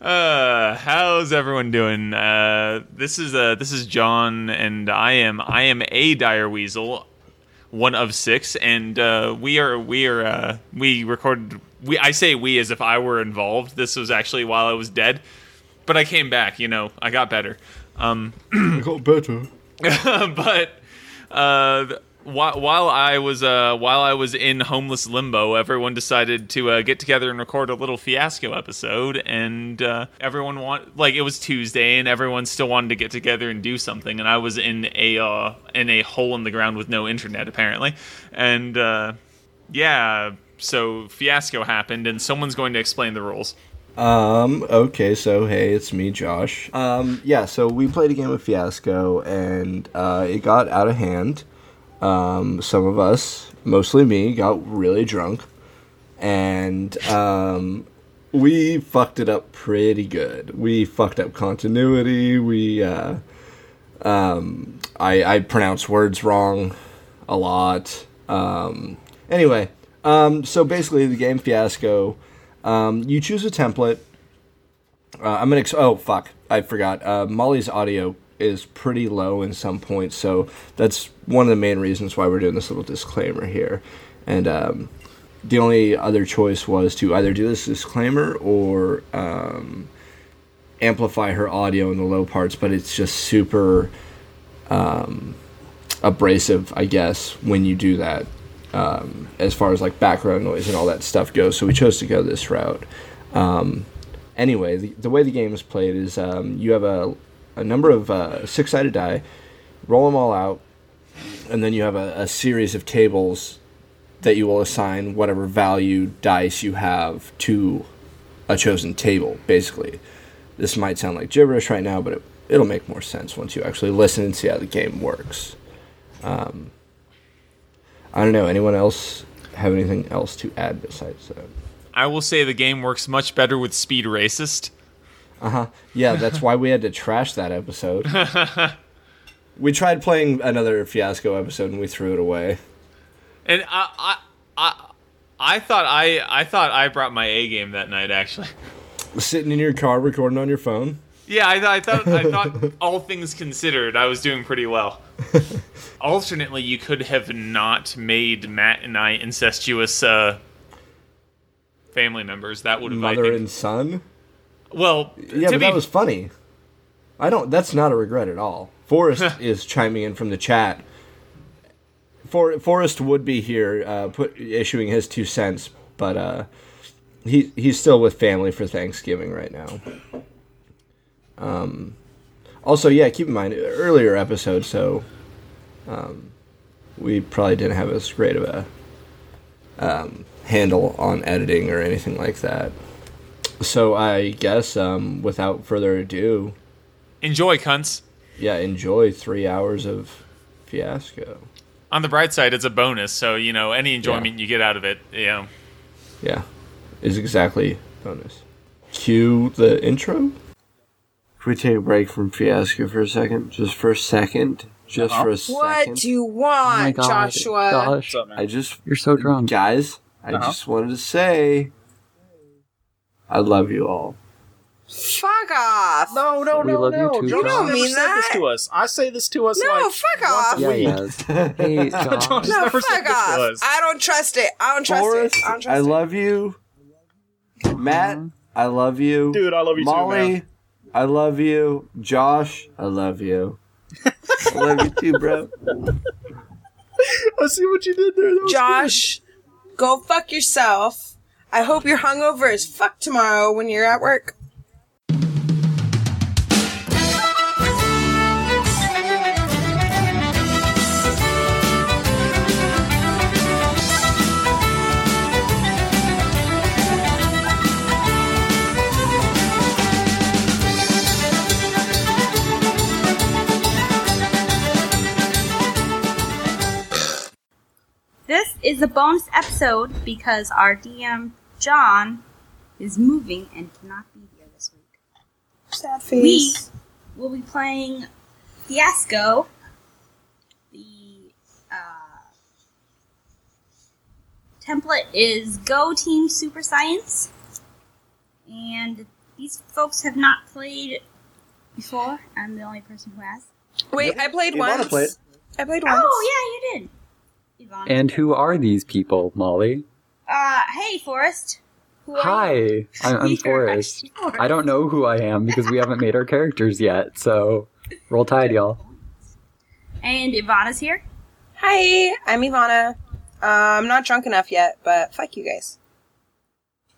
Uh, How's everyone doing? Uh, this is uh, this is John, and I am I am a dire weasel, one of six, and uh, we are we are uh, we recorded. We I say we as if I were involved. This was actually while I was dead, but I came back. You know, I got better. Um, I got better. but uh, th- whi- while I was uh, while I was in homeless limbo, everyone decided to uh, get together and record a little fiasco episode, and uh, everyone want like it was Tuesday, and everyone still wanted to get together and do something, and I was in a uh, in a hole in the ground with no internet apparently, and uh, yeah, so fiasco happened, and someone's going to explain the rules. Um, okay, so hey, it's me, Josh. Um, yeah, so we played a game of Fiasco, and uh, it got out of hand. Um, some of us, mostly me, got really drunk, and um, we fucked it up pretty good. We fucked up continuity. We, uh, um, I, I pronounce words wrong a lot. Um, anyway, um, so basically, the game Fiasco. Um, you choose a template. Uh, I'm gonna. Ex- oh fuck! I forgot. Uh, Molly's audio is pretty low in some points, so that's one of the main reasons why we're doing this little disclaimer here. And um, the only other choice was to either do this disclaimer or um, amplify her audio in the low parts, but it's just super um, abrasive, I guess, when you do that um, as far as like background noise and all that stuff goes. So we chose to go this route. Um, anyway, the, the way the game is played is um, you have a, a number of uh, six sided die, roll them all out, and then you have a, a series of tables that you will assign whatever value dice you have to a chosen table, basically. This might sound like gibberish right now, but it, it'll make more sense once you actually listen and see how the game works. Um, I don't know. Anyone else have anything else to add besides that? I will say the game works much better with Speed Racist. Yeah, that's why we had to trash that episode. we tried playing another fiasco episode and we threw it away. And I, I, I, I thought I, I thought I brought my A game that night. Actually, Sitting in your car recording on your phone. yeah, I, th- I thought, I thought, all things considered, I was doing pretty well. Alternately, you could have not made Matt and I incestuous uh, family members. That would have, I Mother think, and son. well, Yeah, to but be, that was funny. I don't that's not a regret at all. Forrest is chiming in from the chat. For Forrest would be here uh, put issuing his two cents, but uh, he he's still with family for Thanksgiving right now. Um also, yeah, keep in mind earlier episode, so um, we probably didn't have as great of a um, handle on editing or anything like that. So I guess um, without further ado, enjoy cunts. yeah, enjoy three hours of fiasco. On the bright side, it's a bonus. So you know, any enjoyment you get out of it, you know. Yeah, is exactly bonus. Cue the intro. Can we take a break from fiasco for a second? Just for a second? Just for a second? Uh-huh. Oh What do you Oh want, Joshua? Josh, I just, you're so drunk. guys, I just wanted to say, I love you all. Fuck off. No, no, We no, love you no. too, Josh John. never You don't mean said that. this to us. I say this to us No, like fuck once off. a Yeah, week. he has. Hey, Josh. Josh. No, never said fuck this off. was. I don't trust it. I don't trust Forrest, it. I don't trust I it. love you. Matt, I love you. Dude, I love you too, Molly, man. I love you. Josh, I love you. I love you too, bro. I see what you did there. That was Josh, go fuck yourself. I hope you're hungover as fuck tomorrow when you're at work. This is a bonus episode because our DM, John, is moving and cannot be here this week. Sad We face. will be playing Fiasco, the uh, template is Go Team Super Science, and the These folks have not played before. I'm the only person who has. Wait, I played Ivana once. played. I played once. Oh yeah, you did, Yvonne. And who are these people, Molly? uh, hey, Forrest. Who are you? Hi, I'm, I'm You're Forrest. actually Forrest. I don't know who I am because we haven't made our characters yet. So, roll tide, y'all. And Ivana's here. Hi, I'm Ivana. Uh, I'm not drunk enough yet, but fuck you guys.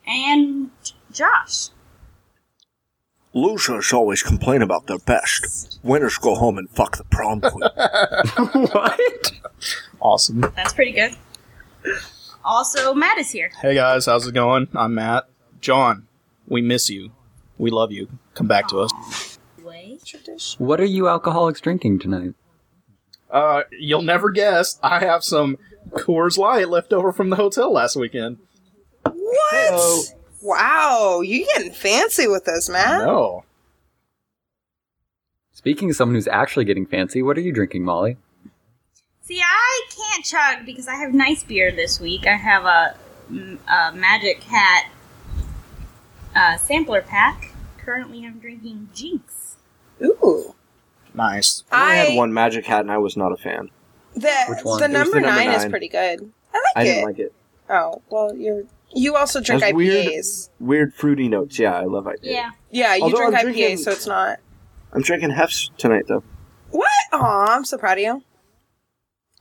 And Josh. Losers always complain about their best. Winners go home and fuck the prom queen. what? Awesome. That's pretty good. Also, Matt is here. Hey guys, how's it going? I'm Matt. John, we miss you. We love you. Come back to us. Wait. Tradition. What are you alcoholics drinking tonight? Uh, you'll never guess. I have some Coors Light left over from the hotel last weekend. What? Wow, you getting fancy with this, Oh. man. No. Speaking of someone who's actually getting fancy, what are you drinking, Molly? See, I can't chug because I have nice beer this week. I have a, mm, a Magic Hat uh, sampler pack. Currently, I'm drinking Jinx. Ooh. Nice. I I, had one magic hat and I was not a fan. The, Which one? the It was number, the number nine, is nine. pretty good. I I like didn't it. like it. oh, well, you're you also drink That's IPAs. weird. Weird fruity notes. Yeah, I love IPA. Yeah. Yeah, you Although drink I'm IPAs, drinking- so it's not. I'm drinking Hef's tonight though. What? Aw, I'm so proud of you.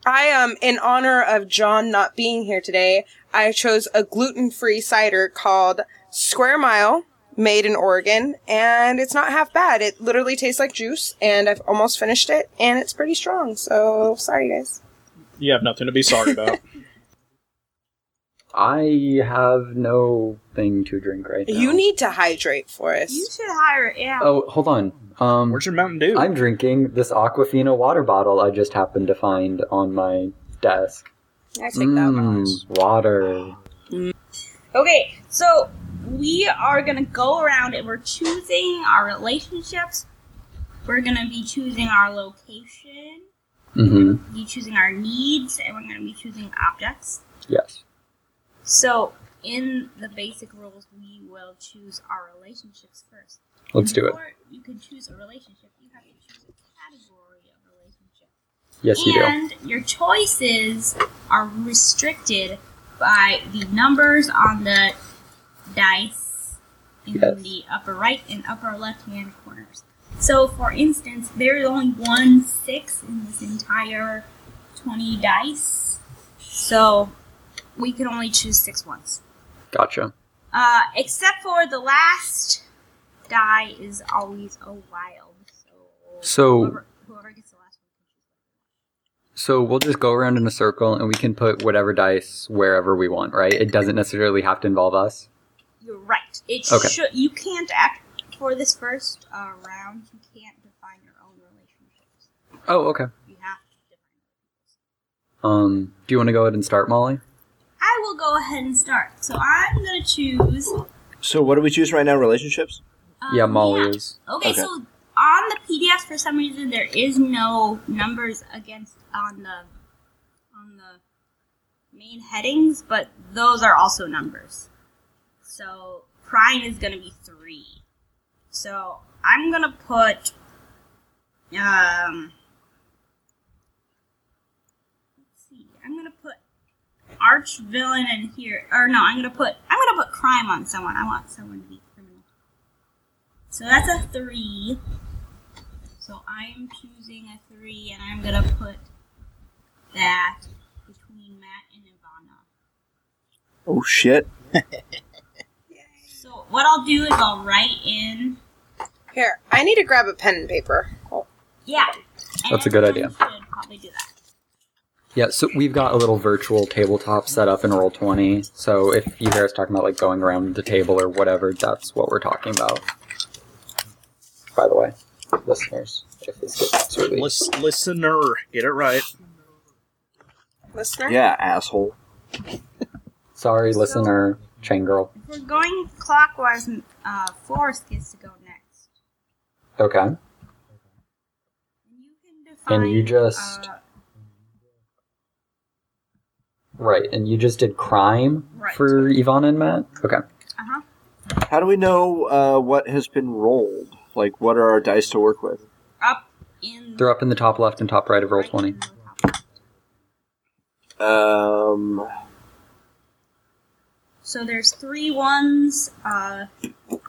I um, in honor of John not being here today, I chose a gluten-free cider called Square Mile, made in Oregon, and it's not half bad. It literally tastes like juice, and I've almost finished it, and it's pretty strong. So sorry, guys. You have nothing to be sorry about. I have no thing to drink right now. You need to hydrate, Forrest. You should hire Yeah. Oh, hold on. Um, Where's your Mountain Dew? I'm drinking this Aquafina water bottle I just happened to find on my desk. I take that one. Mm, water. Okay, so we are gonna go around and we're choosing our relationships. We're gonna be choosing our location, hmm be choosing our needs, and we're gonna be choosing objects. Yes. So in the basic rules, we will choose our relationships first. Let's do it. Before you can choose a relationship, you have to choose a category of relationship. Yes, you do. and your choices are restricted by the numbers on the dice in Yes. the upper right and upper left hand corners. So, for instance, there is only one six in this entire 20 dice. So, we can only choose six ones. Gotcha. Uh, except for the last die is always a wild. So, So- whoever, whoever gets the last one can choose. So we'll just go around in a circle and we can put whatever dice wherever we want, right? It doesn't necessarily have to involve us. You're right. It Okay. should. You can't act for this first uh, round. You can't define your own relationships. Oh, okay. You have to define. Um, do you want to go ahead and start, Molly? I will go ahead and start. So I'm gonna choose. So what do we choose right now? Relationships? Um, yeah, Molly is. Okay, Okay. so on the PDF, for some reason, there is no numbers against on the on the main headings, but those are also numbers. So crime is going to be three. So I'm going to put um. Let's see. I'm going to put arch villain in here, or no? I'm going to put I'm going to put crime on someone. I want someone to be criminal. So that's a three. So I am choosing a three, and I'm gonna put that between Matt and Ivana. Oh shit. So what I'll do is I'll write in. Here, I need to grab a pen and paper. Oh, Yeah. and That's a good everyone Should probably do that. Yeah, so we've got a little virtual tabletop set up in Roll20. So if you hear us talking about like going around the table or whatever, that's what we're talking about. By the way, listeners, if this gets released. Lis- listener. Get it right. listener. Yeah, asshole. Sorry, listener, chain girl. If we're going clockwise, uh, Forrest gets to go next. Okay. And you can define. you just- uh, Right, and you just did crime Right. for Yvonne and Matt? Okay. Uh huh. How do we know uh, what has been rolled? Like, what are our dice to work with? Up in They're up in the top left and top right of roll twenty. Um, So there's three ones. Uh,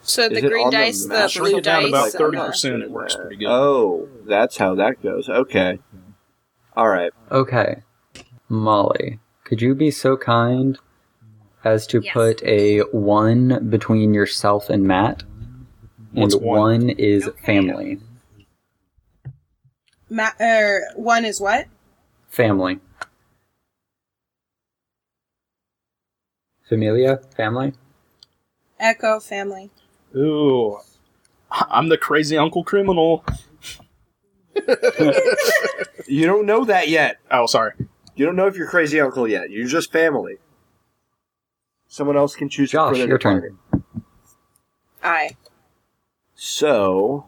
So Is the it green on the dice, the map? Shrink blue it down dice. uh, about and the- 30%, it works pretty good. Oh, that's how that goes. Okay. All right. Okay. Molly, could you be so kind as to Yes. put a one between yourself and Matt? And What's one? one is Okay. family. Ma- er, one is what? Family. Familia? Family? Echo family. Ooh. I'm the crazy uncle criminal. You don't know that yet. Oh, sorry. You don't know if you're crazy uncle yet. You're just family. Someone else can choose. it Josh, for their your turn. department. I. So,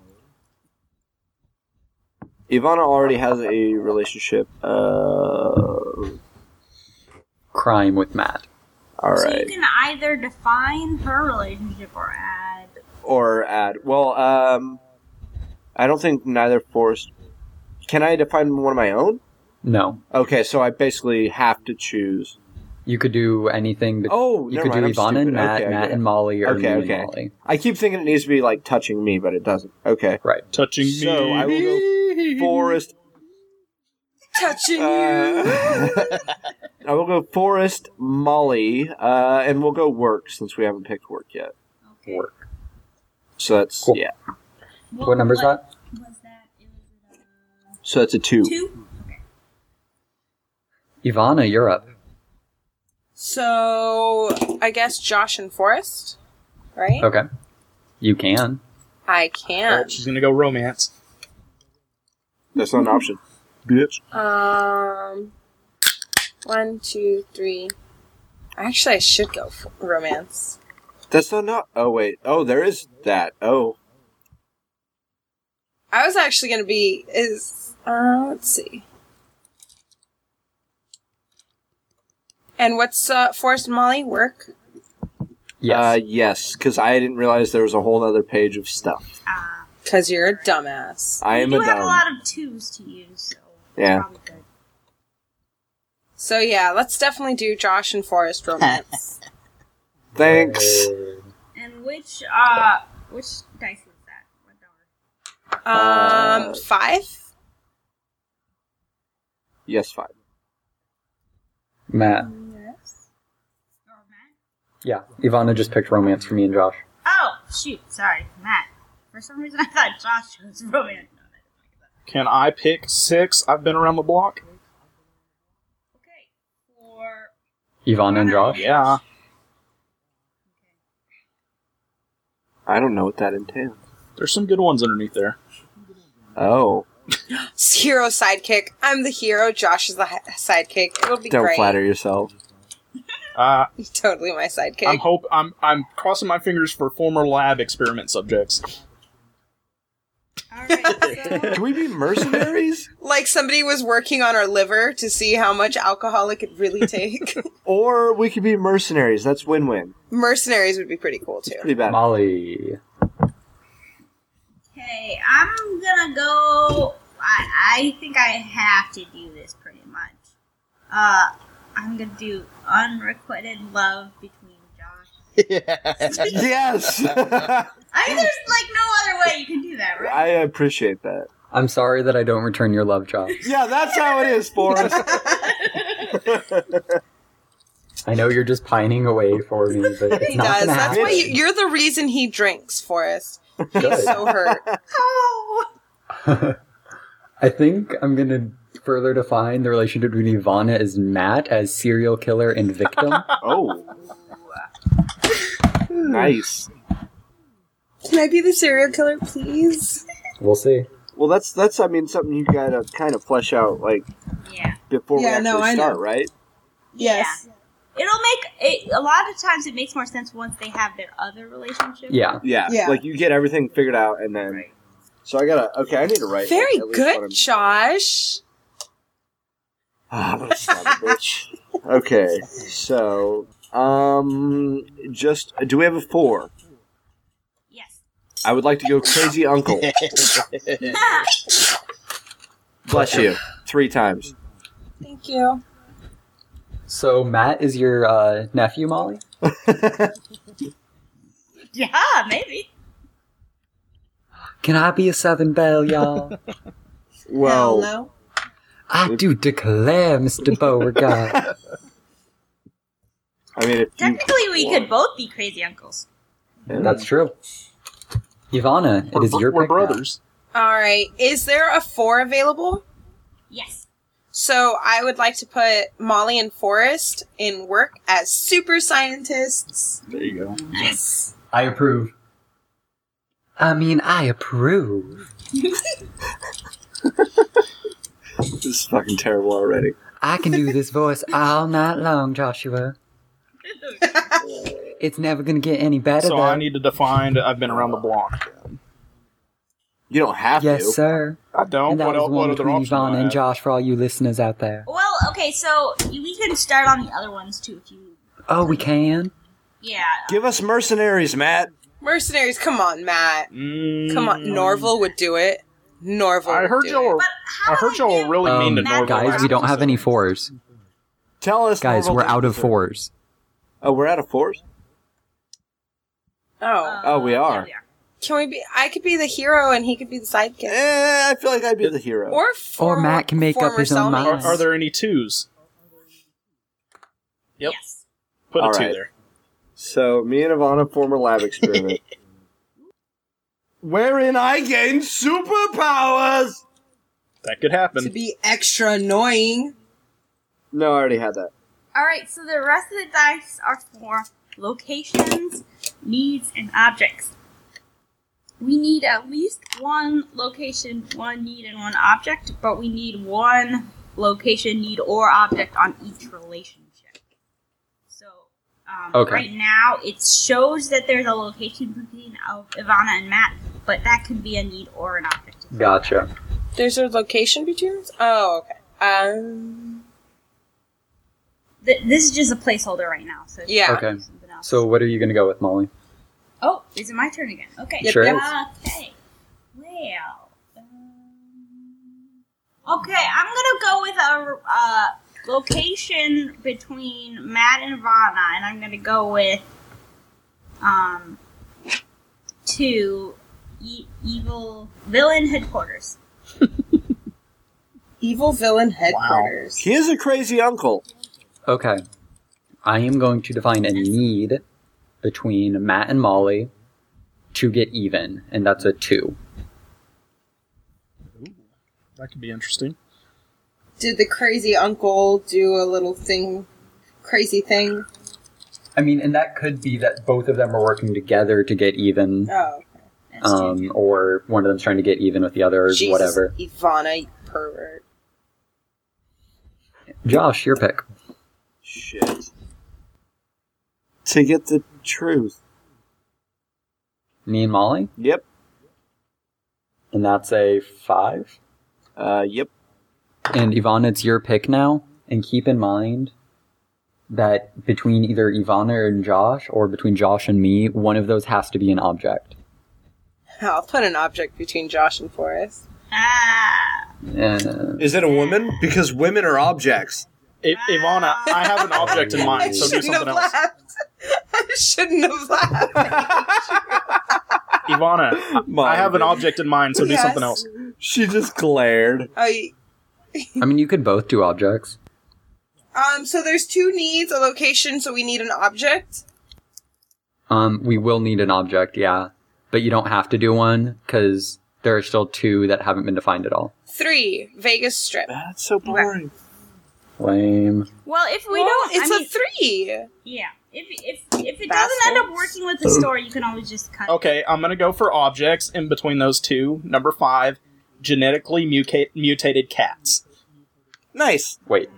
Ivana already has a relationship. Uh, all Crime with Matt. so right. you can either define her relationship or add. or add. Well, um, I don't think neither forced. Can I define one of my own? No. Okay, so I basically have to choose. You could do anything. But Oh, you never could do mind, I'm Ivana stupid. and Matt, Okay, I Matt get it. and Molly, or Okay, you okay. and Molly. I keep thinking it needs to be like touching me, but it doesn't. Okay, Right. Touching me. so I will go forest. Touching you. Uh, I will go forest Molly, uh, and we'll go work since we haven't picked work yet. Okay. Work. So that's Cool. yeah. What, number is that? Was that? It was So that's a two. uh, two. Ivana, you're up. So I guess Josh and Forrest, right? Okay. You can. I Oh, can't. she's gonna go romance. That's not an option. Bitch. Um, one, two, three. Actually, I should go for romance. That's not not. Oh wait. Oh, there is that. Oh, I was actually going to be is uh, let's see. And what's uh, Forrest and Molly work? Yes. Uh, yes, because I didn't realize there was a whole other page of stuff. Uh, Because you're a dumbass. I you am do a have a dumb. lot of twos to use, so Yeah. probably good. So yeah, let's definitely do Josh and Forrest romance. Thanks. Uh. And which uh, which dice is that? What number? um, five. Yes, fine. Matt. Yes. Or Matt? Yeah. Ivana just picked romance for me and Josh. Oh, shoot. Sorry, Matt. For some reason, I thought Josh was romance. No, that doesn't make sense. Can I pick six? I've been around the block. Okay. For. Ivana and Josh? Yeah. I don't know what that entails. There's some good ones underneath there. Oh, Hero sidekick. I'm the hero. Josh is the hi- sidekick. It'll be don't great. flatter yourself. Uh, He's totally my sidekick. I'm hope I'm I'm crossing my fingers for former lab experiment subjects. Alright, Can so. we be mercenaries? like somebody was working on our liver to see how much alcohol it could really take. or we could be mercenaries. That's win-win. Mercenaries would be pretty cool too. Pretty bad. Molly. Okay, I'm gonna go. I, I think I have to do this pretty much. Uh, I'm gonna do unrequited love between Josh. yes, I mean, there's like no other way you can do that, right? I appreciate that. I'm sorry that I don't return your love, Josh. Yeah, that's how it is, Forrest. I know you're just pining away for me, but it's He not does. gonna That's happen. why you, you're the reason he drinks, Forrest. Good. He's so hurt. Oh! I think I'm gonna further define the relationship between Ivana as Matt as serial killer and victim. oh, nice. Can I be the serial killer, please? we'll see. Well, that's that's. I mean, something you gotta kind of flesh out like Yeah. before Yeah, we no, actually I know. start, right? Yes. Yeah. It'll make it, a lot of times it makes more sense once they have their other relationship. Yeah. Yeah, Yeah. like you get everything figured out, and then Right. so I gotta. Okay, I need to write. Very like, at least what good, I'm- Josh. Ah, I'm gonna slap a bitch. Okay, so um, just do we have a four? I would like to go crazy uncle. Bless you. Three times. Thank you. So Matt is your uh, nephew, Molly. Yeah, maybe. Can I be a seven bell, y'all? Well, Hell I do declare, Mister Beauregard. I mean, if you, Technically, we could both be crazy uncles. That's true. Ivana, it is bro- your we're pick now. brothers. no. All right. Is there a four available? Yes. So I would like to put Molly and Forrest in work as super scientists. There you go. Yes. I approve. I mean, I approve. this is fucking terrible already. I can do this voice all night long, Joshua. It's never gonna get any better. So though. I need to define. I've been around the block. You don't have yes, to. sir. I don't. and that What, was el- the one what other between option? do I Ivana and have? Josh for all you listeners out there. well, okay, so we can start on the other ones too if you. Oh, we can. Yeah. Give us mercenaries, Matt. Mercenaries, come on, Matt. Mm, Come on. Norval would do it. Norval. I would heard do y'all. it. Were, But I how heard do y'all give really mean to Matt Norval the Um, guys, we last don't have any episode? fours. Tell us, Guys, Norval we're didn't out of deserve- fours. Oh, we're out of fours. Oh. Oh, we Yeah, are. we are. Can we be? I could be the hero and he could be the sidekick. Eh, I feel like I'd be the hero. Or, for, Matt can make up former his cellmates. own mind. are, are there any twos? Yep. Yes. Put All a two right. there. So, me and Ivana form a lab experiment. Wherein I gain superpowers! That could To happen. be extra annoying. No, I already had that. All right, so the rest of the dice are for locations, needs, and objects. We need at least one location, one need, and one object, but we need one location, need, or object on each relationship. So, um, Okay. right now it shows that there's a location between of Ivana and Matt, but that could be a need or an object. Gotcha. There's a location between us? Oh, okay. Um, Th- this is just a placeholder right now. So it's Yeah. Okay. something else. So what are you gonna go with, Molly? Oh, is it my turn again? Okay. Sure is. Okay. Well. um, okay, I'm gonna go with a uh, location between Matt and Vana, and I'm gonna go with um to e- evil villain headquarters. evil villain headquarters. He is a crazy uncle. Okay. I am going to define a need between Matt and Molly to get even, and that's a two. That could be interesting. Did the crazy uncle do a little thing, crazy thing? I mean, and that could be that both of them are working together to get even, Oh, That's um, or one of them's trying to get even with the other, or Jesus, whatever. Ivana, you pervert. Josh, your pick. Shit. To get the truth. Me and Molly, Yep. and that's a five. Uh, yep. And Ivana, it's your pick now. And keep in mind that between either Ivana and Josh, or between Josh and me, one of those has to be an object. I'll put an object between Josh and Forrest. ah, Uh, Is it a woman? Because women are objects. I- Ivana, I have an object in I mind, so do shouldn't have something else. laughed. I shouldn't have laughed. Ivana, I- I have an Mind. object in mind, so do Yes. something else. She just glared. I, I mean, you could both do objects. um, so there's two needs, a location, so we need an object. Um, we will need an object, yeah, but you don't have to do one because there are still two that haven't been defined at all. Three, Vegas Strip. That's so boring. Lame. well, if we Well, don't, it's I a mean, three. yeah. If if if it doesn't end up working with the story, you can always just cut. Okay, I'm gonna go for objects in between those two. Number five, genetically muca- mutated cats. Nice. Wait,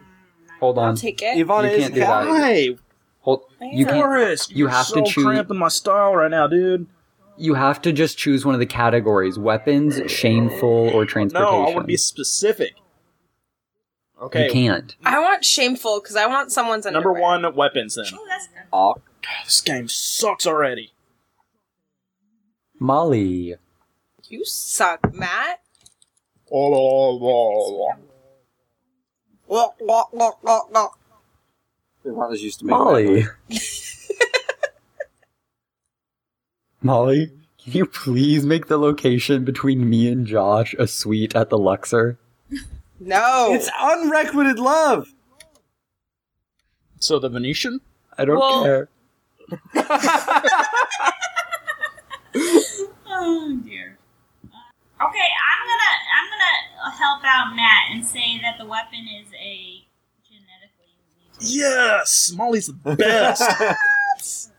hold I'll on. take it. Ivana You is can't a do cat. that. Hey, Hold. You can't. Forrest, you you're have to so choose- cramping my style right now, dude. You have to just choose one of the categories: weapons, shameful, or No, transportation. I want to be specific. Okay, You can't. I want shameful because I want someone's number underwear. one, weapons. Then Oh, that's good. Aw. God, this game sucks already. Molly. You suck, Matt. Wah, wah, wah, wah, wah. Ivana's used to make Molly. Molly, can you please make the location between me and Josh a suite at the Luxor? No. It's unrequited love. So the Venetian? I don't Well- care. Oh dear. Uh, okay, I'm gonna I'm gonna help out Matt and say that the weapon is a genetically mutated. Yes! Molly's the best!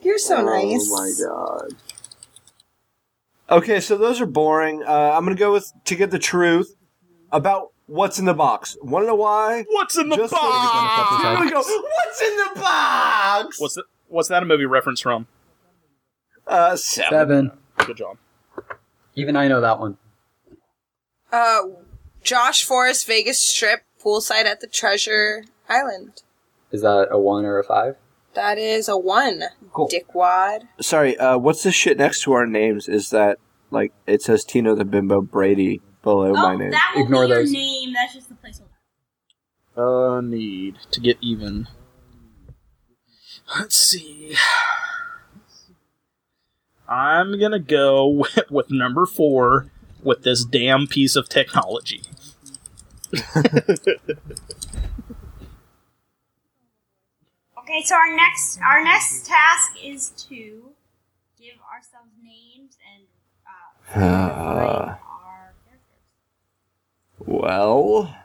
You're so nice. Oh my god. Okay, so those are boring. Uh, I'm gonna go with to get the truth about what's in the box. Want to know why? What's in the Just so we box? I'm gonna go. What's in the box? What's, th- what's that a movie reference from? uh, seven? Seven. Good job. Even I know that one. Uh, Josh Forrest, Vegas Strip, poolside at the Treasure Island. Is that a one or a five? That is a one, Cool. dickwad. Sorry. Uh, what's this shit next to our names? Is that like it says Tino the Bimbo Brady below Oh, my name? that will Ignore be those. your name. That's just the placeholder. Uh, need to get even. Let's see. I'm gonna go with, with number four with this damn piece of technology. Okay, so our next our next task is to give ourselves names and uh, Uh. our characters. Well,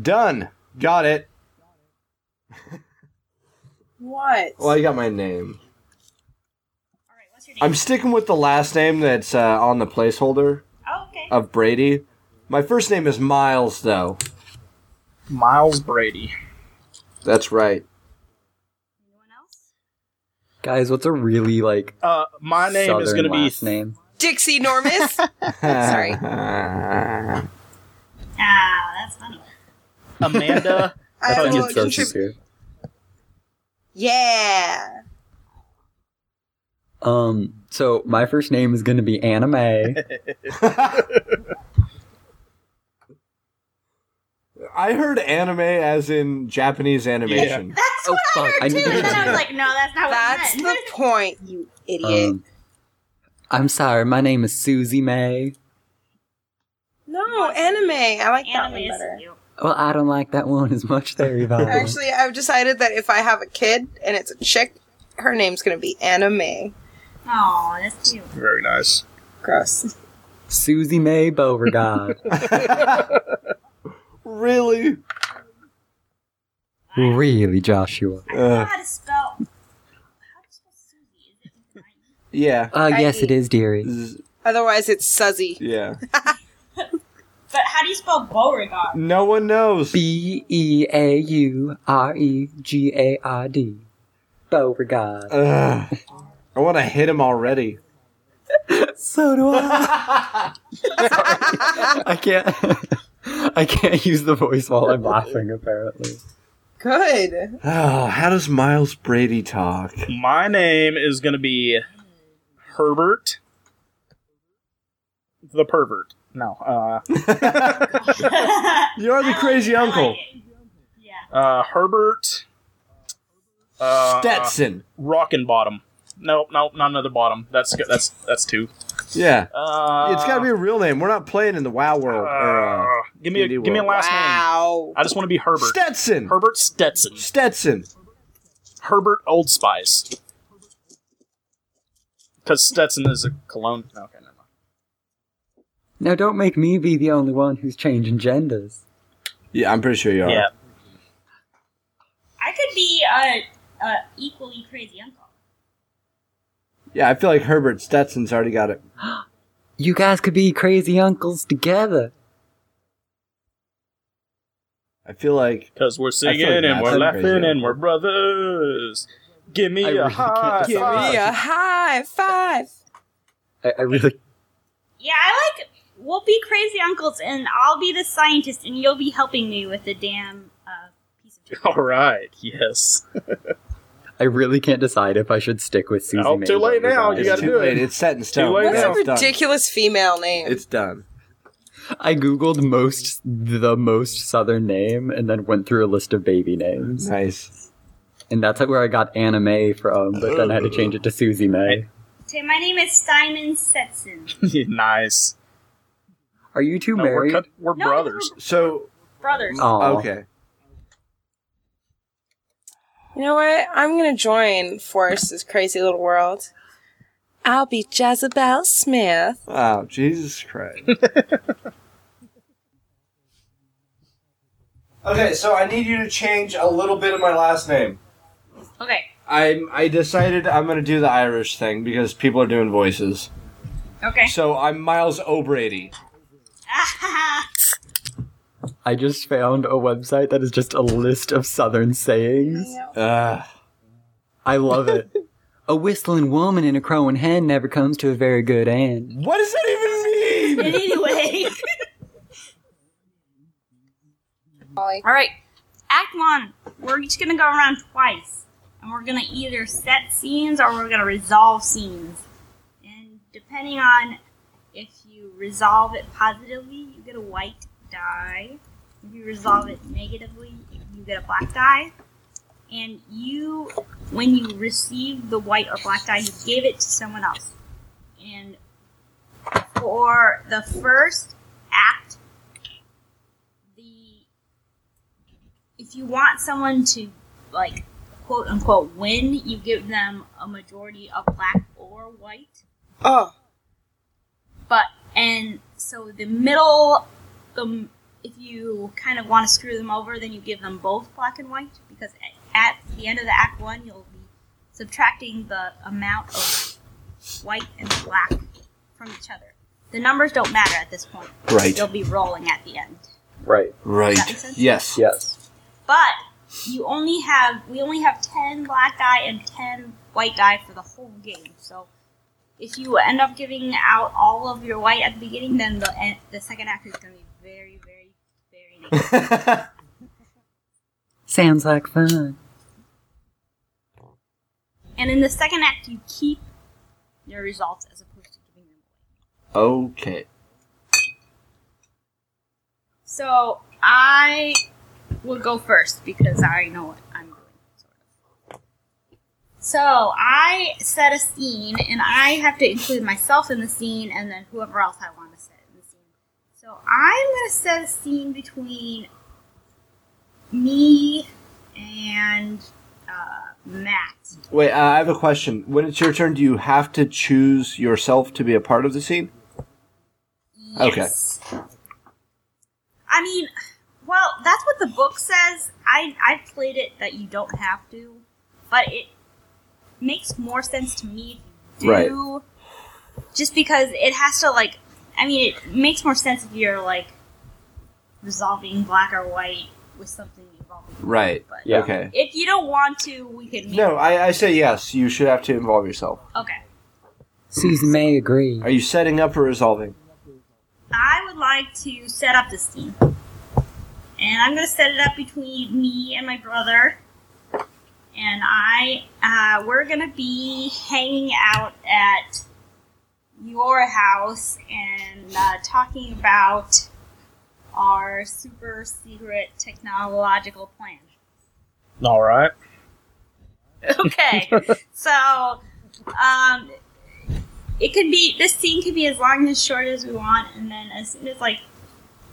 done. Got it. What? Well, I got my name. All right, what's your name? I'm sticking with the last name that's uh, on the placeholder oh, okay. of Brady. My first name is Miles, though. Miles Brady. That's right. Anyone else? Guys, what's a really like Uh, my name is southern gonna be last name? Dixie Normus? Oh, Sorry. Ah, that's funny. Amanda. I thought Fucking you will said so contribute. sincere. Yeah. Um, so my first name is gonna be Anime. I heard anime as in Japanese animation. That's Oh, what fuck, I heard I too. need to And then do I was that. like, no, that's not That's what I the meant. point, you idiot. um, I'm sorry, my name is Susie May. no, anime. I like that Anime one is better. cute. Well, I don't like that one as much there, Yvonne. Actually, I've decided that if I have a kid and it's a chick, her name's gonna be Anime. Oh, that's cute. Very nice. Gross. Susie May Beauregard. really? really, Joshua. I don't know Ugh. how to spell. How do you spell Susie? Is it with an I? Yeah. Uh, yes, it is, dearie. Z- Otherwise, it's Suzzy. Yeah. But how do you spell Beauregard? No one knows. B E A U R E G A R D. Beauregard. Ugh. I want to hit him already. So do I. Sorry. I can't. I can't use the voice while I'm laughing. Apparently, Good. Oh, how does Miles Brady talk? My name is gonna be Herbert the pervert. No. Uh, You're the crazy uncle. uh, Herbert. Uh, Stetson. Rockin' Bottom. Nope, nope, not another bottom. That's good. That's that's two. Yeah. Uh, it's got to be a real name. We're not playing in the WoW world. Uh, or, give me a Indie give me a World. last name. Wow. I just want to be uh, Herbert. Stetson. Herbert Stetson. Stetson. Herbert Old Spice. Because Stetson is a cologne. Okay, never mind. now don't make me be the only one who's changing genders. Yeah, I'm pretty sure you are. Yeah. I could be a, a equally crazy uncle. Yeah, I feel like Herbert Stetson's already got it. You guys could be crazy uncles together. I feel like Because we're singing like and that's we're a laughing crazy and we're brothers. Give me I a really high can't- Give me five. Yeah, high five. I, I really. Yeah, I like. We'll be crazy uncles, and I'll be the scientist, and you'll be helping me with the damn uh, piece of. All right. Yes. I really can't decide if I should stick with Susie. Nope, too Mays late over now, Donna. you gotta too do it. late. It's set in stone. late It's What's now. a Yeah, done. ridiculous female name? It's done. I googled most the most southern name and then went through a list of baby names, Nice. and that's where I got anime from. But then I had to change it to Susie May. Okay, my name is Simon Setson. nice. Are you two No, we're married? cut- we're No, brothers. So Brothers. Aw. okay. You know what? I'm gonna join Forrest's crazy little world. I'll be Jezebel Smith. Wow, Oh, Jesus Christ. okay, so I need you to change a little bit of my last name. Okay. I'm I decided I'm gonna do the Irish thing because people are doing voices. Okay. So I'm Miles O'Brady. I just found a website that is just a list of southern sayings. Uh, I love it. a whistling woman and a crowing hen never comes to a very good end. what does that even mean? anyway. All right. Act one. We're just gonna go around twice, and we're gonna either set scenes or we're gonna resolve scenes. And depending on if you resolve it positively, you get a white die. If you resolve it negatively, you get a black die. And you, when you receive the white or black die, you give it to someone else. And for the first act, the if you want someone to like quote unquote win, you give them a majority of black or white. Oh, But and so the middle, the if you kind of want to screw them over, then you give them both black and white because a- at the end of the act one, you'll be subtracting the amount of white and black from each other. The numbers don't matter at this point. Right. You'll be rolling at the end. Right. Does that make Right. sense? Yes. Yes. But you only have we only have ten black die and ten white die for the whole game. So if you end up giving out all of your white at the beginning, then the en- the second act is going to be very, very, very negative. Sounds like fun. and in the second act, you keep your results as opposed to giving them away. Okay. So I will go first because I know what I'm doing. sort of. So I set a scene, and I have to include myself in the scene, and then whoever else I want to set in the scene. So I'm gonna set a scene between me and uh, Matt. Wait, uh, I have a question. When it's your turn, do you have to choose yourself to be a part of the scene? Okay. Yes. I mean, well, that's what the book says. I I played it that you don't have to, but it makes more sense to me if you do. Just because it has to like, I mean, it makes more sense if you're like resolving black or white with something involving. Right. But Yeah. Okay. If you don't want to, we can. Make No, I, I say yes. You should have to involve yourself. Okay. Susie May agree. Are you setting up or resolving? I would like to set up this team. And I'm going to set it up between me and my brother. And I, uh, we're going to be hanging out at your house and uh, talking about our super secret technological plan. All right. Okay. so, um, it could be this scene could be as long and as short as we want, and then as soon as like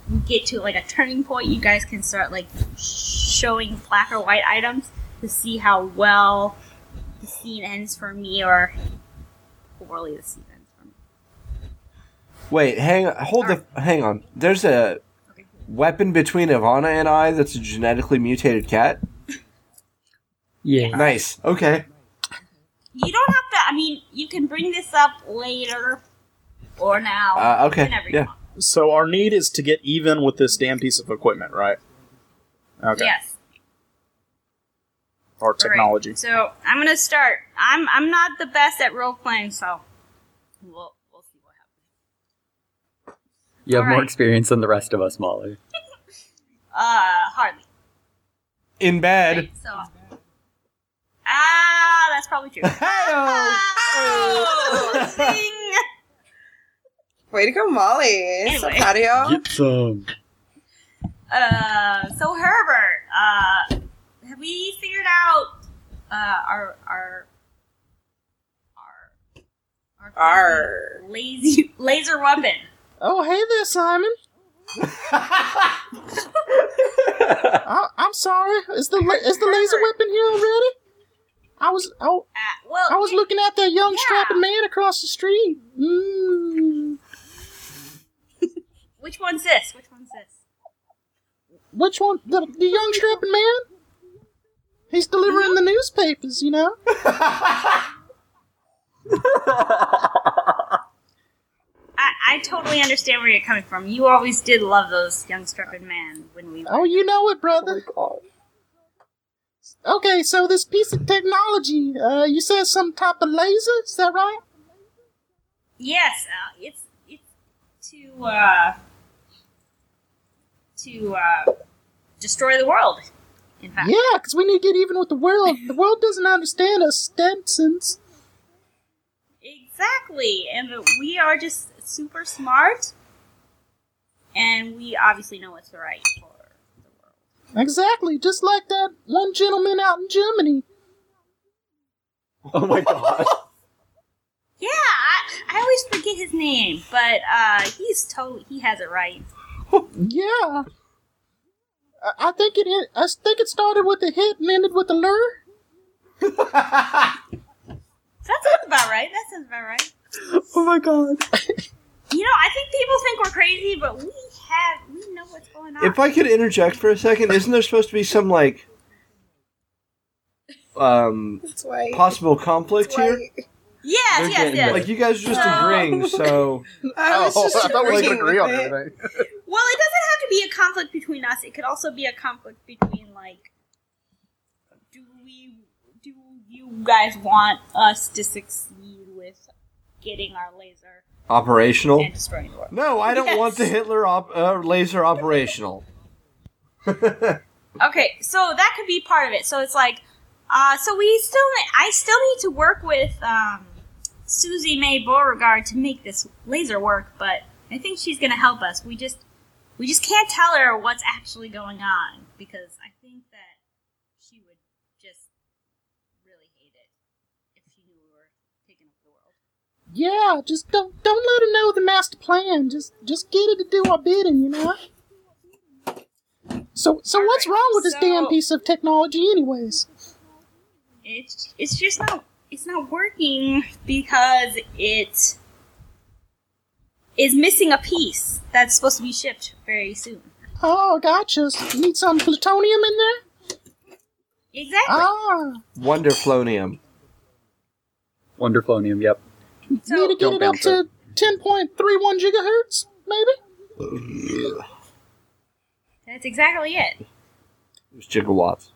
we get to like a turning point, you guys can start like showing black or white items to see how well the scene ends for me or poorly the scene ends for me. Wait, hang hold the hang on. There's a Okay. weapon between Ivana and I that's a genetically mutated cat. Yeah. Nice. Okay. You don't have to. I mean, you can bring this up later or now. Uh, okay, Whenever you yeah. want. So our need is to get even with this damn piece of equipment, right? Okay. Yes. Or All right, technology. So I'm gonna start. I'm I'm not the best at role playing, so we'll we'll see what happens. You have more Alright. experience than the rest of us, Molly. Uh, hardly. In bed. So, ah, that's probably true. Oh, Zing. Way to go, Molly. So Anyway. proud of y'all. some. Uh, so Herbert, uh, have we figured out uh, our our our Arr. lazy laser weapon? Oh, hey there, Simon. I, I'm sorry. Is the la- is the laser weapon here already? I was oh Uh, well, I was we- looking at that young strapping Yeah. man across the street. Mm, Which one's this? Which one's this? Mm. which one? The, the young strapping man. He's delivering the Mm-hmm. newspapers, you know. I, I totally understand where you're coming from. You always did love those young strapping man when we. Oh, you know it, brother. Okay, so this piece of technology, uh, you said some type of laser, is that right? Yes, uh, it's it's to uh, to uh, destroy the world. In fact, Yeah, because we need to get even with the world. The world doesn't understand us, Stetsons. Exactly, and we are just super smart, and we obviously know what's right for the world. Exactly, just like that one gentleman out in Germany. Oh my god. Yeah, I, I always forget his name, but uh, he's totally he has it right. Yeah. I- I think it. hit- I think it started with a hit and ended with a lure. That sounds about right. That sounds about right. Oh my god! You know, I think people think we're crazy, but we have we know what's going on. if I could interject for a second, isn't there supposed to be some like um That's why. possible conflict that's why- here? yes, yes, yes. Like you guys are just No. agreeing, so I was just agreeing with it. Well, it doesn't have to be a conflict between us. It could also be a conflict between like, do we, do you guys want us to succeed with getting our laser operational. and destroying the world? No, I don't Yes. want the Hitler op- uh, laser operational. Okay, so that could be part of it. So it's like, uh, so we still, I still need to work with um, Susie May Beauregard to make this laser work, but I think she's gonna help us. We just, we just can't tell her what's actually going on because I think that she would just really hate it if she knew we were taking over the world. Yeah, just don't don't let her know the master plan. Just just get her to do our bidding, you know. So so what's Alright, wrong with this so- damn piece of technology, anyways? It's, it's just not, it's not working because it is missing a piece that's supposed to be shipped very soon. Oh, gotcha. So you need some plutonium in there? Exactly. Ah, Wonderflonium. Wonderflonium, yep. so, need to get Don't it up bounce to ten point three one gigahertz, maybe. that's exactly it. It was gigawatts.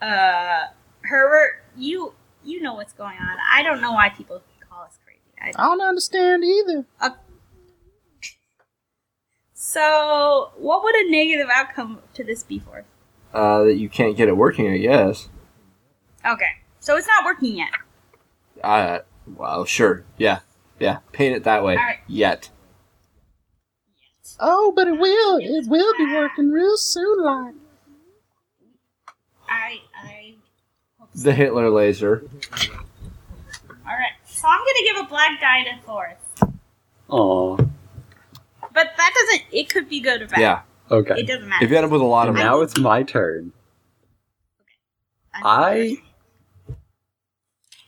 Uh, Herbert, you you know what's going on. I don't know why people call us crazy. I, uh, I don't understand either. so, what would a negative outcome to this be for? us? Uh, that you can't get it working, I guess. Okay, so it's not working yet. Uh, well, sure. Yeah. Yeah. Paint it that way. Alright. Yet. Oh, but it will. It will be working real soon, like. I I The Hitler laser. all right. So I'm gonna give a black die to Forrest, Aw. but that doesn't. It could be good or bad. Yeah. it Okay. doesn't matter. If you end up with a lot of And now it's my turn. I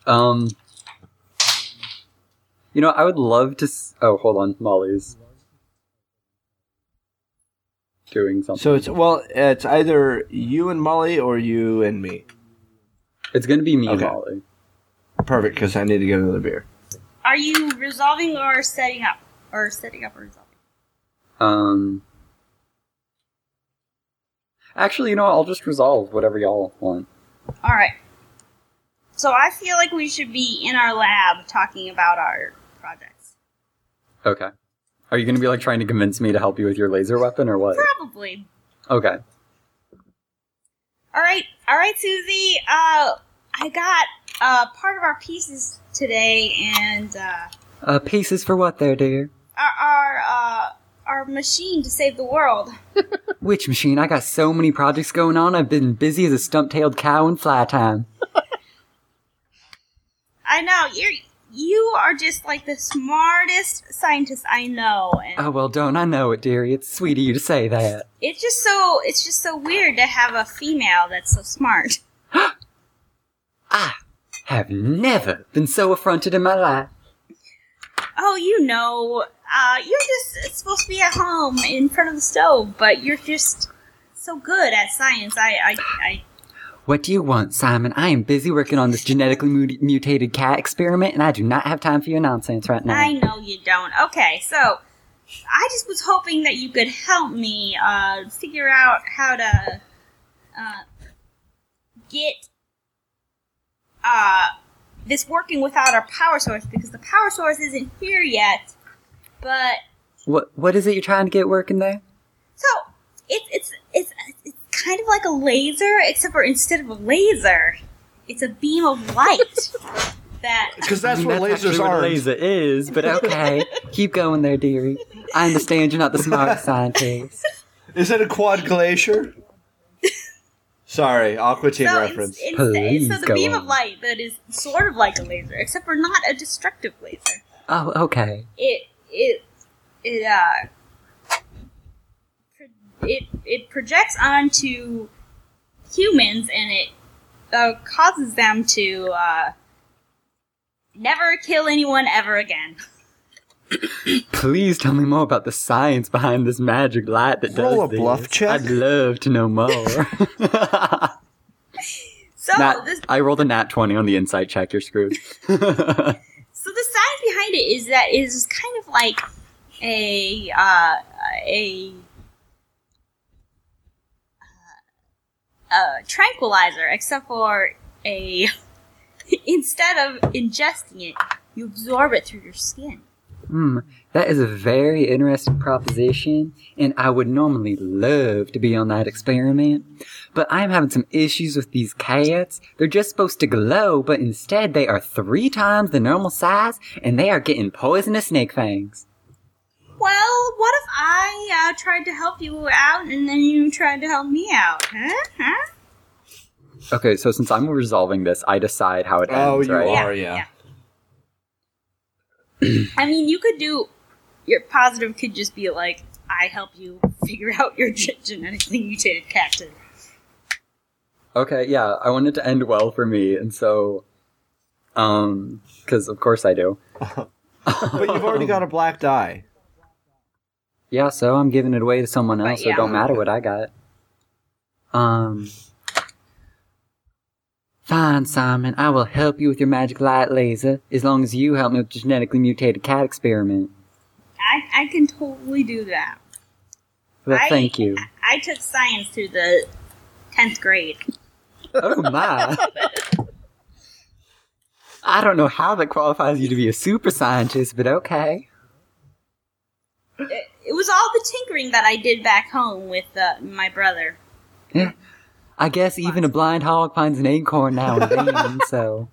um You know, I would love to s- Oh, hold on. Molly's doing something. So it's well, it's either you and Molly or you and me. it's going to be me, Okay. Molly. Perfect, because I need to get another beer. are you resolving or setting up or setting up or resolving? Um Actually, you know, I'll just resolve whatever y'all want. All right. So I feel like we should be in our lab talking about our projects. Okay. Are you going to be like trying to convince me to help you with your laser weapon or what? Probably. Okay. All right. All right, Susie. Uh, I got uh, part of our pieces today, and uh, Uh, pieces for what there, dear? our our, uh, our machine to save the world. Witch machine, I got so many projects going on, I've been busy as a stump tailed cow in fly time. I know you're you are just like the smartest scientist I know, and Oh, well, don't I know it, dearie? It's sweet of you to say that. it's just so it's just so weird to have a female that's so smart. Have never been so affronted in my life. Oh, you know, uh, you're just supposed to be at home in front of the stove, but you're just so good at science. I, I, I What do you want, Simon? I am busy working on this genetically mu- mutated cat experiment, and I do not have time for your nonsense right now. I know you don't. Okay, so I just was hoping that you could help me uh, figure out how to uh, get uh, this working without our power source because the power source isn't here yet. But What What is it you're trying to get working there? so it's it's it's it's kind of like a laser, except for instead of a laser, it's a beam of light that Because that's what lasers actually what are. a laser is, but okay. Keep going there, dearie. I understand you're not the smartest scientist. Is it a quad glacier? Sorry, Aqua Teen So, reference. It's, Please it's, so the go beam of on. light that is sort of like a laser, except for not a destructive laser. Oh, okay. It it it uh pro- it it projects onto humans and it uh, causes them to uh, never kill anyone ever again. Please tell me more about the science behind this magic light that Roll a does this. bluff check. I'd love to know more. So Nat- Oh, this I rolled a nat 20 on the insight check, you're screwed. So the science behind it is that it is kind of like a uh, a uh, a tranquilizer, except for a instead of ingesting it, you absorb it through your skin. Hmm, that is a very interesting proposition, and I would normally love to be on that experiment. But I'm having some issues with these cats. They're just supposed to glow, but instead they are three times the normal size, and they are getting poisonous snake fangs. Well, what if I uh, tried to help you out and then you tried to help me out? Huh? Huh? Okay, so since I'm resolving this, I decide how it ends, Oh, you right? are, yeah. I mean, you could do your positive could just be like, I help you figure out your ge- genetically mutated captain. Okay, yeah, I want it to end well for me, and so, um, because of course I do. But you've already got a black die. Yeah, so I'm giving it away to someone else, so it yeah. don't matter what I got. Um. Fine, Simon. I will help you with your magic light laser as long as you help me with the genetically mutated cat experiment. I, I can totally do that. Well, I- thank you. I took science through the 10th grade. Oh my! I don't know how that qualifies you to be a super scientist, but okay. It, it was all the tinkering that I did back home with uh, my brother. I guess even a blind hog finds an acorn now and then. so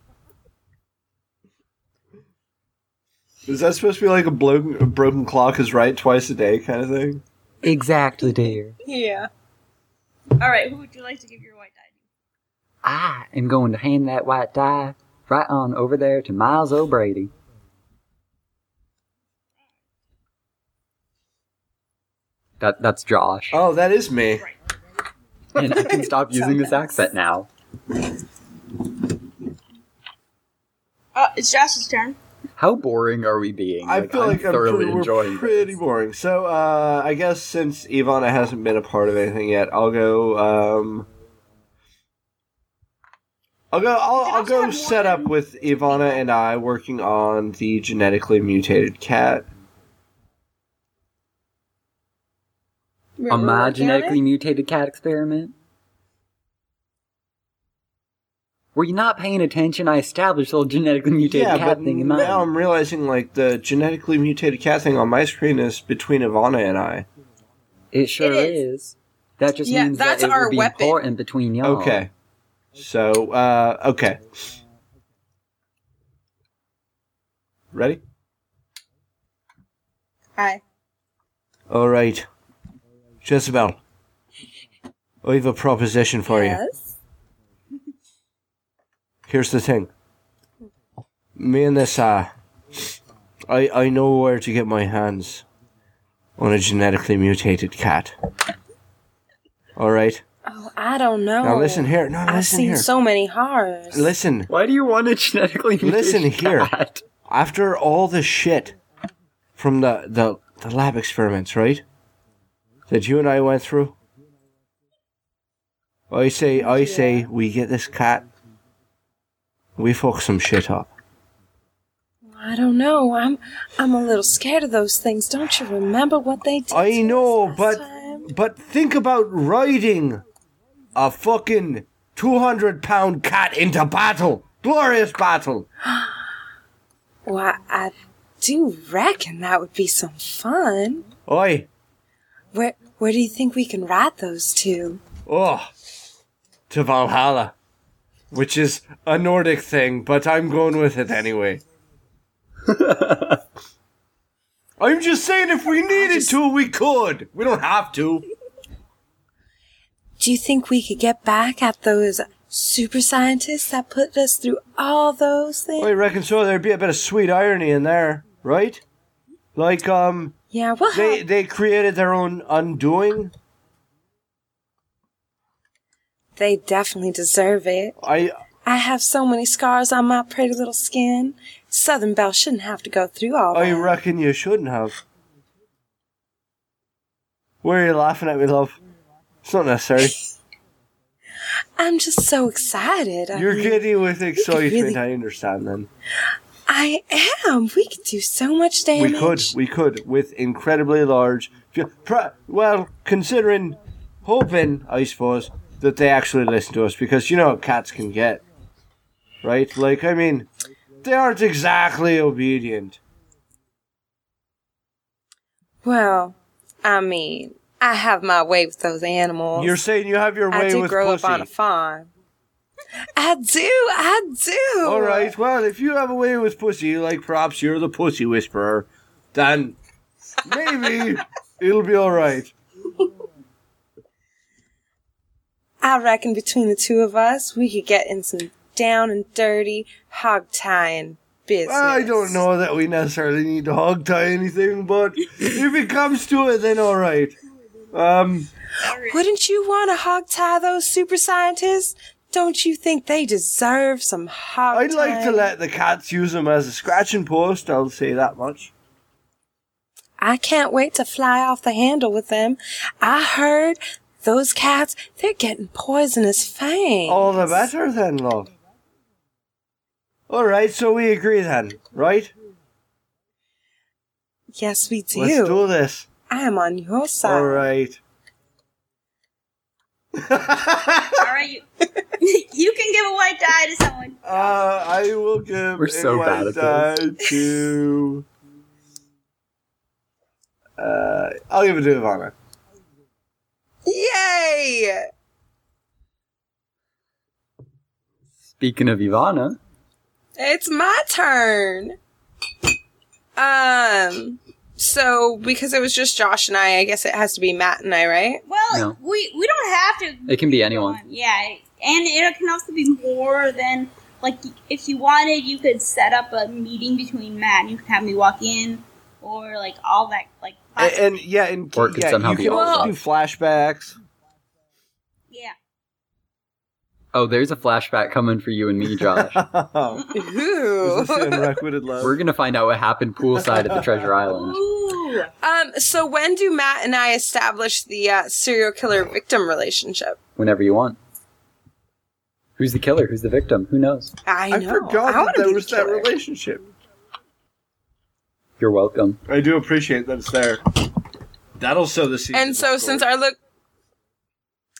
Is that supposed to be like a, blo- a broken clock is right twice a day kind of thing? exactly, dear. Yeah. All right, who would you like to give your white die I am going to hand that white die right on over there to Miles O'Brady. That that's Josh, Oh, that is me. and I can stop using this accent now. to? Uh, it's Josh's turn. How boring are we being? I feel I'm like I'm thoroughly pretty, enjoying we're pretty this. boring. So uh, I guess since Ivana hasn't been a part of anything yet, I'll go. Um, I'll go. You I'll, can I'll also go have set up one- with Ivana and I working on the genetically mutated cat. On Remember my working on it? genetically mutated cat experiment. Were you not paying attention? I established the whole genetically mutated yeah, cat but thing in mind. now I'm realizing like the genetically mutated cat thing on my screen is between Ivana and I. It sure It is. That just Yeah, means that that's it will our be weapon. important between y'all. Okay. So uh, okay. Ready? Hi. All right. Jezebel, I have a proposition for you. Yes. Here's the thing. Me and this, uh, I, I know where to get my hands on a genetically mutated cat. All right. Oh, I don't know. Now listen here. No, I've listen seen here. so many horrors. listen. Why do you want to genetically mutate Listen here. cat? After all the shit from the, the, the lab experiments, right? That you and I went through. I say, I say, we get this cat. We fuck some shit up. I don't know. I'm I'm a little scared of those things. Don't you remember what they did? I to know, us but last time? but think about riding a fucking two hundred pound cat into battle, glorious battle. well, I, I do reckon that would be some fun. Oi, Where where do you think we can ride those to? oh, to Valhalla, which is a Nordic thing, but I'm going with it anyway. I'm just saying, if we needed to, we could. We don't have to. Do you think we could get back at those super scientists that put us through all those things? I reckon so. There'd be a bit of sweet irony in there, right? Like, um, yeah, we'll they have, they created their own undoing. they definitely deserve it. I I have so many scars on my pretty little skin. Southern Belle shouldn't have to go through all I that. reckon you shouldn't have. Why are you laughing at me, love? It's not necessary. I'm just so excited. I You're mean, giddy with excitement. really- I understand. Then I am. We could do so much damage. we could, we could, with incredibly large. fu- pro- Well, considering, hoping, I suppose, that they actually listen to us because you know how cats can get, right? Like, I mean, they aren't exactly obedient. Well, I mean, I have my way with those animals. You're saying you have your way I do with grow pussy. up on a farm. I do. I do. All right. Well, if you have a way with pussy, like perhaps you're the pussy whisperer, then maybe it'll be all right. I reckon between the two of us, we could get in some down and dirty hog tying business. I don't know that we necessarily need to hog tie anything, but if it comes to it, then all right. Um, Wouldn't you want to hog tie those super scientists? Don't you think they deserve some hog I'd like to tying? let the cats use them as a scratching post. I'll say that much. I can't wait to fly off the handle with them. I heard those cats, they're getting poisonous fangs. All the better then, love. All right. So we agree then, right? Yes, we do. Let's do this. I am on your side. All right. All right, you, you can give a white die to someone. Uh, I will give We're so a bad white at die to. Uh, I'll give it to Ivana. Yay! Speaking of Ivana, It's my turn. Um, so because it was just Josh and I, I guess it has to be Matt and I, right? Well, No. we we don't have to. it can be anyone. Yeah, and it can also be more than like if you wanted, you could set up a meeting between Matt and you could have me walk in, or like all that like. Eh. And, and yeah, and Or it could yeah, somehow you be can all also of do us. flashbacks. yeah. Oh, there's a flashback coming for you and me, Josh. Is Ooh. this the unrequited love? We're gonna find out what happened poolside at the Treasure Island. Ooh. um, so when do Matt and I establish the uh, serial killer victim relationship? Whenever you want. Who's the killer? Who's the victim? Who knows? I know. I forgot wanna that be there the was that killer. relationship. You're welcome. I do appreciate that it's there. That'll sow the seed. And so since our look,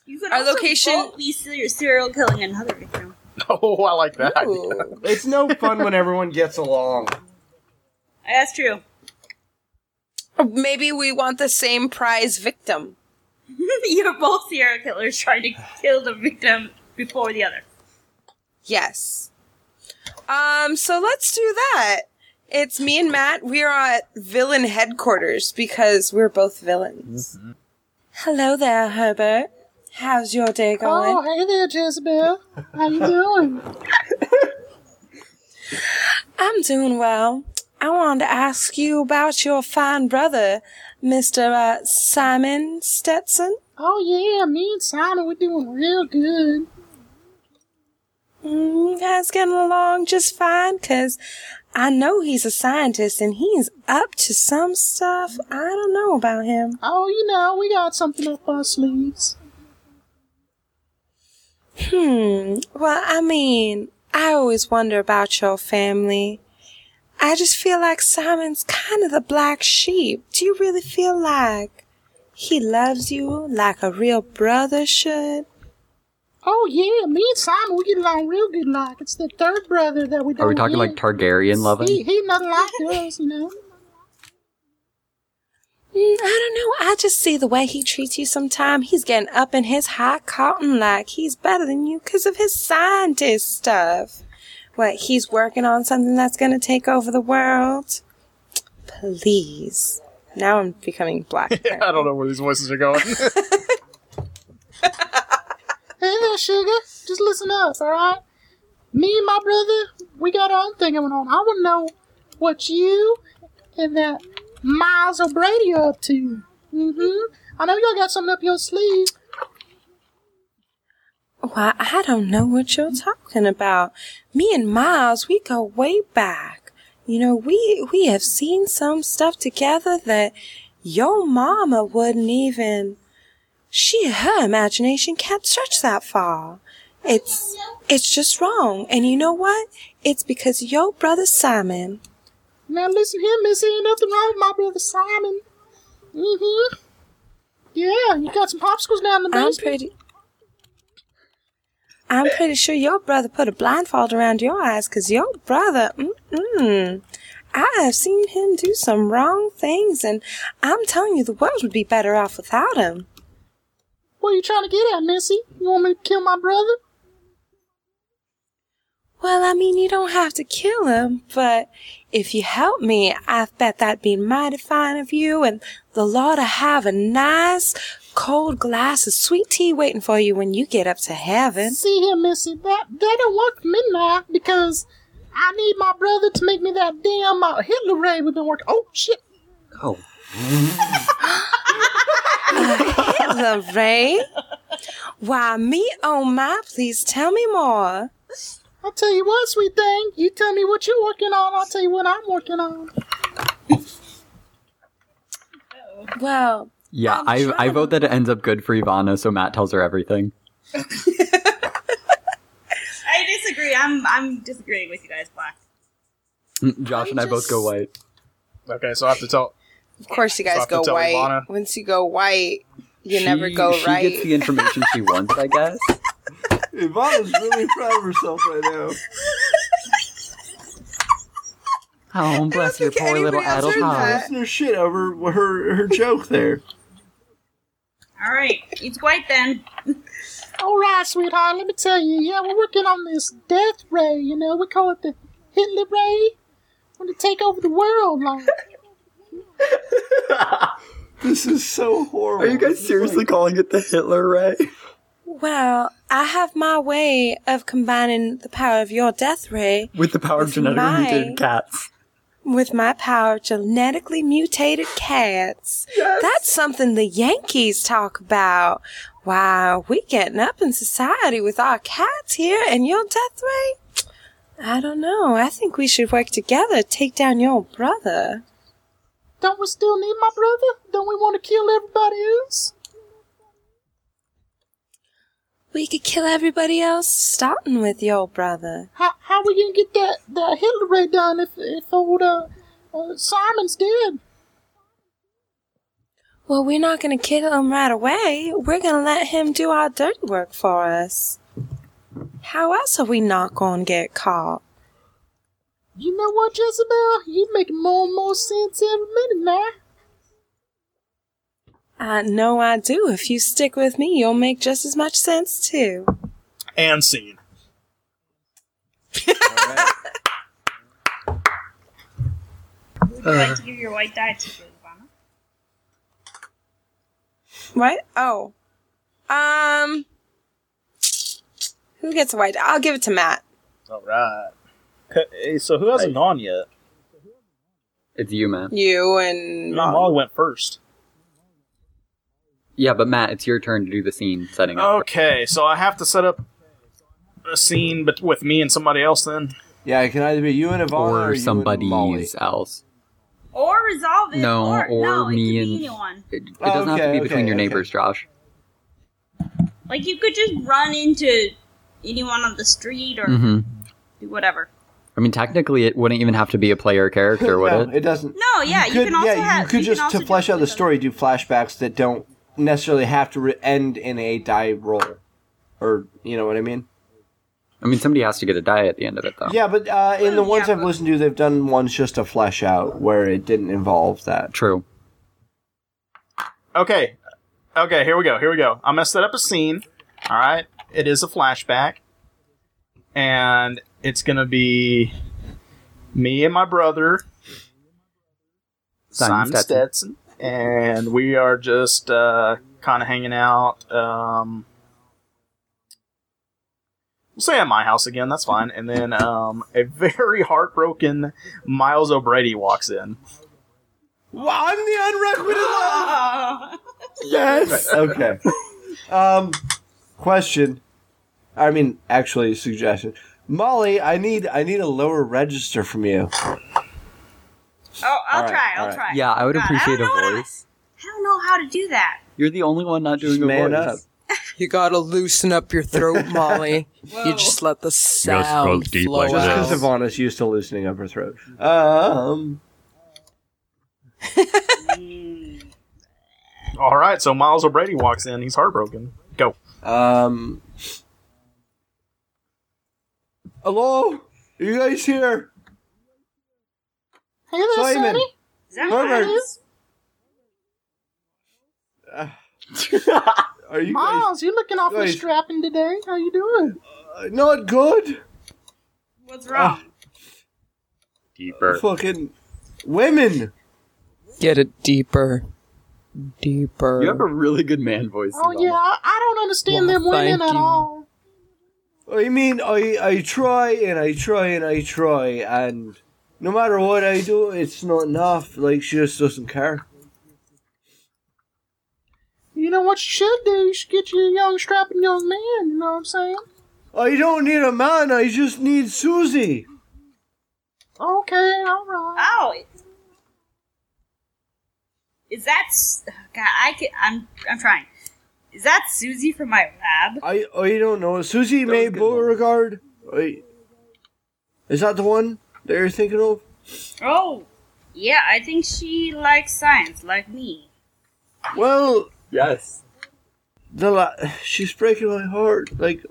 You could Our also location- both be ser- serial killing another victim. Oh, I like that. Ooh. it's no fun when everyone gets along. That's true. maybe we want the same prize victim. You're both serial killers trying to kill the victim before the other. Yes. Um, so let's do that. It's me and Matt. We are at villain headquarters because we're both villains. Hello there, Herbert. How's your day going? oh, hey there, Jezebel. How you doing? I'm doing well. I wanted to ask you about your fine brother, Mr. Uh, Simon Stetson. oh yeah, me and Simon, we're doing real good. Mm, you guys getting along just fine? Cause I know he's a scientist and he's up to some stuff. I don't know about him. Oh, you know, we got something up our sleeves. Hmm. Well, I mean, I always wonder about your family. I just feel like Simon's kind of the black sheep. Do you really feel like he loves you like a real brother should? Oh yeah, me and Simon, we get along real good. Like it's the third brother that we. Are we don't talking like get. Targaryen He loving? he nothing like us, you know. Mm, I don't know. I just see the way he treats you sometime. He's getting up in his high cotton like he's better than you because of his scientist stuff. What, he's working on something that's going to take over the world? Please. Now I'm becoming black. I don't know where these voices are going. hey there, sugar. Just listen up, all right? Me and my brother, we got our own thing going on. I want to know what you and that Miles O'Brady are up to. Mm-hmm. I know y'all got something up your sleeve. Why, I don't know what you're talking about. Me and Miles, we go way back. You know, we, we have seen some stuff together that your mama wouldn't even, she, her imagination can't stretch that far. It's, it's just wrong. And you know what? It's because your brother Simon, Now listen here, Missy. Ain't nothing wrong with my brother Simon. Mm-hmm. Yeah, you got some popsicles down in the I'm basement. pretty, I'm pretty sure your brother put a blindfold around your eyes 'cause your brother, mm-mm. I have seen him do some wrong things, and I'm telling you, the world would be better off without him. What are you trying to get at, Missy? You want me to kill my brother? Well, I mean, you don't have to kill him, but if you help me, I bet that'd be mighty fine of you, and the law to have a nice cold glass of sweet tea waiting for you when you get up to heaven. See here, Missy, that that don't work for me now because I need my brother to make me that damn uh, Hitler ray we've been working. Oh shit! Oh, The Ray? Why, me, oh my, please tell me more. I'll tell you what, sweet thing. You tell me what you're working on. I'll tell you what I'm working on. Well, yeah. I'm I I trying. vote that it ends up good for Ivana, so Matt tells her everything. I disagree. I'm I'm disagreeing with you guys, Black. Mm, Josh and I both go white. Okay, so I have to tell. of course you guys Stop to go tell white. Ivana. Once you go white, you She- never go she right. gets the information she wants, I guess. Ivana's really proud of herself right now. Oh, bless your think poor little anybody else adult heard heart. that. Losing her shit over her her joke there. All right, it's white then. All right, sweetheart. Let me tell you. Yeah, we're working on this death ray. You know, we call it the Hitler ray. Want to take over the world, like. This is so horrible. seriously calling it the Hitler Ray? Well, I have my way of combining the power of your death ray With the power of With genetically my- mutated cats. with my power of genetically mutated cats. That's something the Yankees talk about. Wow, we getting up in society with our cats here and your death ray? I don't know. I think we should work together, to take down your brother. Don't we still need my brother? Don't we want to kill everybody else? We could kill everybody else, starting with your brother. How how we gonna get that that Hitler ray done if if old uh, uh Simon's dead? Well, we're not going to kill him right away. We're going to let him do our dirty work for us. How else are we not going to get caught? You know what, Jezebel? You make more and more sense every minute now. I know I do. If you stick with me, you'll make just as much sense, too. And scene. Would you Uh. like to give your white die to Barack Obama? What? Oh. Um. Who gets a white? I'll give it to Matt. All right. Hey, so who hasn't gone yet? It's you, Matt. You and No, Molly went first. Yeah, but Matt, it's your turn to do the scene setting up. Okay, so I have to set up a scene but with me and somebody else then. Yeah, it can either be you and Yvonne or, Oh, or you and Molly. somebody's else. Or resolve it. No, or, or no, it me could be and- anyone. It, it Oh, doesn't have to okay, be between okay, your okay. neighbors, Josh. Like you could just run into anyone on the street or Mm-hmm. hmm do whatever. I mean, technically, it wouldn't even have to be a player character, would no, it? it doesn't. No, yeah, you, could, can also yeah, have. you could just also to flesh do out the it. story, do flashbacks that don't necessarily have to re- end in a die roll, or you know what I mean. I mean, somebody has to get a die at the end of it, though. Yeah, but uh, in the Well, ones yeah, I've but- listened to, they've done ones just to flesh out where it didn't involve that. True. Okay. Okay, here we go. Here we go. I'm going to set up a scene. All right. It is a flashback. And it's going to be me and my brother, Simon, Simon Stetson. and we are just uh, kind of hanging out. Um, we'll say at my house again. That's fine. And then um, a very heartbroken Miles O'Brady walks in. I'm the unrequited Oh. Yes. okay. Um, question. I mean, actually, suggestion. Molly, I need I need a lower register from you. Oh, I'll All right, try. I'll all right. try. Yeah, I would God, appreciate I a don't know what I- voice. I don't know how to do that. You're the only one not doing Just a man voice. up. You gotta loosen up your throat, Molly. Whoa. you just let the sound deep flow like Just Wow. because out. Ivana's used to loosening up her throat. Um, All right. So Miles O'Brady walks in. He's heartbroken. Go. um. Hello, you guys here? Hey there, Simon. Sonny. Is that Herbert. Miles? Are you guys Miles, you're looking awfully guys- strapping today. How you doing? uh, not good? Oh. What's wrong? Deeper. Fucking women. Get it deeper. Deeper. You have a really good man voice. Oh Ivana. yeah, I, I don't understand Well, them women thank at you. all. I mean, I I try and I try and I try, and no matter what I do, it's not enough. Like she just doesn't care. You know what you should do? You should get you a young strapping young man. You know what I'm saying? I don't need a man. I just need Susie. Okay, all right. Oh. it- Is that s- God? I can. I'm. I'm trying. Is that Susie from my lab? I I don't know. Susie May good Beauregard. I, is that the one that you're thinking of? Oh, yeah. I think she likes science, like me. Well, Yes. the la- she's breaking my heart. Like,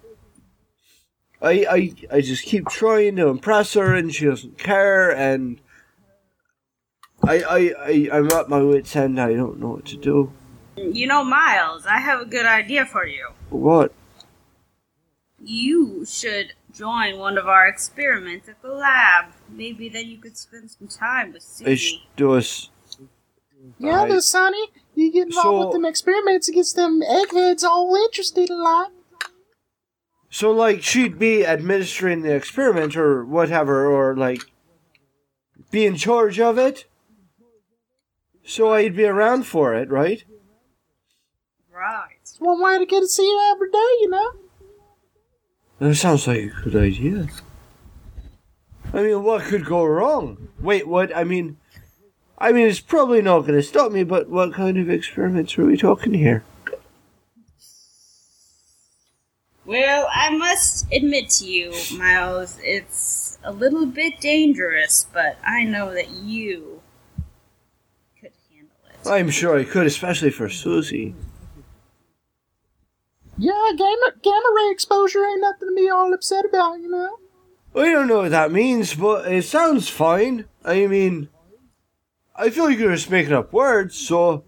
I, I, I just keep trying to impress her, and she doesn't care. And I, I, I I'm at my wit's end. I don't know what to do. You know, Miles. I have a good idea for you. What? You should join one of our experiments at the lab. Maybe then you could spend some time with Susie. I sh- do us. Yeah, I- there, Sonny. You get involved So- with them experiments, it gets them eggheads all interested in life. So, like, she'd be administering the experiment or whatever, or like, be in charge of it. So I'd be around for it, right? right. It's one way to get to see you every day, you know. That sounds like a good idea. I mean, what could go wrong? Wait, what? I mean, I mean, it's probably not going to stop me. But what kind of experiments are we talking here? Well, I must admit to you, Miles, it's a little bit dangerous, but I know that you could handle it. I'm sure I could, especially for Susie. Yeah, gamma gamma ray exposure ain't nothing to be all upset about, you know. I don't know what that means, but it sounds fine. I mean, I feel like you're just making up words, so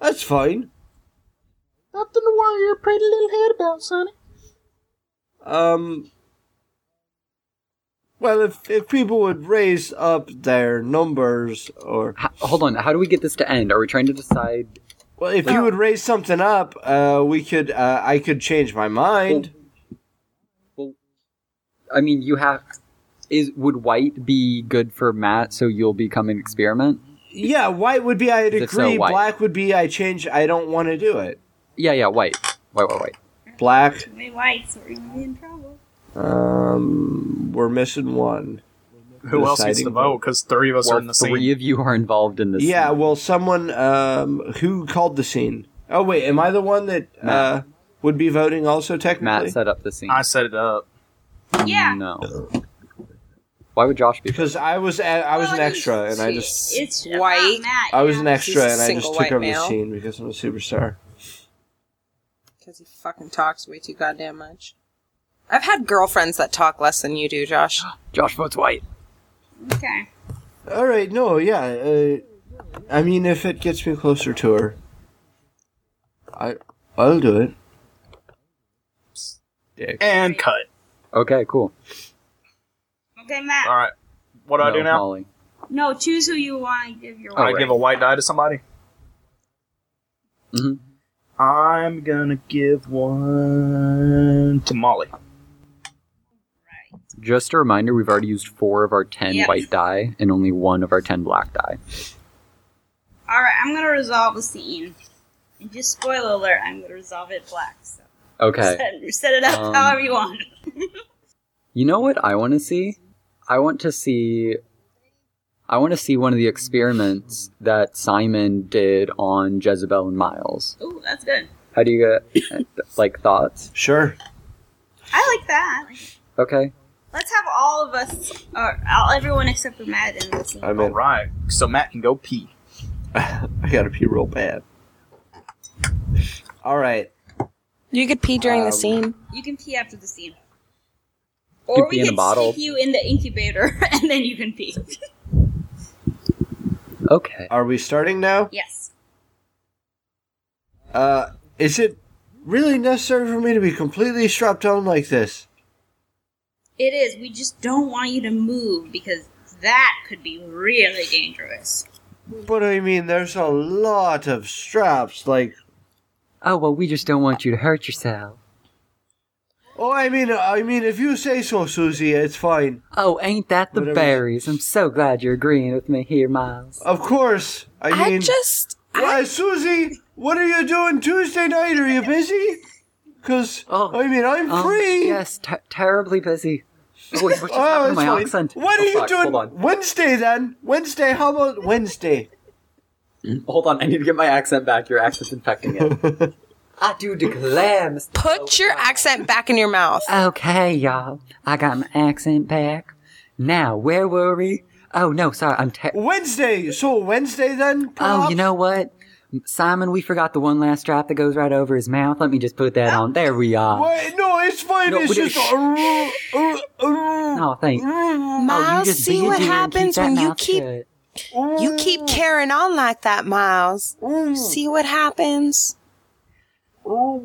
that's fine. Nothing to worry your pretty little head about, Sonny. Um, Well, if, if people would raise up their numbers or. Hold on, how do we get this to end? Are we trying to decide? Well, if you would raise something up, uh, we could. Uh, I could change my mind. I mean, you have. Is would white be good for Matt? So you'll become an experiment. Yeah, white would be I'd If so, agree. white. Black would be I change. I don't want to do it. Yeah, yeah, white, white, white, white. Black. My wife, so we're gonna be in trouble. Um, we're missing one. Who else gets to Deciding- vote? Because three of us Well, are in the three same. If you are involved in this, Yeah, well, someone um, who called the scene. Oh wait, am I the one that uh, would be voting also technically? Matt set up the scene. I set it up. Mm, Yeah. No. Why would Josh be? Because I was a- I was an extra and I just It's White. I was an extra He's a and I just single took white over the male. scene because I'm a superstar. Because he fucking talks way too goddamn much. I've had girlfriends that talk less than you do, Josh. Josh votes white. Okay. All right, no, yeah. Uh, I mean, if it gets me closer to her, I I'll do it. And cut. Okay, cool. Okay, Matt. All right. What do I No, do now? Molly. No, choose who you want to give your I wife. give a white die to somebody. Mhm. I'm gonna give one to Molly. Just a reminder: we've already used four of our ten Yep. white die and only one of our ten black die. All right, I'm gonna resolve the scene. And just spoiler alert, I'm gonna resolve it black. So Okay. set, set it up Um, however you want. You know what I want to see? I want to see. I want to see one of the experiments that Simon did on Jezebel and Miles. Ooh, that's good. How do you get like thoughts? Sure. I like that. I like it. Okay. Let's have all of us, or all, everyone except for Matt, in the scene. I'm All in. right. So Matt can go pee. I gotta pee real bad. All right. You could pee during the scene. You can pee after the scene. Or pee we in a can bottle. stick you in the incubator and then you can pee. Okay. Are we starting now? yes. Uh, is it really necessary for me to be completely strapped on like this? It is. We just don't want you to move because that could be really dangerous. But I mean, there's a lot of straps. Like, Oh well, we just don't want you to hurt yourself. oh, I mean, I mean, if you say so, Susie, it's fine. Oh, ain't that the Whatever. berries? I'm so glad you're agreeing with me here, Miles. Of course. I mean, just. why, Susie? What are you doing Tuesday night? Are you busy? Cause Oh, I mean, I'm Um, free. Yes, ter- terribly busy. Oh, wait, what's Oh, happened it's to my fine. accent? What Oh, are you fuck, doing Hold on. Wednesday then? Wednesday? How about Wednesday? Hold on, I need to get my accent back. Your accent's infecting it. I do declare, Mr. Put your accent back in your mouth. Okay, y'all. I got my accent back. Now, where were we? Oh, no, sorry, I'm ter- Wednesday. So Wednesday then? Oh, perhaps? you know what? Simon, we forgot the one last strap that goes right over his mouth. Let me just put that on. There we are. Wait, no, it's fine. No, it's we just. don't- Oh, thanks. Mm, Miles, just see be a what dude and happens keep that when you mouth keep- shut. You keep carrying on like that, Miles. See what happens. All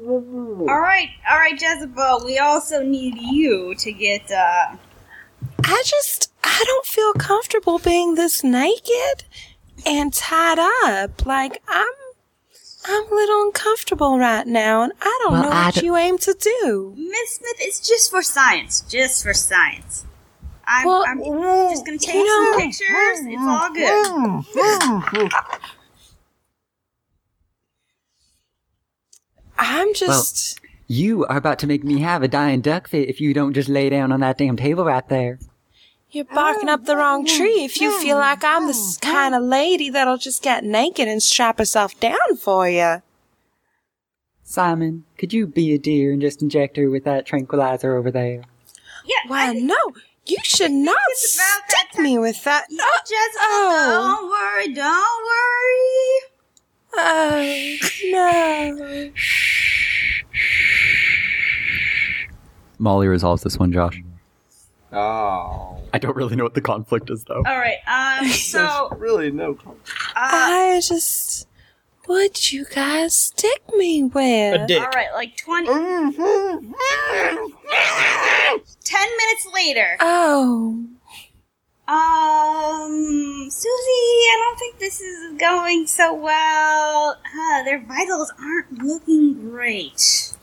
right, all right, Jezebel. We also need you to get. uh... I just I don't feel comfortable being this naked and tied up. Like I'm I'm a little uncomfortable right now and I don't Well, know I what d- you aim to do. Miss Smith, it's just for science. Just for science. I'm, Well, Mm, I'm just gonna take some pictures. It's all good. I'm just You are about to make me have a dying duck fit if you don't just lay down on that damn table right there. you're barking up the wrong oh, tree if you feel like I'm this kind of lady that'll just get naked and strap herself down for you. Simon, could you be a dear and just inject her with that tranquilizer over there? Yeah, Why no, you should not it's about that stick me with that. Yeah, Jezebel, Oh. uh, don't worry, don't Oh worry. no. Molly resolves this one, Josh. Oh. I don't really know what the conflict is, though. All right. Um. So, Really, no. uh, I just would you guys stick me with? All right, like 20. Mm-hmm. 10 minutes later. Oh. Um, Susie, I don't think this is going so well. Uh, their vitals aren't looking great.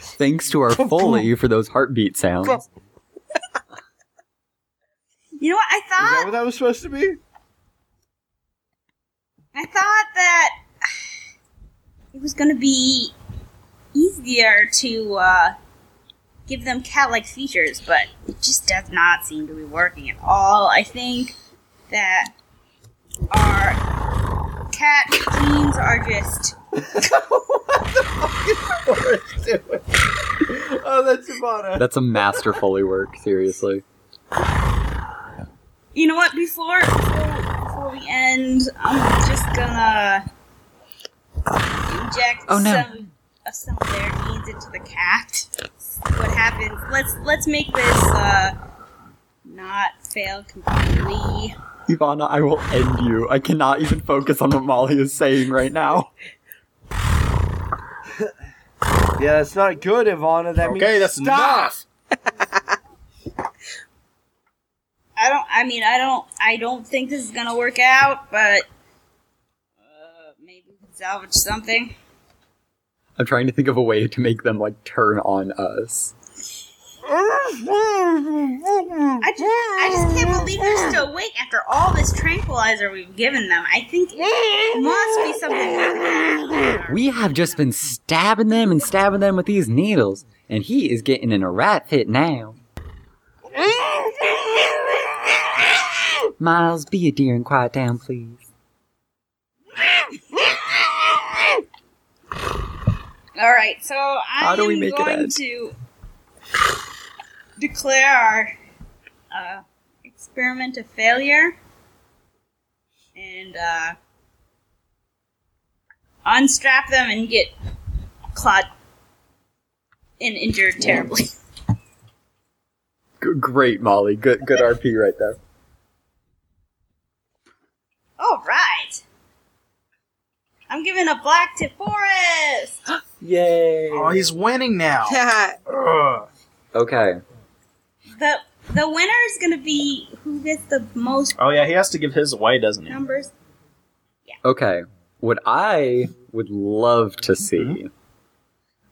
Thanks to our Foley for those heartbeat sounds. You know what? I thought. Is that what that was supposed to be? I thought that it was going to be easier to uh, give them cat like features, but it just does not seem to be working at all. I think that our cat genes are just. oh, that's Ivana. That's a master Foley work, seriously. You know what? Before before, before we end, I'm just gonna inject Oh, no. some of some of their genes into the cat. See What happens? Let's let's make this uh, not fail completely. Ivana, I will end you. I cannot even focus on what Molly is saying right now. Yeah, that's not good, Ivana. That means Okay, that's stop. I don't. I mean, I don't. I don't think this is gonna work out, but uh, maybe we can salvage something. I'm trying to think of a way to make them like turn on us. I just, I just can't believe they're still awake after all this tranquilizer we've given them. I think it must be something. working. We have just been stabbing them and stabbing them with these needles, and he is getting in a rat fit now. Miles, be a dear and quiet down, please. All right, so I How do we am make it going end? to declare our uh, experiment a failure and uh, unstrap them and get clawed and injured terribly. G- great, Molly. Good, good RP right there. All right, I'm giving a black to Forest. Yay! Oh, he's winning now. Ugh. Okay. the The winner is going to be who gets the most Oh yeah, he has to give his away, doesn't he? numbers. Okay. What I would love to see,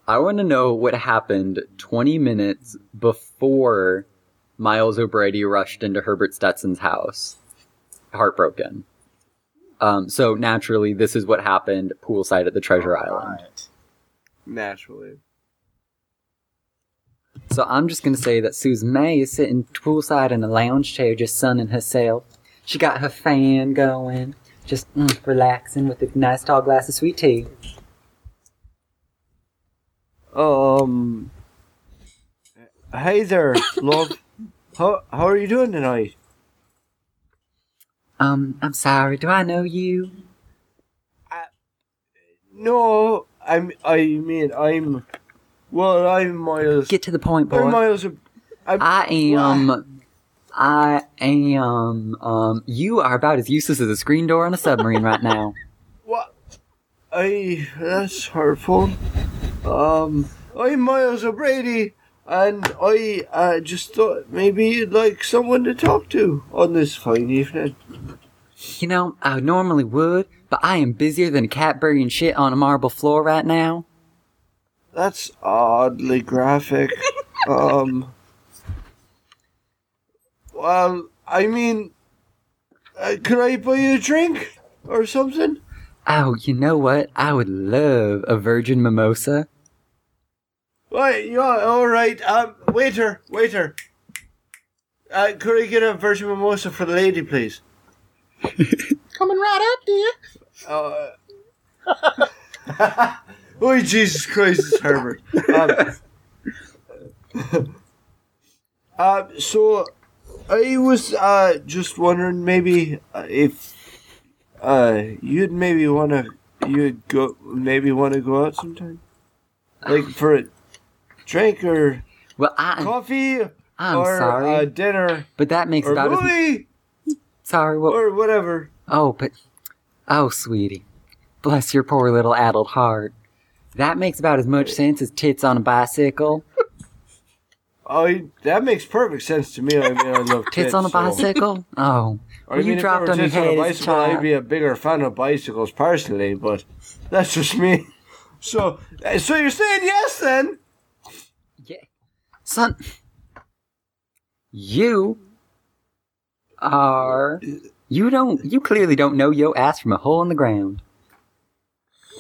I want to know what happened 20 minutes before Miles O'Brady rushed into Herbert Stetson's house, heartbroken. Um, so naturally, this is what happened poolside at the Treasure Island. Right. Naturally. So I'm just gonna say that Susan May is sitting poolside in a lounge chair, just sunning herself. She got her fan going, just mm, relaxing with a nice tall glass of sweet tea. Um. Hey there, love. how how are you doing tonight? Um, I'm sorry. Do I know you? No, I'm. I mean, I'm. Well, I'm Miles. Get to the point, I'm boy. Miles. I'm, I am. I am. Um, you are about as useless as a screen door on a submarine right now. What? I. That's hurtful. Um, I'm Miles O'Brady, and I uh, just thought maybe you'd like someone to talk to on this fine evening. You know, I normally would, but I am busier than a cat burying shit on a marble floor right now. That's oddly graphic. um. Well, I mean, uh, could I buy you a drink or something? Oh, you know what? I would love a virgin mimosa. Right, yeah, all right. Um, waiter, waiter. Uh, could I get a virgin mimosa for the lady, please? Coming right up, dear. Uh, oh, Jesus Christ, it's Herbert. Um, um, so, I was uh, just wondering maybe uh, if uh, you'd maybe want to you'd go maybe want to go out sometime, like for a drink or Well, I am, coffee I'm or sorry, uh, dinner but that makes or about as movie. Sorry, what? Or whatever. Oh, but. Oh, sweetie. Bless your poor little addled heart. That makes about as much sense as tits on a bicycle. Oh, you- that makes perfect sense to me. I mean, I love tits, Tits on a so- bicycle? Oh. Or I Well, mean, you if dropped there on were your tits on head a as a bicycle, I'd child. be a bigger fan of bicycles personally, but that's just me. So, uh, so you're saying yes then? Son. You. Are. Uh, You don't. You clearly don't know your ass from a hole in the ground.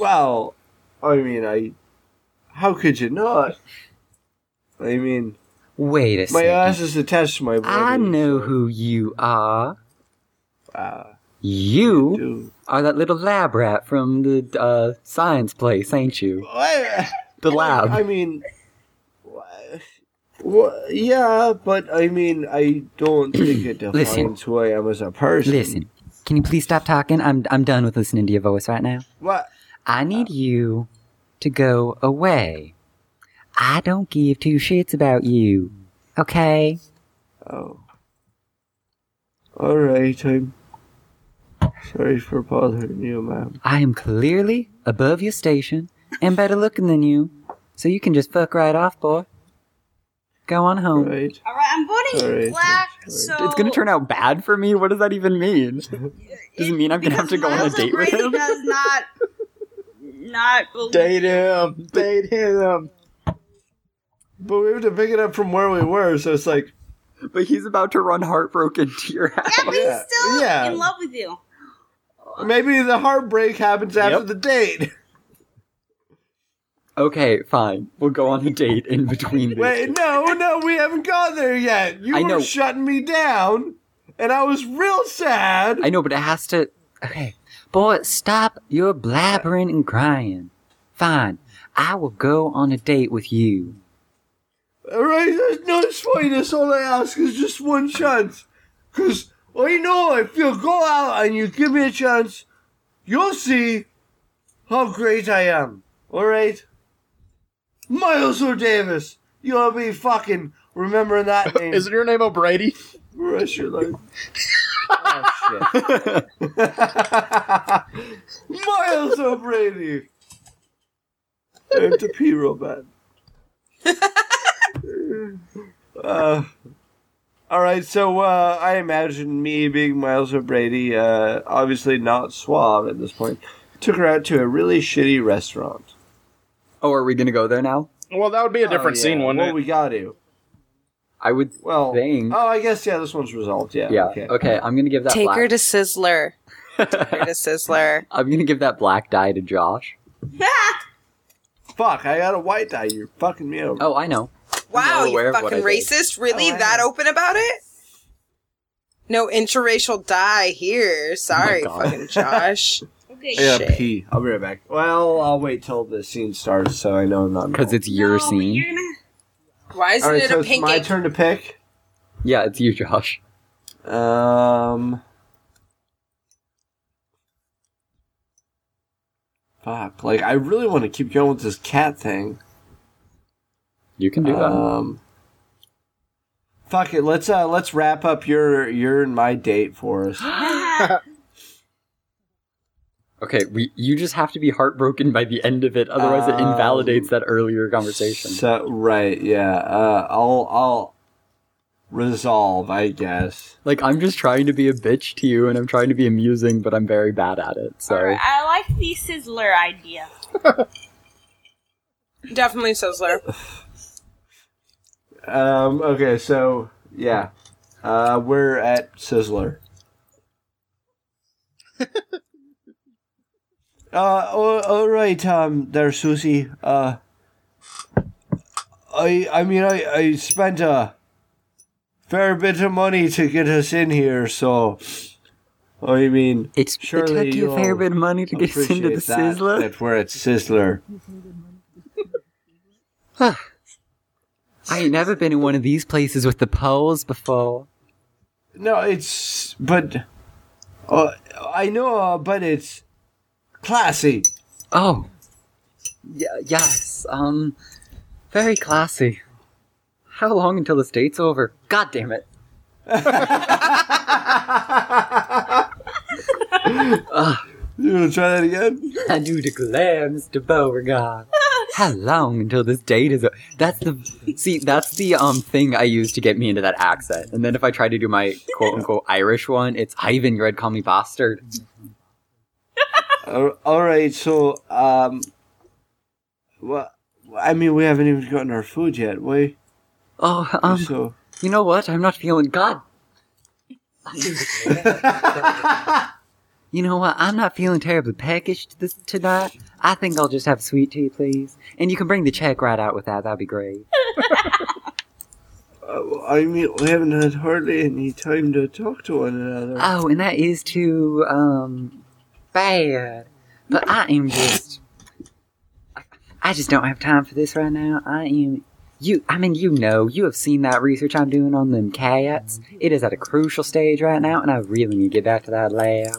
Well, I mean, I. How could you not? I mean, wait a My second. ass is attached to my body. I know who you are. you are that little lab rat from the uh, science place, ain't you? I, The lab. I mean, wha- wha- yeah, but I mean, I don't think it defines Listen. who I am as a person. Listen, can you please stop talking? I'm I'm done with listening to your voice right now. What? I need you to go away. I don't give two shits about you. Okay? Oh. All right, I'm sorry for bothering you, ma'am. I am clearly above your station and better looking than you, so you can just fuck right off, boy. Go on home. Right. All right, I'm voting Sorry, black. So It's gonna turn out bad for me. What does that even mean? Does it mean I'm gonna have to go on a Miles date with O'Grady him? Does not, not believe. Date him. Date him. But we have to pick it up from where we were, so it's like. But he's about to run heartbroken to your house. Yeah, but he's still yeah. in love with you. Maybe the heartbreak happens after the date. Okay, fine. We'll go on a date in between. these Wait, no, no, we haven't gone there yet. You I were know. shutting me down, and I was real sad. I know, but it has to. Okay. Boy, stop your blabbering and crying. Fine. I will go on a date with you. All right, there's no spoilers. All I ask is just one chance, because I know if you go out and you give me a chance, you'll see how great I am. All right, Miles or Davis, you'll be fucking remembering that name. Is it your name O'Brady? the rest of your life. Oh, Miles O'Brady. I'm the P robot. uh, all right, so uh, I imagine me being Miles O'Brady, uh, obviously not suave at this point, took her out to a really shitty restaurant. Oh, are we gonna go there now? Well, that would be a different scene, wouldn't Oh, well, it? we got to. I would well, think. Oh, I guess yeah. This one's resolved. Yeah. yeah. Okay. Okay. I'm gonna give that. Take black, her to Sizzler. Take her to Sizzler. I'm gonna give that black dye to Josh. Fuck! I got a white dye. You're fucking me over. Oh, I know. Wow, well you aware of what fucking I did. racist. Really? that open about it? Oh, No interracial die here. Sorry, Oh God. fucking Josh. okay. I gotta pee. I'll be right back. Well, I'll wait till the scene starts so I know I'm not. Because it's your Oh, scene. Why isn't it a pink my ink? turn to pick. Yeah, it's you, Josh. Um. Fuck! Like I really want to keep going with this cat thing. You can do that. Um. Fuck it. Let's uh let's wrap up your your and my date for us. Okay, we you just have to be heartbroken by the end of it, otherwise it Um, invalidates that earlier conversation. So right, yeah. Uh, I'll I'll resolve, I guess. Like I'm just trying to be a bitch to you, and I'm trying to be amusing, but I'm very bad at it. So I like the sizzler idea. Definitely Sizzler. Um. Okay. So yeah, uh, we're at Sizzler. uh. All, all right. Um. There, Susie. Uh. I. I mean. I. I spent a fair bit of money to get us in here. So. I mean. It's surely it took you a fair you'll bit of money to get us into the appreciate that, sizzler. That we're at Sizzler. Huh. I ain't never been in one of these places with the poles before. No, it's but uh, I know, uh, but it's classy. Oh, yeah, yes. Um, very classy. How long until this date's over? God damn it! you want to try that again? I do declare, Mr. Beauregard. How long until this date is? o- That's the see. That's the um thing I use to get me into that accent. And then if I try to do my quote unquote Irish one, it's Ivan. You're I'd call me bastard. Al- All right, so um, well, I mean, we haven't even gotten our food yet. Why? Oh, um, so You know what? I'm not feeling God. you know what? I'm not feeling terribly packaged this tonight. I think I'll just have sweet tea, please. And you can bring the check right out with that. That'd be great. uh, I mean, we haven't had hardly any time to talk to one another. Oh, and that is too um bad. But I am just I just don't have time for this right now. I am you I mean you know, you have seen that research I'm doing on them cats. It is at a crucial stage right now and I really need to get back to that lab.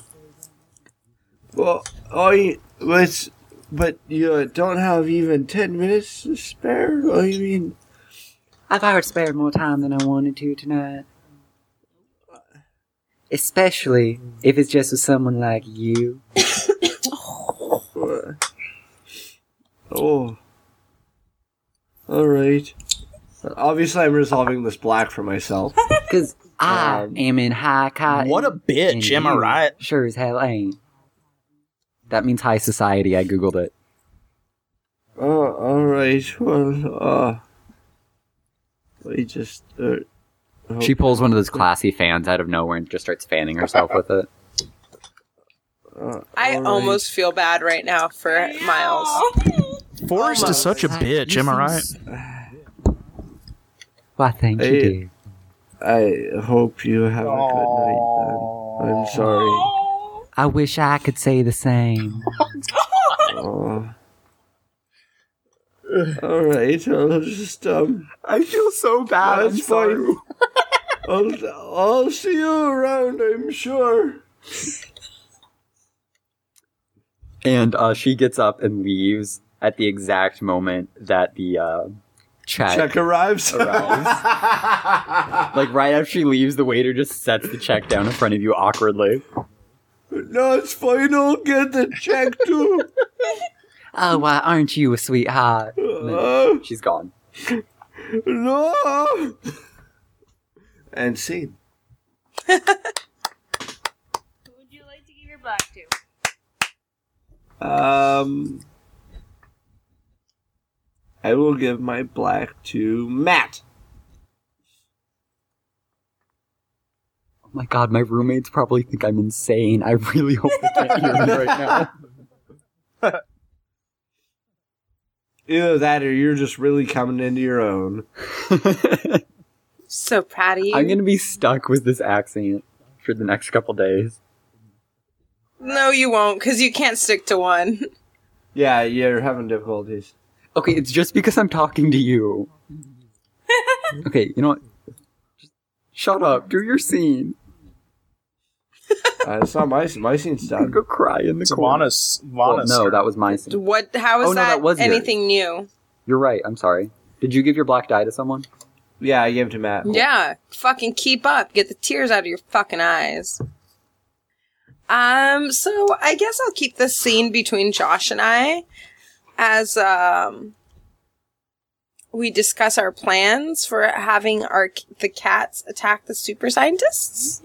Well, I let's, but you don't have even ten minutes to spare. I mean, I've already spared more time than I wanted to tonight. Especially if it's just with someone like you. uh, oh, all right. Obviously, I'm resolving this black for myself. Because I am in high cotton. What a bitch, am I you right? Sure as hell ain't. That means high society. I googled it. Oh, all right. Well, uh, we just. Uh, hope- She pulls one of those classy fans out of nowhere and just starts fanning herself with it. uh, I all right. almost feel bad right now for Miles. Oh. Forrest is such a bitch, am I right? Why, thank you, Hey. dear. I hope you have a good night. Then. I'm sorry. I wish I could say the same. Oh. All right. I'll just um. I feel so bad. That's fine. I'll, I'll see you around. I'm sure. And uh, she gets up and leaves at the exact moment that the uh, check, Check arrives. like right after she leaves, the waiter just sets the check down in front of you awkwardly. no, it's fine. I'll get the check too. Oh, why aren't you a sweetheart? And then She's gone. Uh, No. And scene. Who would you like to give your black to? Um, I will give my black to Matt. Oh my god, my roommates probably think I'm insane. I really hope they can't hear me right now. Either that, or you're just really coming into your own. So proud of you. I'm gonna be stuck with this accent for the next couple days. No, you won't, because you can't stick to one. Yeah, you're having difficulties. Okay, it's just because I'm talking to you. Okay, you know what? Just Shut up. Do your scene. Uh, it's not my scene. My scene's done. Go cry in the It's corner. Juana's, Well, Juana's no, that was my scene. What? How is Oh, no, that, that was yours. anything new? You're right. I'm sorry. Did you give your black dye to someone? Yeah, I gave it to Matt. Yeah, fucking keep up. Get the tears out of your fucking eyes. Um, so I guess I'll keep this scene between Josh and I as um we discuss our plans for having our the cats attack the super scientists.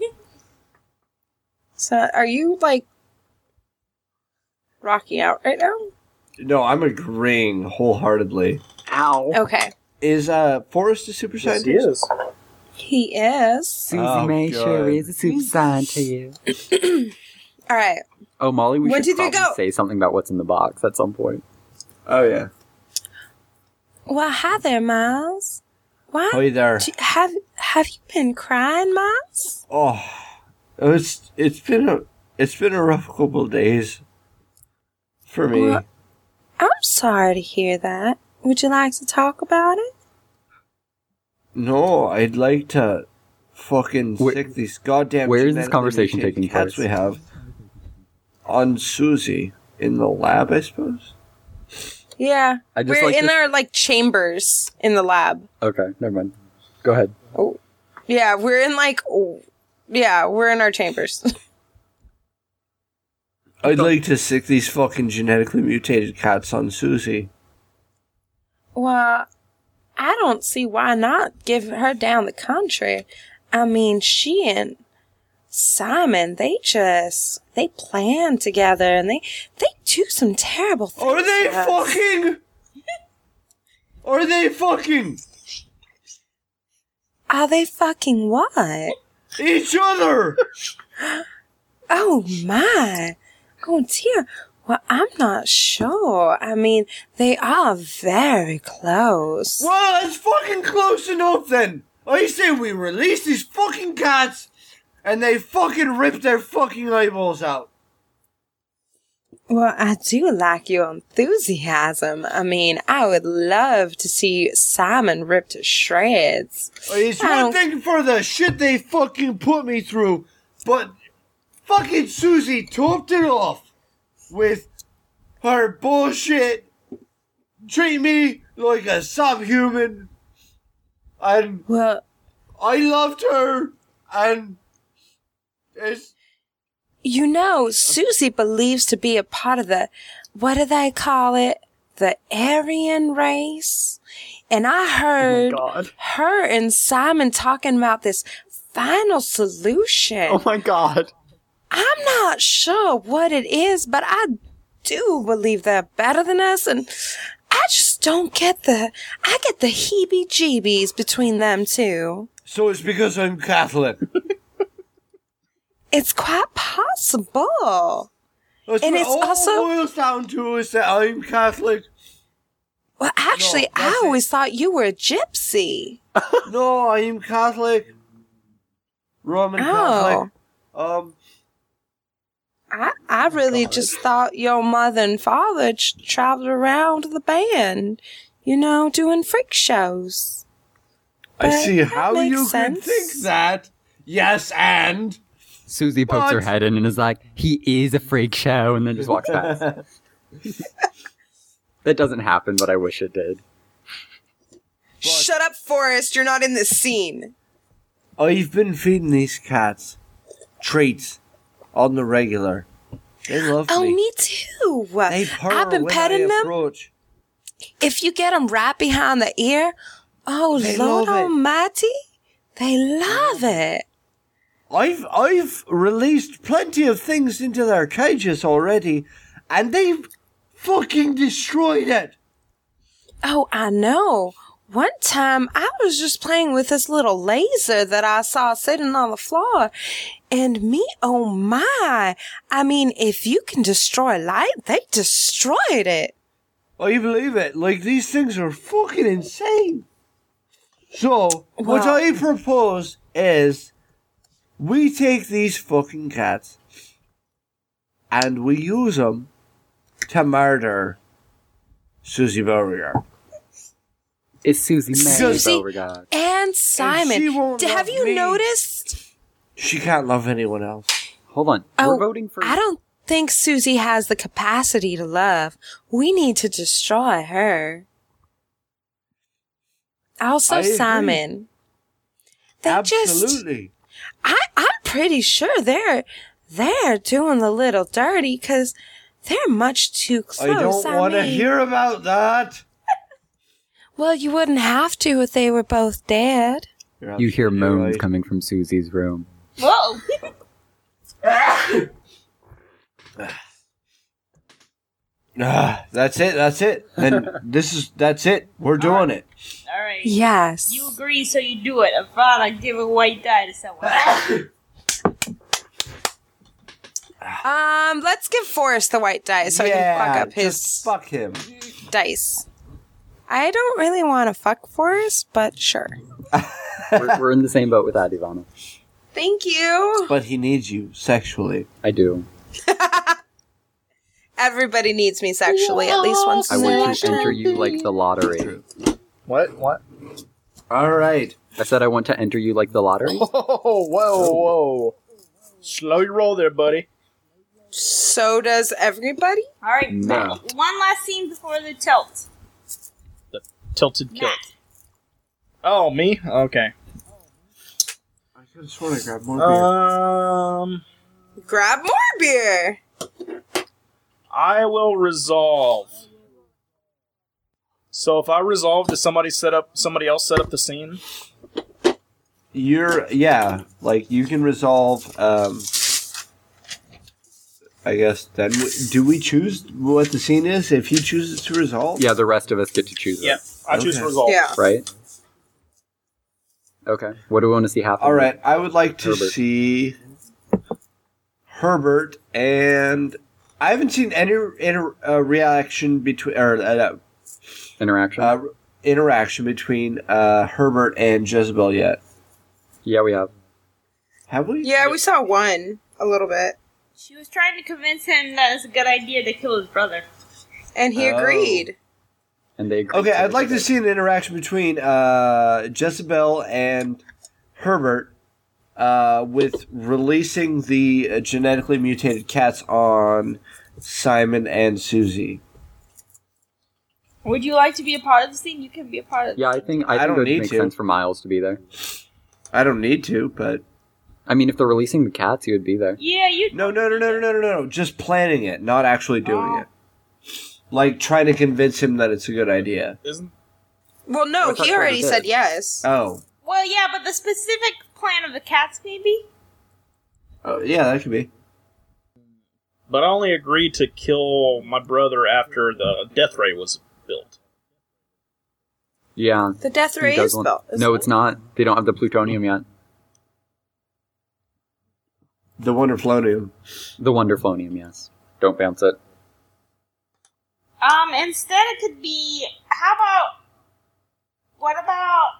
so are you like rocking out right now? No, I'm agreeing wholeheartedly. Ow. Okay. Is uh Forrest a super Yes, scientist? he is. He is. Susie Oh, May sure God. is a super sign to you. All right. Oh, Molly, we One, should two, three, probably go. say something about what's in the box at some point. Oh yeah. Well, hi there, Miles. Why Hi Oh, there. Do- have have you been crying, Miles? Oh, it's it's been a it's been a rough couple of days for me. What? I'm sorry to hear that. Would you like to talk about it? No, I'd like to fucking Where- stick these goddamn. where is this genetically conversation mutated taking cats place? we have on Susie in the lab, I suppose. Yeah, I just we're like in to- our like chambers in the lab. Okay, never mind. Go ahead. Yeah, we're in like, oh, yeah, we're in our chambers. I'd like to sick these fucking genetically mutated cats on Susie. Well, I don't see why not give her down the country. I mean, she and Simon, they just they plan together and they they do some terrible things. Are they to us. fucking? Are they fucking Are they fucking what? each other? Oh my. Oh dear. Well, I'm not sure. I mean, they are very close. Well, that's fucking close enough then. I say we release these fucking cats and they fucking rip their fucking eyeballs out. Well, I do like your enthusiasm. I mean, I would love to see Simon ripped to shreds. It's I one don't- thing for the shit they fucking put me through, but fucking Susie topped it off with her bullshit. Treat me like a subhuman. And Well, I loved her. And it's. you know, Susie believes to be a part of the, what do they call it? The Aryan race. And I heard her and Simon talking about this final solution. Oh my god. I'm not sure what it is, but I do believe they're better than us, and I just don't get the. I get the heebie jeebies between them two. So it's because I'm Catholic. It's quite possible. That's And what it's all also- boils down to is that I'm Catholic. Well, actually, I always thought you were a gypsy. no, I'm Catholic. Roman Oh. Catholic. Um, I, I really just thought your mother and father ch- traveled around the band, you know, doing freak shows. I But see that how makes you can sense. think that. Yes, and Susie pokes her What? head in and is like, "He is a freak show," and then just walks past. that doesn't happen, but I wish it did. Shut up, Forrest. You're not in this scene. I've been feeding these cats treats on the regular. They love Oh, me. me too. They purr I've been when petting I them. approach. if you get them right behind the ear, oh They Lord love it. Almighty, they love it. I've I've released plenty of things into their cages already, and they've fucking destroyed it. Oh, I know. One time I was just playing with this little laser that I saw sitting on the floor. And me, oh my. I mean, if you can destroy light, they destroyed it. I believe it. Like these things are fucking insane. So what Wow. I propose is we take these fucking cats and we use them to murder Susie Beauregard. It's Susie Mary Susie- Beauregard. And Simon, she won't d- have love you me. noticed? She can't love anyone else. Hold on, Oh, we're voting for. I don't think Susie has the capacity to love. We need to destroy her. Also, I agree. Simon. They just Absolutely. I I'm pretty sure they're they're doing a little dirty because they're much too close. I don't want to mean- hear about that. Well, you wouldn't have to if they were both dead. You hear moans right. coming from Susie's room. Whoa! Ah, that's it. That's it. And this is that's it. We're doing it. Alright. Yes. You agree, so you do it. If not, I give a white die to someone. Um, let's give Forrest the white die so I can fuck up his just fuck him. dice. I don't really want to fuck Forrest, but sure. we're, we're in the same boat with that, Ivana. Thank you. But he needs you sexually. I do. Everybody needs me sexually at least once I in their want to lifetime. enter you like the lottery. What? What? All right. I said I want to enter you like the lottery. Oh. Oh, Whoa, whoa, whoa. Slow your roll there, buddy. So does everybody. Alright, No. one last scene before the tilt. Tilted kilt. Oh, me? Okay. I could have sworn I grabbed more Um. Grab more beer. I will resolve. So if I resolve, does somebody set up somebody else set up the scene? You're yeah, like you can resolve. Um, I guess then w- do we choose what the scene is? If he chooses to resolve, Yeah, the rest of us get to choose. it. Yeah, I choose Okay. Oh, resolve. Yeah. Right. Okay. What do we want to see happen? All right, I would like to Herbert. see Herbert and I haven't seen any inter- uh, reaction between or uh, Interaction. uh, interaction between uh, Herbert and Jezebel yet. yeah, we have. Have we? Yeah, we saw one a little bit, She was trying to convince him that it's a good idea to kill his brother. and he Oh. agreed. And they. agree Okay, to I'd it. like to see an interaction between uh, Jezebel and Herbert uh, with releasing the uh, genetically mutated cats on Simon and Susie. Would you like to be a part of the scene? You can be a part of. Yeah, I think I, I think don't it would need make to. sense for Miles to be there. I don't need to, but I mean, if they're releasing the cats, he would be there. Yeah, you. no, no, no, no, no, no, no, no. Just planning it, not actually Oh. doing it. Like trying to convince him that it's a good idea. Isn't Well, no, I thought he Carter already did. said Uh, yes. Oh, Well, yeah, but the specific plan of the cats, maybe. oh yeah, that could be. but I only agreed to kill my brother after the death ray was built. Yeah. The death He ray does is want- built. No, it's not. They don't have the plutonium yet. The Wonder Flonium. The wonderflonium, yes. Don't bounce it. Um, instead it could be. How about? What about?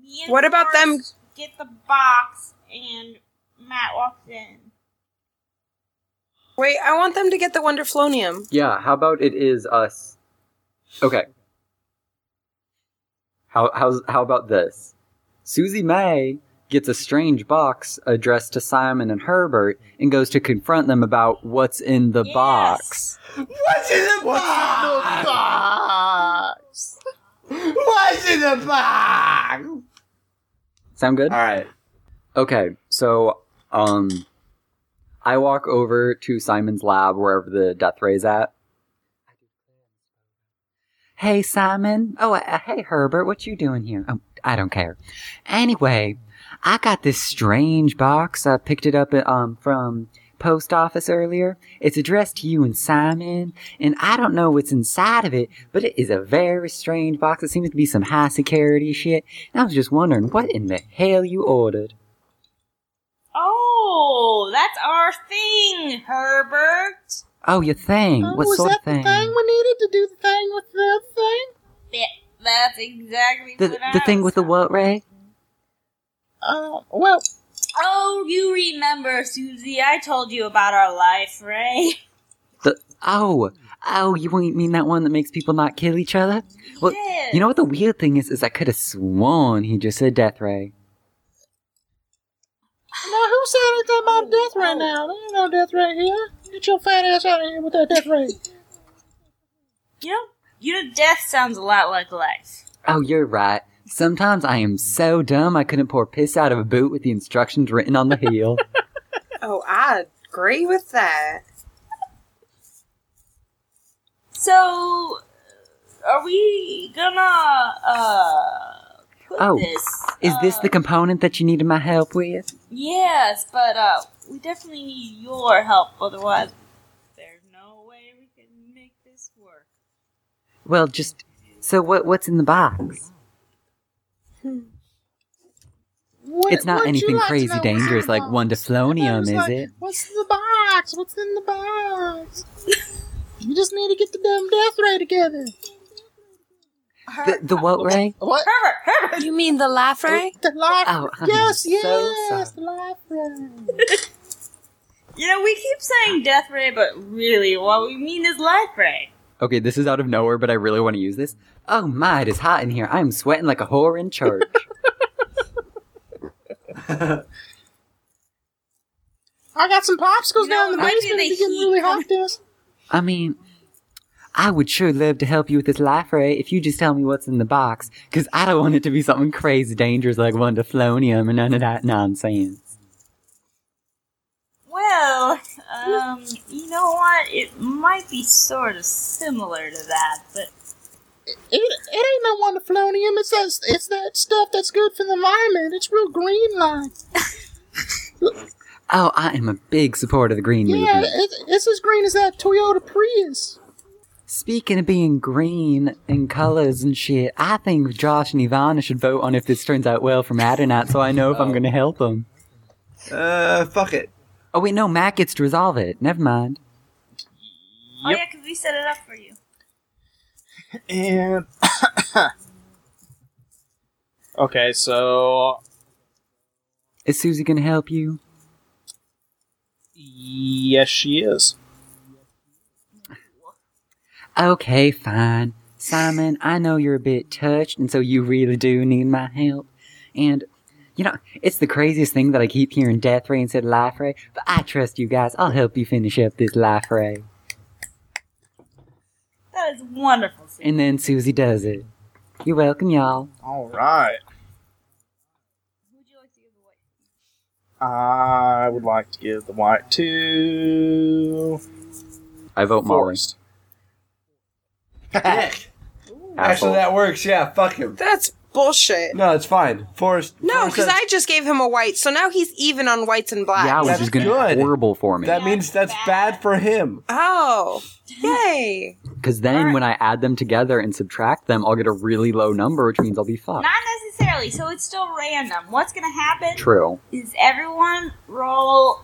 me and What about them- Forrest Get the box, and Matt walks in. Wait, I want them to get the Wonderflonium. Yeah, how about it is us? Okay. How how's how about this? Susie May gets a strange box addressed to Simon and Herbert and goes to confront them about what's in the Yes. box. What's in the box? box. What's in the box? Sound good? All right. Okay, so um I walk over to Simon's lab wherever the death ray's at. Hey Simon. Oh, uh, hey Herbert, what you doing here? Oh, I don't care. Anyway, I got this strange box. I picked it up at, um from post office earlier. It's addressed to you and Simon, and I don't know what's inside of it, but it is a very strange box. It seems to be some high security shit. And I was just wondering what in the hell you ordered. Oh, that's our thing, Herbert. Oh, your thing. Oh, what was sort that of thing? the thing we needed to do the thing with the other thing? Yeah, that's exactly the, what I the thing was with the what ray? Uh, well, Oh, you remember, Susie? I told you about our life, right? The oh oh you won't mean that one that makes people not kill each other? Well, Yes. you know what the weird thing is is I could have sworn he just said death ray. now who said anything about death right now? There ain't no death right here. Get your fat ass out of here with that death ray. You know, you know, death sounds a lot like life. Oh, you're right. Sometimes I am so dumb I couldn't pour piss out of a boot with the instructions written on the heel. Oh, I agree with that. So, are we gonna uh put Oh, this? Is this uh, the component that you needed my help with? Yes, but uh, we definitely need your help. Otherwise, there's no way we can make this work. Well, just so what what's in the box? What, it's not what'd anything you like to crazy know? dangerous I like don't know. wonderflonium, Everybody's is like, it? What's in the box? What's in the box? you just need to get the dumb death ray together. The, the what ray? What? Herbert, Herbert, You mean the laugh ray? The life. Oh, I'm yes, so yes, sorry. the life ray. you know we keep saying death ray, but really, what we mean is life ray. Okay, this is out of nowhere, but I really want to use this. Oh my, it is hot in here. I am sweating like a whore in church. I got some popsicles You know, down in the it might be basement. the If you getting heat really coming- hot, this. I mean, I would sure love to help you with this life ray if you just tell me what's in the box, because I don't want it to be something crazy dangerous like wonderflonium and none of that nonsense. Well, um, you know what? it might be sort of similar to that, but It, it ain't no wonderflonium. It's that it's that stuff that's good for the environment. It's real green like. Oh, I am a big supporter of the green Yeah, movement. it, it's as green as that Toyota Prius. Speaking of being green and colors and shit, I think Josh and Ivana should vote on if this turns out well for Matt or not, so I know if I'm going to help them. Uh, fuck it. Oh wait, no, Matt gets to resolve it. Never mind. oh yeah, because we set it up for you. And okay, so Is Susie going to help you? yes, she is. Okay, fine. Simon, I know you're a bit touched, and so you really do need my help. And, you know, it's the craziest thing that I keep hearing death ray instead of life ray, but I trust you guys. I'll help you finish up this life ray. That is wonderful. And then Susie does it. You're welcome, y'all. All right. I would like to give the white to. I vote Molly. Actually, that works. Yeah, fuck him. That's bullshit. No, it's fine. Forrest. No, because I just gave him a white, so now he's even on whites and blacks. Yeah, which That's is going to good. be horrible for me. That means that's bad for him. Oh, yay! Because then when I add them together and subtract them, I'll get a really low number, which means I'll be fucked. Not necessarily. So it's still random. What's gonna happen? True. Is everyone roll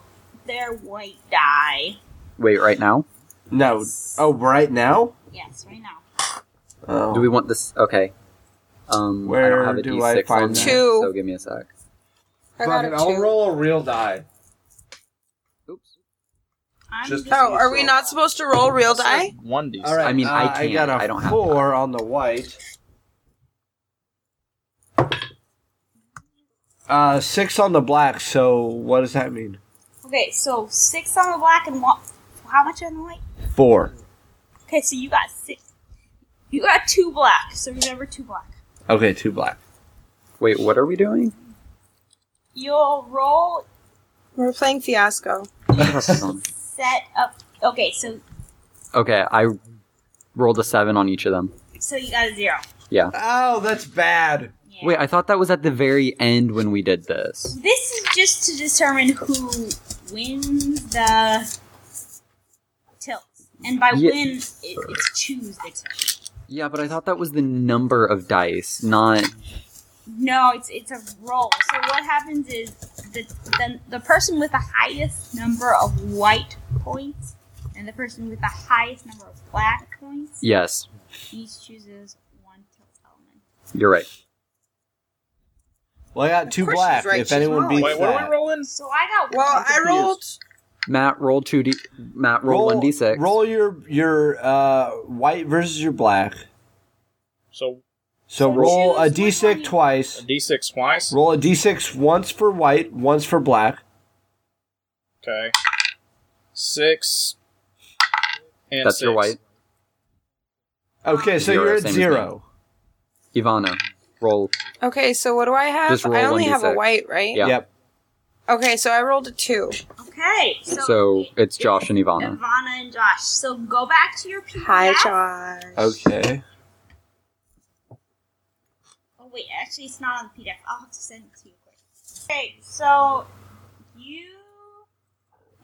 their white die? Wait, right now? No. Oh, right now? Yes, right now. Oh. Do we want this? Okay. Um, I Where don't have a do I D6 find on that? that, Two. so give me a sec. I got a two. roll a real die. I'm Just- gonna- Oh, are we not supposed to roll real die? One D. All right. I mean, I uh, I can't. got a I don't have four on the white. Uh, six on the black. So what does that mean? Okay, so six on the black and what? How much on the white? Four. Okay, so you got six. You got two black. So remember two black. Okay, two black. Wait, what are we doing? You'll roll We're playing Fiasco. set up. Okay, so okay, I rolled a seven on each of them. so you got a zero. Yeah. Oh, that's bad. Wait, I thought that was at the very end when we did this. This is just to determine who wins the tilt. And by Ye- win, it, it's choose the tilt. Yeah, but I thought that was the number of dice, not. No, it's it's a roll. So what happens is the, the the person with the highest number of white points and the person with the highest number of black points Yes, each chooses one tilt element. you're right. Well, I got two course black. she's right, If she's anyone wrong. beats Wait, what that, am I rolling? So I got Well, I rolled. Matt, roll two d. Matt, roll one d six. Roll your your uh, white versus your black. So So So roll a choose d6 which one you- a twice. D six twice. Roll a d6 once for white, once for black. Okay. Six. And That's your six. white. Okay, so Zero, you're at same as zero. Ivana, roll. Okay, so what do I have? Just roll I only have 1d6. a white, right? Yeah. Yep. Okay, so I rolled a two. Okay, so, So it's Josh and Ivana. Ivana and Josh. So go back to your PDF. Hi, Josh. Okay. Oh wait, actually, it's not on the PDF. I'll have to send it to you quick. Okay, so you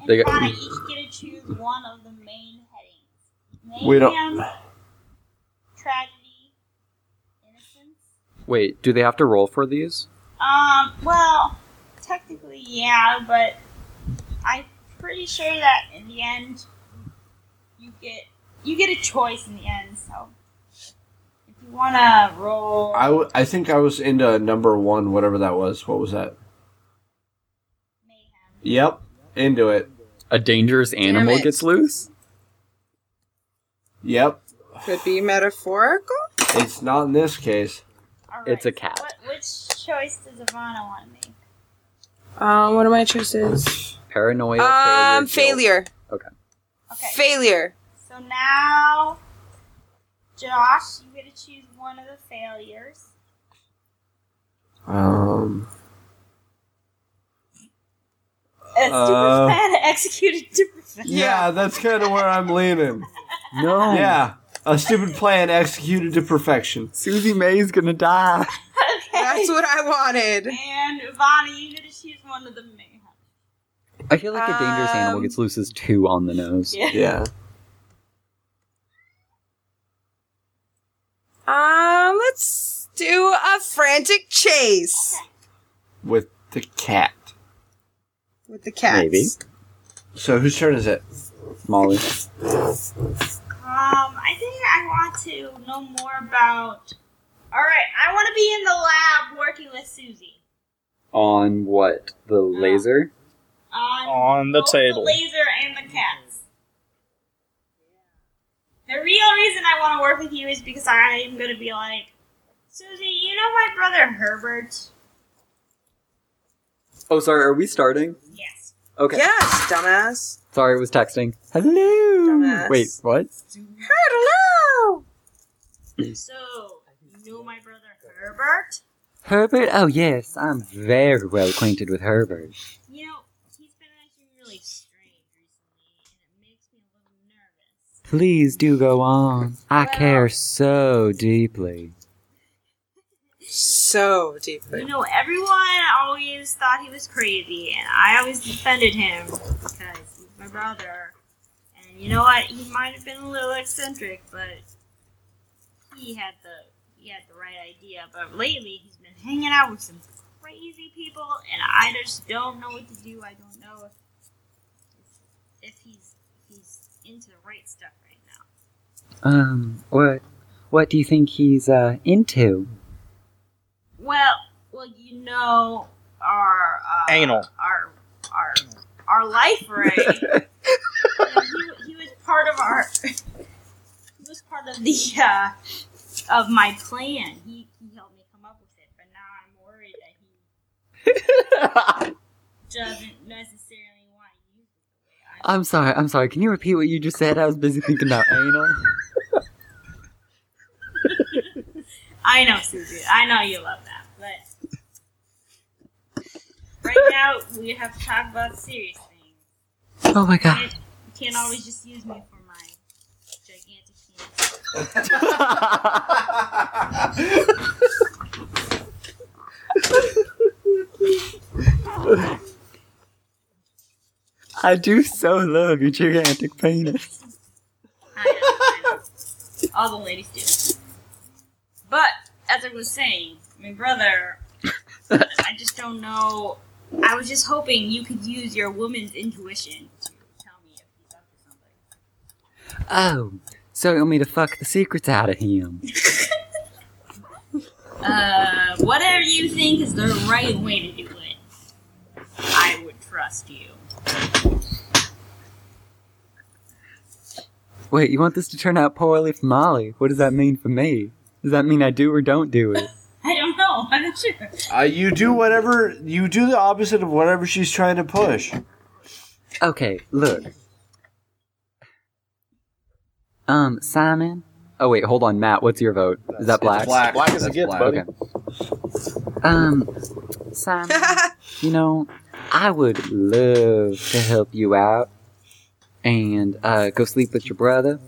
and They they got- each get to choose one of the main headings: We don't- mayhem, tragedy, innocence. Wait, do they have to roll for these? Um, well, technically, yeah, but I'm pretty sure that in the end, you get you get a choice in the end. So if you wanna roll, I, w- I think I was into number one, whatever that was. What was that? Yep. Into it. A dangerous animal it. gets loose. Yep. Could be metaphorical. It's not in this case. Alright, it's a so cat. what- which choice does Ivana want to make? Um, what are my choices? Paranoia. Um, failure. guilt. failure. Okay. Okay. Failure. So now, Josh, you get to choose one of the failures. Um. It's Uh, super plan to execute a super plan. Yeah, that's kind of where I'm leaning. No. Yeah, a stupid plan executed to perfection. Susie May's gonna die. That's what I wanted. And Vani, you gotta choose one of the main. I feel like a dangerous animal gets Luce's two on the nose. Yeah. Yeah. Um, let's do a frantic chase With the cat. with the cats. So whose turn is it? Molly. Um, I think I want to know more about. All right, I want to be in the lab working with Susie On what? The Um, laser? on On the both table. the laser, and the cats. The real reason I want to work with you is because I am gonna be like, Susie, you know my brother Herbert. Oh, sorry, are we starting? Yes. Okay. Yes, dumbass. Sorry, I was texting. Hello! Dumbass. Wait, what? Hello. So you know my brother Herbert. Herbert? Oh, yes, I'm very well acquainted with Herbert. You know he's been acting really strange recently, and it makes me a little nervous. Please do go on. I care so deeply. So deeply. You know, everyone always thought he was crazy, and I always defended him because he's my brother. And you know what? He might have been a little eccentric, but he had the he had the right idea. But lately, he's been hanging out with some crazy people, and I just don't know what to do. I don't know if, if he's he's into the right stuff right now. Um, what? What do you think he's, uh, into? Well, well, you know our uh, Anal. our our our life ray. You know, he, he was part of our. He was part of the uh, of my plan. He he helped me come up with it, but now I'm worried that he doesn't necessarily want you. I'm sorry, I'm sorry. Can you repeat what you just said? I was busy thinking about anal. I know, Susie. I know you love that, but right now we have to talk about serious things. Oh my god. You can't always just use me for my gigantic I do so love your gigantic penis. hand. All the ladies do. But as I was saying, my brother, I just don't know. I was just hoping you could use your woman's intuition. Oh, so you want me to fuck the secrets out of him? Uh, whatever you think is the right way to do it, I would trust you. Wait, you want this to turn out poorly for Molly? What does that mean for me? Does that mean I do or don't do it? I don't know. I'm not sure. Uh, you do whatever you do the opposite of whatever she's trying to push. Okay, look. Um, Simon. Oh wait, hold on, Matt. What's your vote? Is that It's black? black. Black as That's it gets, black. buddy. Okay. Um, Simon. you know, I would love to help you out and uh, go sleep with your brother,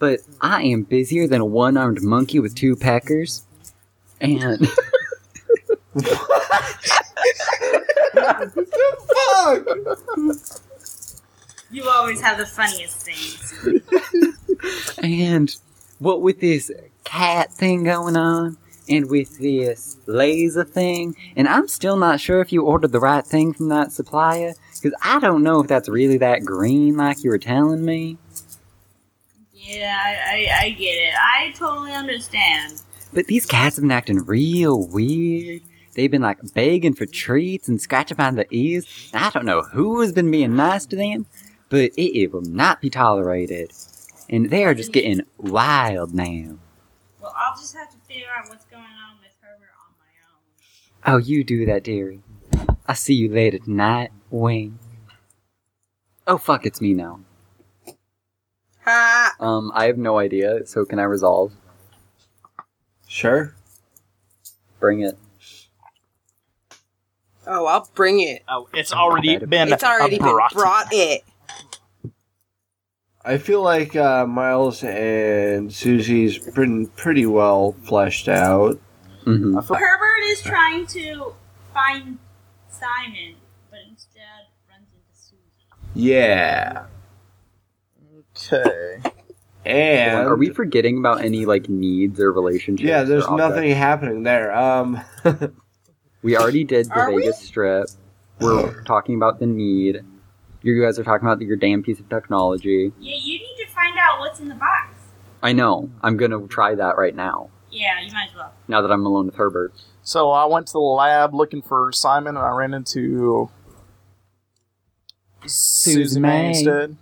but I am busier than a one-armed monkey with two peckers, and. You always have the funniest things. And what with this cat thing going on, and with this laser thing, and I'm still not sure if you ordered the right thing from that supplier, because I don't know if that's really that green like you were telling me. Yeah, I, I, I get it. I totally understand. But these cats have been acting real weird. They've been like begging for treats and scratching behind the ears. And I don't know who has been being nice to them, but it, it will not be tolerated. And they are just getting wild now. Well, I'll just have to figure out what's going on with Herbert on my own. Oh, you do that, dearie. I see you later tonight, Wayne. Oh fuck, it's me now. Ha. Um, I have no idea, so can I resolve? Sure. Bring it. Oh, I'll bring it. Oh, it's already been. It's already brought. been brought. It. I feel like uh, Miles and Susie's been pretty well fleshed out. Mm-hmm. Herbert is trying to find Simon, but instead runs into Susan. Yeah. Okay. And are we forgetting about any like needs or relationships? yeah, there's or objects? nothing happening there. Um, We already did the Are we? Vegas Strip. We're talking about the need. You guys are talking about your damn piece of technology. Yeah, you need to find out what's in the box. I know. I'm gonna try that right now. Yeah, you might as well. Now that I'm alone with Herbert. So I went to the lab looking for Simon, and I ran into Susan May May. instead.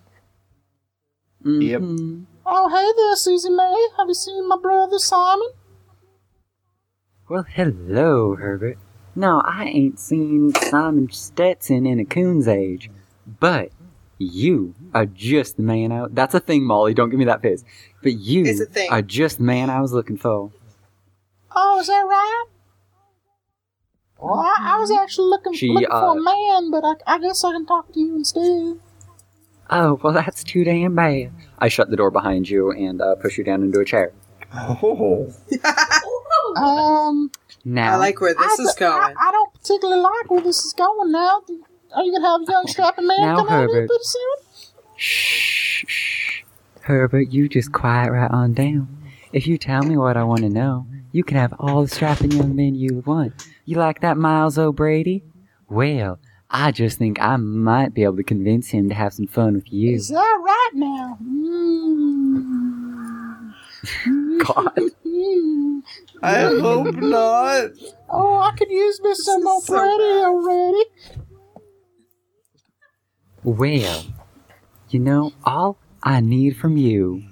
yep. Mm-hmm. Oh, hey there, Susie May. Have you seen my brother Simon? Well, hello, Herbert. No, I ain't seen Simon Stetson in a coon's age, but you are just the man I. That's a thing, Molly. Don't give me that face. But you It's a thing. are just the man I was looking for. Oh, is that right? Well, I, I was actually looking, She, looking uh, for a man, but I, I guess I can talk to you instead. Oh, well, that's too damn bad. I shut the door behind you and uh, push you down into a chair. Oh. Um, Now, I like where this I, is going. I, I don't particularly like where this is going now. Are you gonna have a young strapping man Now, come out here Herbert. pretty soon? Shh, shh. Herbert, you just quiet right on down. If you tell me what I want to know, you can have all the strapping young men you want. You like that Miles O'Brady? Well, I just think I might be able to convince him to have some fun with you. Is that right now? Mm. God. Mm. I hope not. Oh, I could use me some more pretty already. Well, you know, all I need from you.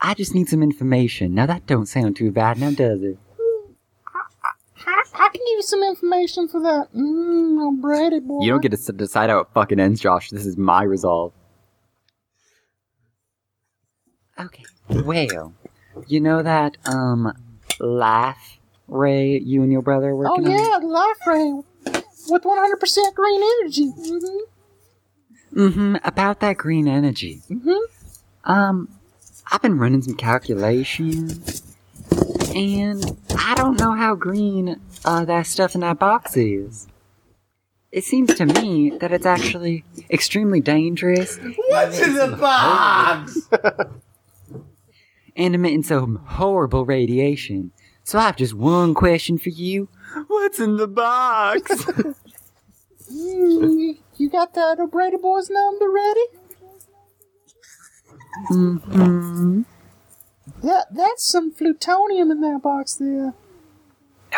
I just need some information. Now that don't sound too bad, now does it? I, I can give you some information for that. Mmm, oh, Brady boy. You don't get to s- decide how it fucking ends, Josh. This is my resolve. Okay. Well, you know that um laugh ray you and your brother are Oh working on? yeah, the life ray with 100% green energy. hmm Mm-hmm. About that green energy. Mhm. Um, I've been running some calculations, and I don't know how green uh, that stuff in that box is. It seems to me that it's actually extremely dangerous What's in the box? and emitting some horrible radiation. So I have just one question for you. What's in the box? Mm, you got that O'Brady boy's number ready? hmm That that's some plutonium in that box there.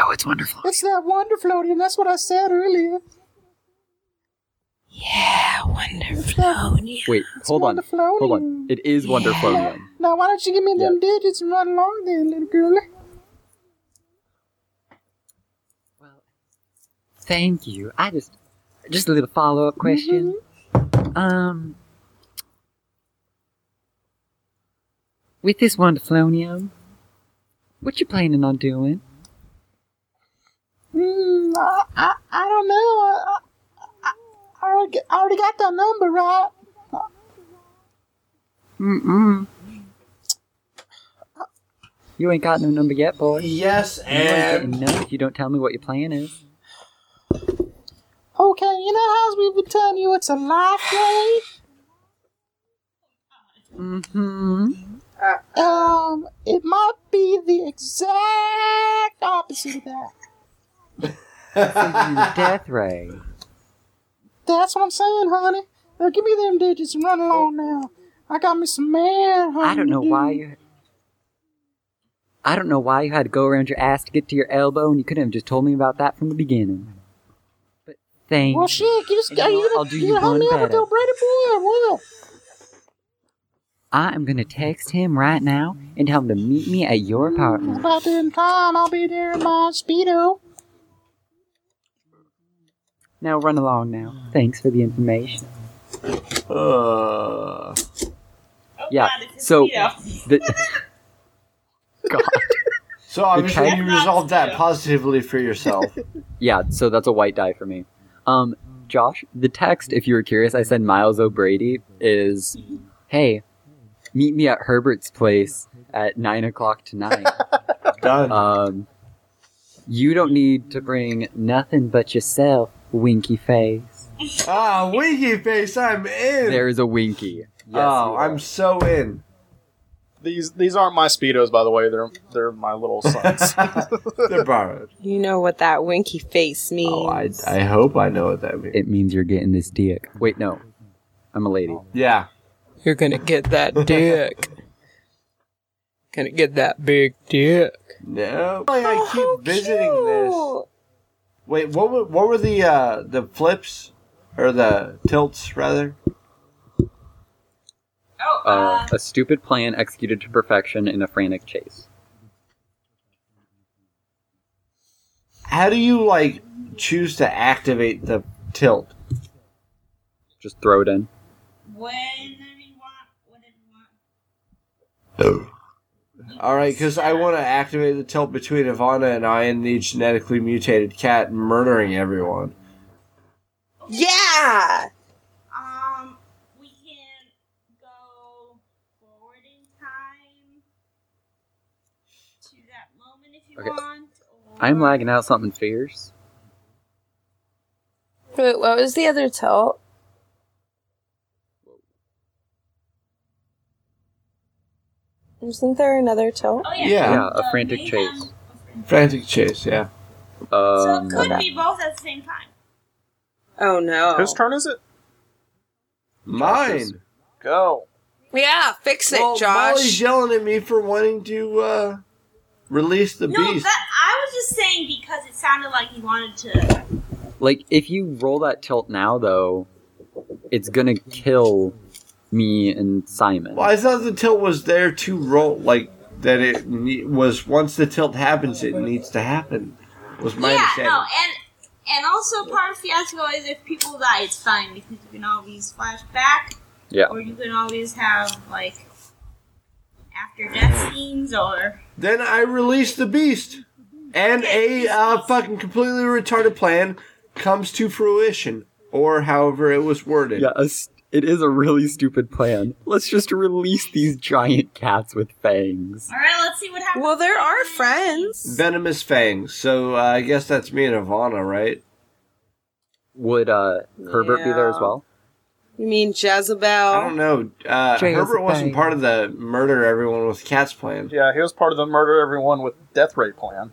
Oh, it's wonderful. It's that wonder floating. That's what I said earlier. Wait, hold on. Hold on. wonderflonium. It is wonderflonium. Now why don't you give me them digits and run along then, little girlie? Well, thank you. I just, just a little follow up question. Um, with this wonderflonium, what you planning on doing? Mm, I, I, I don't know. I, I, I, already, I already got that number right. Mm-mm. You ain't got no number yet, boy. You yes, ain't and getting none if you don't tell me what your plan is. Okay, you know how we've been telling you it's a life ray? Mm-hmm. Um, it might be the exact opposite of that. Death ray. That's what I'm saying, honey. Now give me them digits and run along now. I got me some man, honey. I don't know why you. I don't know why you had to go around your ass to get to your elbow, and you couldn't have just told me about that from the beginning. But thank Well, you. shit, you just, And you are know you what? gonna, I'll do you you gonna help one me out with better. that Brady boy or what? I am gonna text him right now and tell him to meet me at your It's apartment. about in time. I'll be there in my Speedo. Now run along. Now, thanks for the information. uh, Oh, Yeah. God, it's So mosquito. the God. So obviously kind- you resolved that positively for yourself. Yeah, so that's a white die for me. Um, Josh, the text, if you were curious, I said Miles O'Brady is, hey, meet me at Herbert's place at nine o'clock tonight. Done. Um, you don't need to bring nothing but yourself, winky face. ah, winky face, I'm in. There is a winky. oh, I'm so in. These these aren't my speedos, by the way. They're they're my little sons. They're borrowed. You know what that winky face means. Oh, Oh, I hope I know what that means. It means you're getting this dick. Wait, no. I'm a lady. Yeah. You're gonna get that dick. gonna get that big dick. No. Oh, I keep visiting this. Wait, what were, what were the uh, the flips or the tilts rather? Uh, a stupid plan executed to perfection in a frantic chase. How do you like choose to activate the tilt? Just throw it in. All right, because I want to activate the tilt between Ivana and I and the genetically mutated cat murdering everyone. Yeah. Um, we can go forward in time to that moment if you Okay. want. I'm lagging out something fierce. Wait, what was the other tilt? Isn't there another tilt? Oh, Yeah. Yeah, a frantic chase. Frantic chase, yeah. Um, Could be both at the same time. Oh no. Whose turn is it? Mine. Go. Yeah, fix it, Well, Molly's Josh. yelling at me for wanting to uh, release the No, beast. that I was just saying because it sounded like you wanted to. like if you roll that tilt now, though, it's gonna kill me and Simon. Well, I thought the tilt was there to roll, like that. It ne- was once the tilt happens, it needs to happen. Was my yeah, understanding. no, and and also part of fiasco is if people die, it's fine because you can always flash back, Yeah. or you can always have like after death scenes or. Then I released the beast, and a uh, fucking completely retarded plan comes to fruition, or however it was worded. Yeah, a st- it is a really stupid plan. Let's just release these giant cats with fangs. All right, let's see what happens. Well, there are friends. Venomous fangs. So uh, I guess that's me and Ivana, right? Would uh, Herbert be there as well? You mean I don't Jezebel? know. Uh, Jay is Herbert a wasn't fang. part of the murder everyone with cats plan. Yeah, he was part of the murder everyone with death rate plan.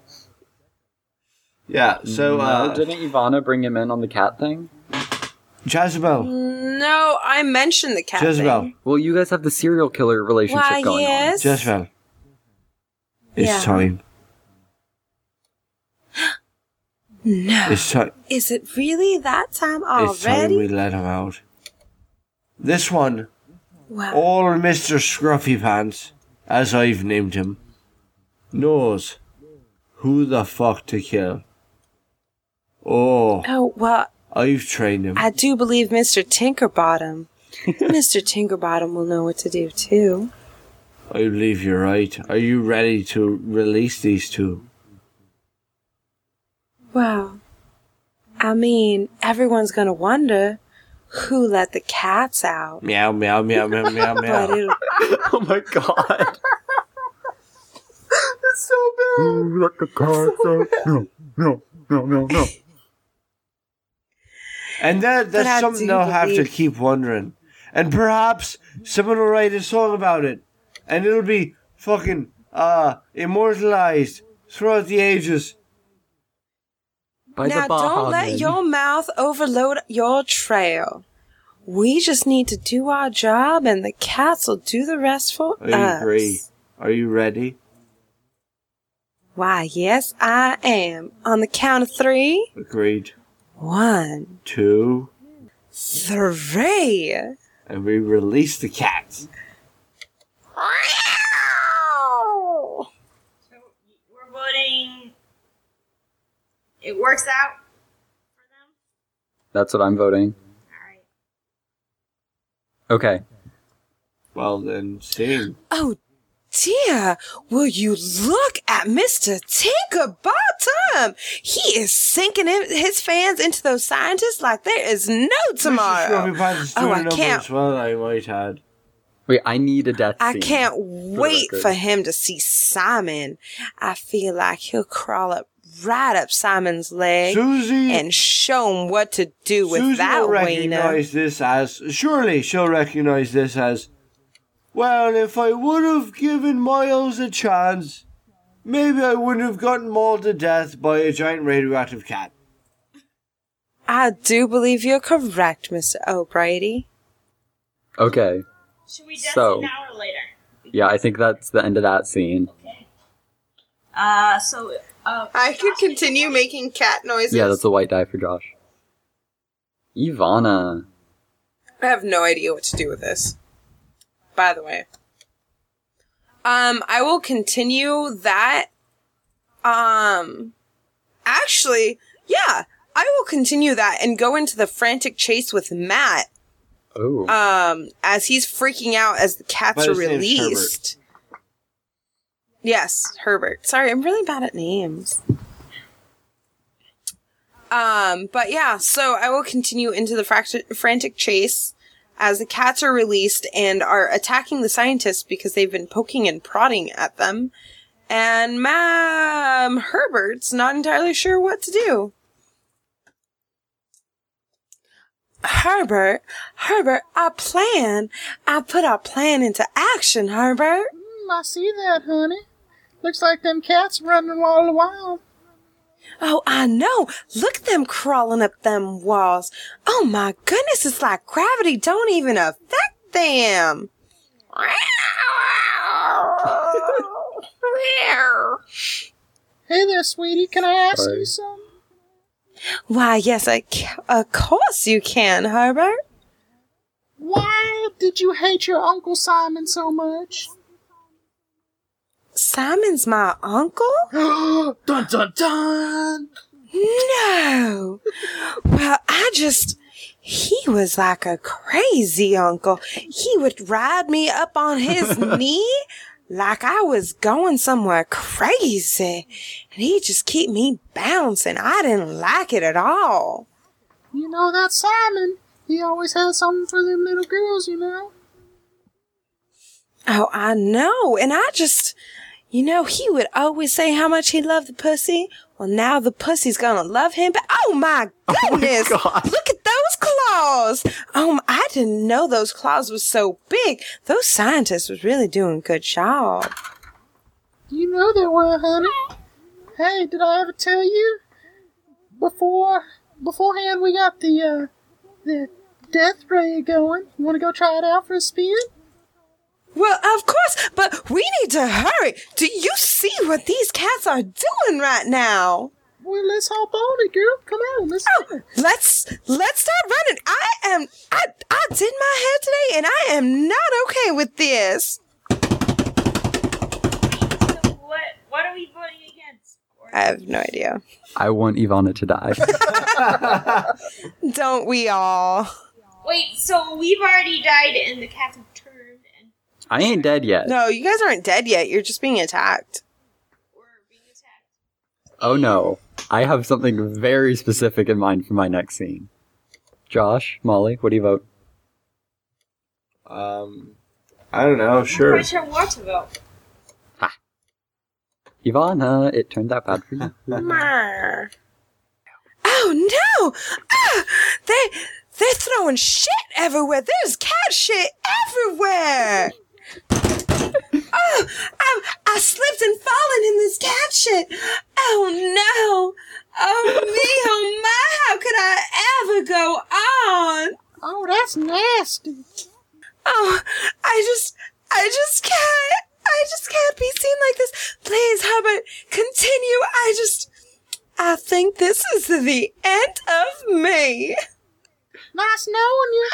Yeah. So no, uh, didn't Ivana bring him in on the cat thing? Jezebel. No, I mentioned the cat. Jezebel. thing. Well, you guys have the serial killer relationship Why going on. yes? Jezebel. It's Yeah. time. No. It's time. Is it really that time It's time already? we let him out. This one, Well, all Mr. Scruffy Pants, as I've named him, knows who the fuck to kill. Oh, oh well. I've trained him. I do believe Mr. Tinkerbottom. Mr. Tinkerbottom will know what to do too. I believe you're right. Are you ready to release these two? Well, I mean, everyone's gonna wonder who let the cats out. Meow, meow, meow, meow, meow, But meow. it'll oh my god. no, no, no, no, no. And that, But I that's do something they'll have to believe- keep wondering. And perhaps someone will write a song about it. And it'll be fucking uh, immortalized throughout the ages. By now, the don't let Bahaman. your mouth overload your trail. We just need to do our job, and the cats will do the rest for I us. agree. Are you ready? Why, yes, I am. On the count of three, Agreed. one, Two. three. And we release the cats. So we're voting. It works out. That's what I'm voting. All right. Okay. Well, then, sing. Oh, dear, will you look at Mr. Tinkerbottom? He is sinking in his fans into those scientists like there is no tomorrow. Oh, I can't. As well, I might add. Wait, I need a death. I scene. can't the wait record. for him to see Simon. I feel like he'll crawl up right up Simon's leg Susie- and show him what to do with Susie that uh, will wiener. recognize this as surely she'll recognize this as well. If I would have given Miles a chance, maybe I wouldn't have gotten mauled to death by a giant radioactive cat. I do believe you're correct, Mr. O'Brady. Okay. Should we death So, an hour later? yeah, I think that's the end of that scene. Uh, so uh, I could continue making cat noises. Yeah, that's a white die for Josh. Ivana. I have no idea what to do with this. By the way. Um, I will continue that. Um, actually, yeah, I will continue that and go into the frantic chase with Matt. Oh. Um, as he's freaking out as the cats But are his name's released. Yes, Herbert. Sorry, I'm really bad at names. Um, but yeah, so I will continue into the fract- frantic chase as the cats are released and are attacking the scientists because they've been poking and prodding at them. And Ma'am Herbert's not entirely sure what to do. Herbert, Herbert, our plan. I put our plan into action, Herbert. Mm, I see that, honey. Looks like them cats running all wild. Oh, I know. Look at them crawling up them walls. Oh my goodness, it's like gravity don't even affect them. Hey there, sweetie. Can I ask Sorry. you something? Why, yes, I c- of course you can, Herbert. Why did you hate your Uncle Simon so much? Simon's my uncle? dun dun dun! No. Well, I just. He was like a crazy uncle. He would ride me up on his knee like I was going somewhere crazy. And he'd just keep me bouncing. I didn't like it at all. You know that Simon. He always has something for them little girls, you know. Oh, I know. And I just, you know, he would always say how much he loved the pussy. Well, now the pussy's gonna love him. But oh my goodness! Look at those claws. Um, I didn't know those claws were so big. Those scientists was really doing a good job. You know they were, honey. Hey, did I ever tell you? Before beforehand, we got the uh, the death ray going. You want to go try it out for a spin? Well, of course, but we need to hurry. Do you see what these cats are doing right now? Well, let's hop on it, girl. Come on, let's do it. Let's let's start running. I am I I did my hair today and I am not okay with this. what what are we voting against? I have no idea. I want Ivana to die. Don't we all? Wait, so we've already died and the cats have turned. I ain't dead yet. No, you guys aren't dead yet. You're just being attacked. Oh no. I have something very specific in mind for my next scene. Josh, Molly, what do you vote? Um, I don't know. I'm Sure. not sure what to vote. Ivana, it turned out bad for you. Mer. Oh no! Ah, they they're throwing shit everywhere. There's cat shit everywhere. oh, I I slipped and fallen in this cat shit. Oh no! Oh me, oh my! How could I ever go on? Oh, that's nasty. Oh, I just, I just can't. I just can't be seen like this. Please, Hubbard, continue. I just, I think this is the end of me. Nice knowing you.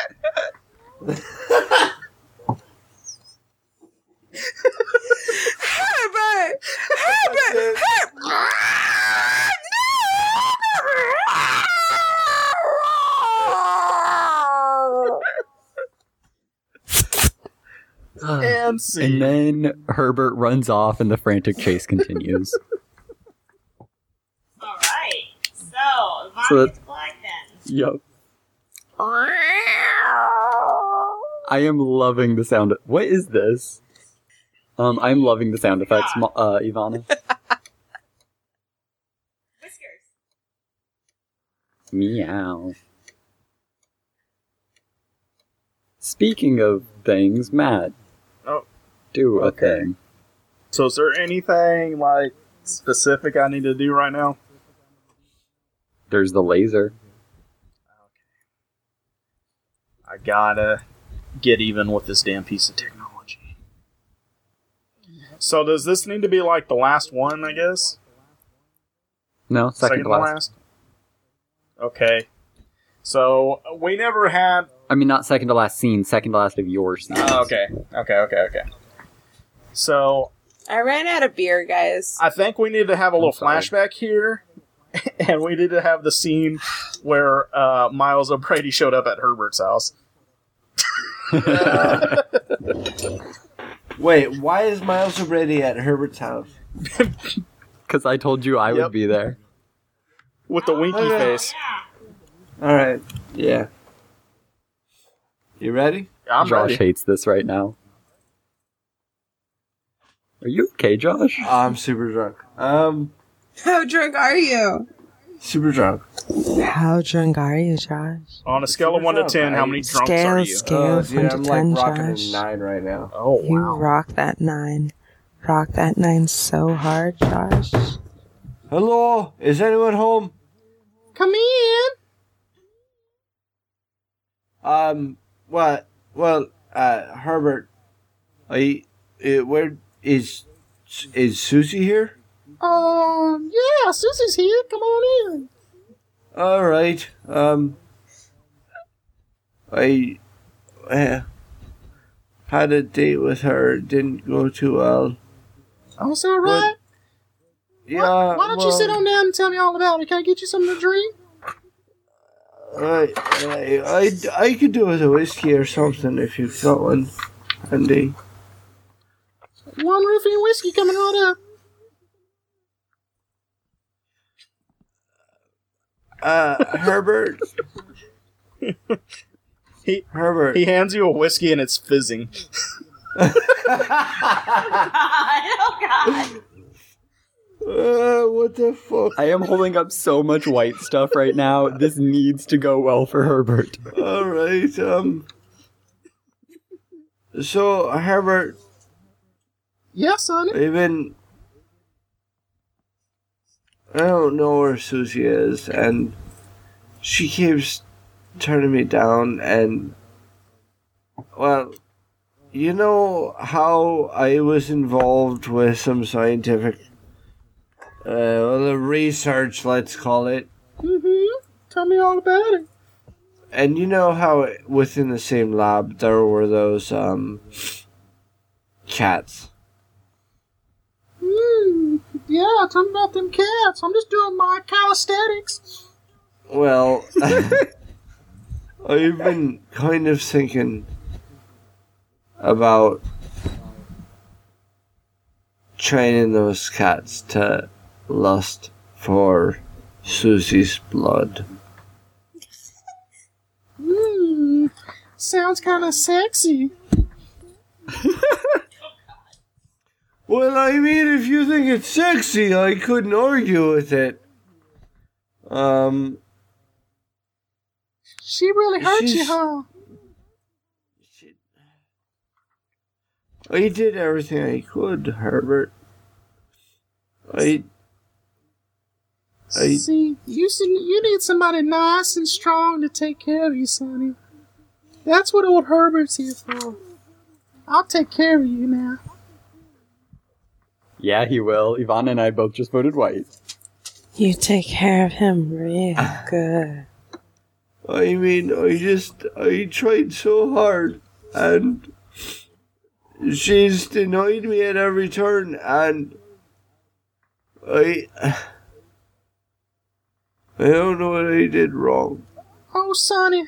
Herbert! Herbert! Herbert! And see. And then Herbert runs off and the frantic chase continues. Alright. So, Vonnie's So that- black then. yep. I am loving the sound. What is this? Um, I'm loving the sound effects, Mo- uh, Ivana. Whiskers. Meow. Speaking of things, Matt, Oh, do a thing. so is there anything like specific I need to do right now? There's the laser. I gotta get even with this damn piece of technology. So does this need to be like the last one? I guess No, second, to to last. Okay. So we never had. I mean, not second to last scene, second to last of your scene. Oh, okay. Okay. Okay. Okay. So I ran out of beer, guys. I think we need to have a little flashback here, and we need to have the scene where uh, Miles O'Brady showed up at Herbert's house. Wait, why is Miles O'Brady at Herbert's house? Because I told you I Yep. would be there. With the winky face. All right. Yeah. You ready? I'm Josh ready. hates this right now. Are you okay, Josh? I'm super drunk. Um, How drunk are you? super drunk. How drunk are you, Josh? On a scale of one to ten, how many drunks are you? Scale, scale, Uh, Oh, dude, from to I'm, like, 10, rocking a Josh. nine right now. Oh You rock that nine. Rock that nine so hard, Josh. Hello, is anyone home? Come in. Um, well, well, uh, Herbert, I, uh, where is is Susie here? Um, yeah, Susie's here. Come on in. All right. Um, I uh, had a date with her. It Didn't go too well. Oh, it's all right. Yeah. Why don't you sit well, on down and tell me all about it? Can I get you something to drink? I, I, I, I could do with a whiskey or something if you've got one, Andy. One roofie and whiskey coming right up. Uh, Herbert. He, Herbert. He hands you a whiskey and it's fizzing. oh god. Uh, what the fuck? I am holding up so much white stuff right now. This needs to go well for Herbert. All right. Um. So Herbert, Yes, honey. I've been. I don't know where Susie is, and she keeps turning me down, and well, you know how I was involved with some scientific, uh, well, research, let's call it. Mm-hmm. Tell me all about it. And you know how within the same lab there were those um cats. Mm, yeah, tell me about them cats. I'm just doing my calisthenics. Well, I've been kind of thinking about training those cats to lust for Susie's blood. Mm, sounds kind of sexy. Well, I mean, if you think it's sexy, I couldn't argue with it. Um, She really hurt you, She's- huh? I did everything I could, Herbert. I. I. See, you s- you need somebody nice and strong to take care of you, Sonny. That's what old Herbert's here for. I'll take care of you now. Yeah, he will. Ivana and I both just voted white. You take care of him real good. I mean, I just. I tried so hard, and. She's denied me at every turn, and. I. I don't know what I did wrong. Oh, Sonny,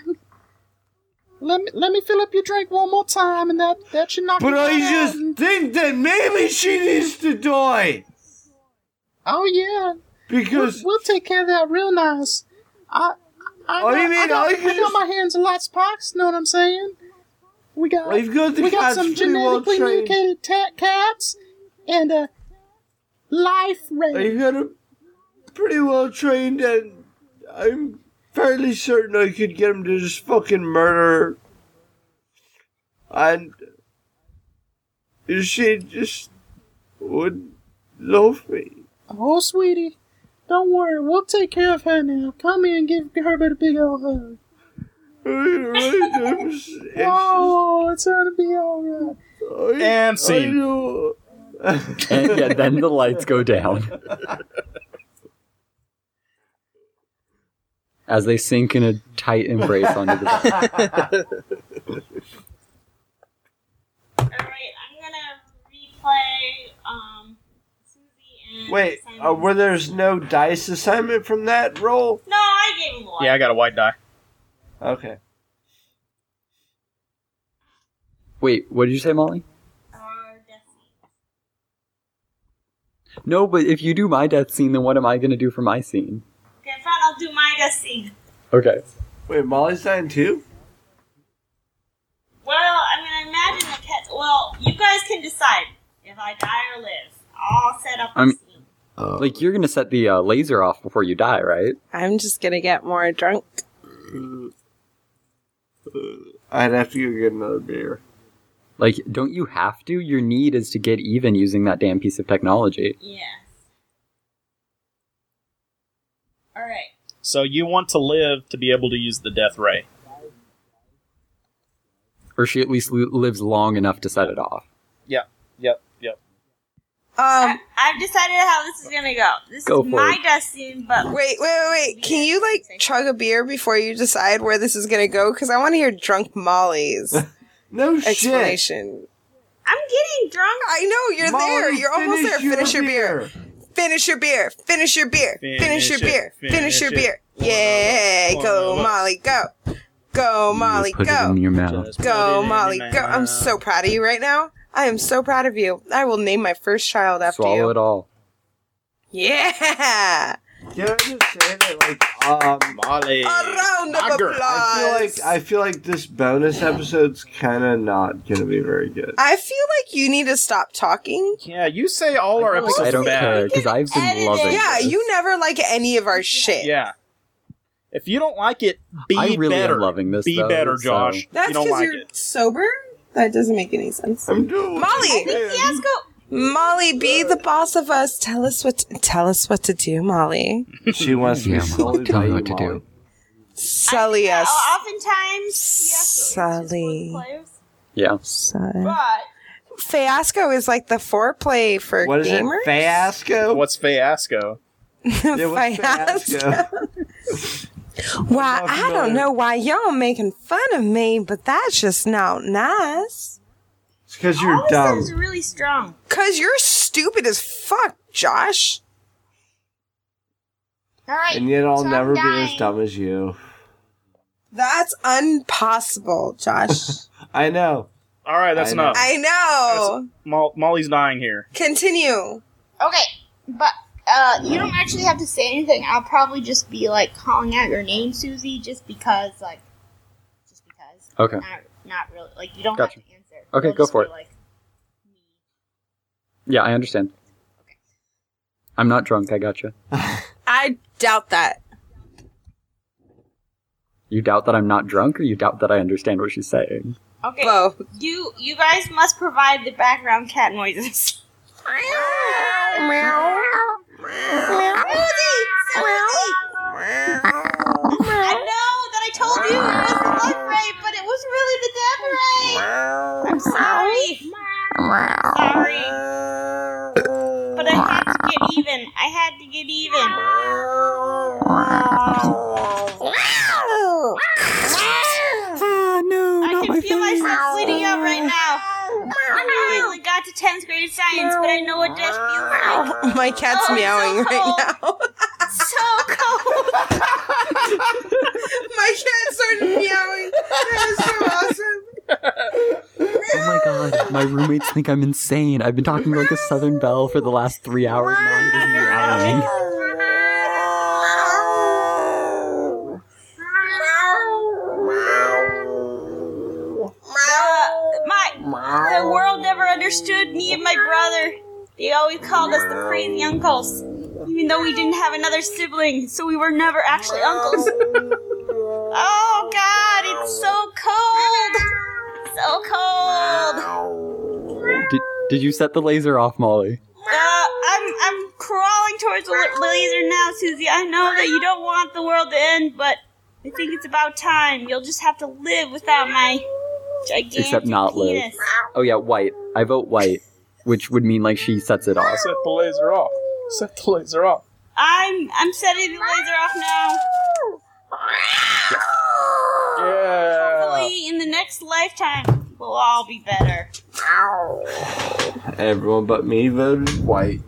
Let me let me fill up your drink one more time, and that that should knock. But you I down. just think that maybe she needs to die. Oh yeah. Because- we'll, we'll take care of that real nice. I. I What do Oh, you got- I mean? I got, I can got just- my hands in lots of pockets. Know what I'm saying? We got We've got the we got cats some pretty well genetically trained. mutated ta- cats and a life I ray. got him pretty well trained, and I'm fairly certain I could get him to just fucking murder. her. And she just would love me. Oh, sweetie, don't worry. We'll take care of her now. Come in and give her a big old hug. oh, it's gonna be all right. And scene. And yeah, then the lights go down. As they sink in a tight embrace onto the bed. I'm gonna replay. Um, Wait, uh, where there's no dice assignment from that roll? no, I gave him one. Yeah, I got a white die. Okay. Wait, what did you say, Molly? Uh, No, but if you do my death scene, then what am I going to do for my scene? Okay, fine. I'll do my death scene. Okay. Wait, Molly's dying too? Well, I mean, I imagine the cat. Well, you guys can decide if I die or live. I'll set up. I'm like you're going to set the uh, laser off before you die, right? I'm just gonna get more drunk. I'd have to go get another beer. Like, don't you have to? Your need is to get even using that damn piece of technology. Yes. All right. So you want to live to be able to use the death ray. Or she at least li- lives long enough to set it off. Yep, yep, yep. Um, I've decided how this is gonna go. This Go is for my it. death scene, but Wait, wait, wait, wait. Can you like chug a beer before you decide where this is gonna go? Because I want to hear drunk Molly's no explanation. I'm getting drunk. I know you're Molly, there. You're almost finish there. Finish your beer. Finish your beer. Finish your beer. Finish, Finish your it. beer. Finish, Finish your it. beer. Yeah, go Molly, go. Go Molly, Put it go. in your mouth. Go Molly, go. I'm so proud of you right now. I am so proud of you. I will name my first child after Swallow you. it all. Yeah. Can I just say that, like, um, Molly, A round of applause. I feel like I feel like this bonus episode's kind of not gonna be very good. I feel like you need to stop talking. Yeah, you say all our episodes I don't bad. care because I've been loving. Yeah, this. you never like any of our shit. Yeah. If you don't like it, be I really better. am loving this. um, be though, better, so- Josh. If That's you because don't like you're it. sober? That doesn't make any sense. Um, Molly! Fiasco. Molly, be the boss of us. Tell us what to, tell us what to do, Molly. She wants to Yeah, be Molly, sullied tell by me you, what to do. Molly. Sully us. Oftentimes, Sully. players, Yeah. but Fiasco is like the foreplay for What is it? gamers. Fiasco? What's fiasco? Yeah, what's Fiasco. fiasco? Why I don't know why y'all making fun of me, but that's just not nice. It's because you're all dumb. sounds really strong. Cause you're stupid as fuck, Josh. All right. And yet I'll so I'm never be as dying. dumb as you. That's impossible, Josh. I know. All right, that's I know. enough. I know. Mo- Molly's dying here. Continue. Okay, but uh, you don't actually have to say anything. I'll probably just be like calling out your name, Susie, just because, like, just because. Okay. Not, not really. Like, you don't Gotcha. have to answer. Okay, It'll go just for be it. Like, Yeah, I understand. I'm not drunk. I gotcha. I doubt that. You doubt that I'm not drunk, or you doubt that I understand what she's saying? okay. Both. You you guys must provide the background cat noises. I know that I told you it was the love ray, but it was really the death ray. I'm sorry. Sorry. But I had to get even. I had to get even. Ah, no, I not can my feel myself face. bleeding out right now. I never really got to 10th grade science, but I know what death feels like. My cat's Oh, it's meowing so right now. cold. So cold. My cat started meowing. That was so god, Oh my roommates think I'm insane. I've been talking like a Southern Belle for the last three hours now. I'm just yelling. The, my, the world never understood me and my brother. They always called us the crazy uncles, even though we didn't have another sibling, so we were never actually uncles. oh God, it's so cold, so cold. Did, did you set the laser off, Molly? Uh, I'm I'm crawling towards the la- laser now, Susie. I know that you don't want the world to end, but I think it's about time. You'll just have to live without my gigantic Except not live. penis. Oh yeah, white. I vote white, which would mean like she sets it off. Set the laser off. Set the laser off. I'm I'm setting the laser off now. Yeah. Uh. Hopefully, in the next lifetime, we'll all be better. Everyone but me voted white.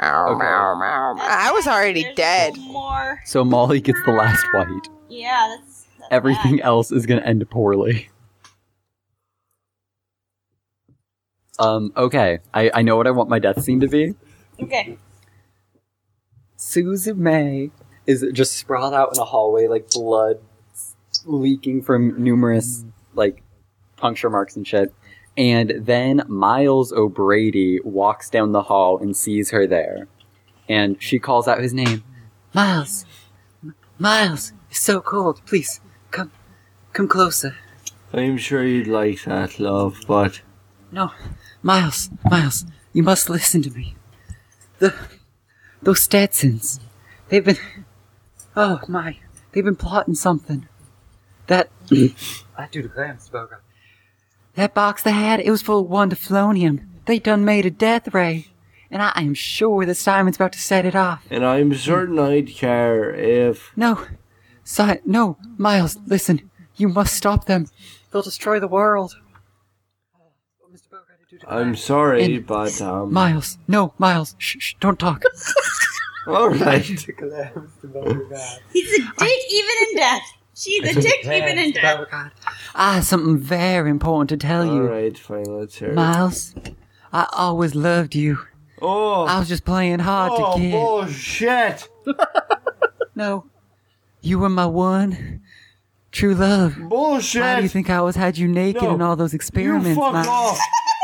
I was already dead. More. So Molly gets the last white. Yeah, that's Everything else is gonna end poorly. Um, okay. I, I know what I want my death scene to be. okay. Susan May is just sprawled out in a hallway, like blood leaking from numerous like puncture marks and shit. And then Miles O'Brady walks down the hall and sees her there, and she calls out his name. Miles, M- Miles, it's so cold. Please come, come closer. I'm sure you'd like that, love, but No, Miles, Miles, you must listen to me. The those Stetsons, they've been oh my, they've been plotting something. That I do declare, Mr. Bogart. That box they had, it was full of wonderflonium. They done made a death ray, and I am sure that Simon's about to set it off. and I'm certain I'd care if No, Si- no, Miles, listen, you must stop them. They'll destroy the world. I'm sorry, And- but um. Miles, no, Oh, Miles, shh, shh don't talk. All right. He's a dick even in death. She's a dick even in death. I have something very important to tell All you. right, fine. Let's hear it. Miles, I always loved you. Oh. I was just playing hard oh to get. bullshit! No, you were my one true love. Bullshit! Why do you think I always had you naked No. in all those You experiments? fuck Miles? off!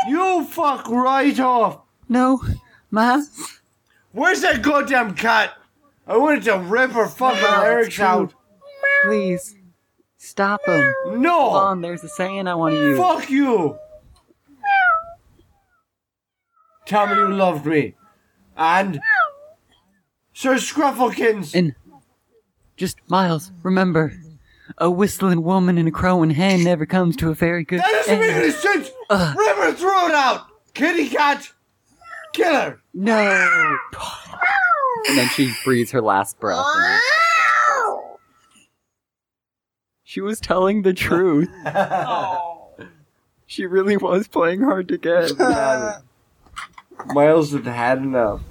You fuck right off! No, Miles. Where's that goddamn cat? I wanted to rip her fucking No, it's lyrics true. out. Please, stop him. Hold No! on, there's a saying I want to use. Fuck you! Tell me you loved me. And. Sir Scrufflekins! And just Miles, remember, a whistling woman and a crowing hen never comes to a very good That doesn't end. make any sense! uh, Ugh. Rip her throat out! Kitty cat! Kill her! No. and then she breathes her last breath. She was telling the truth. Oh. she really was playing hard to get. Miles had had enough.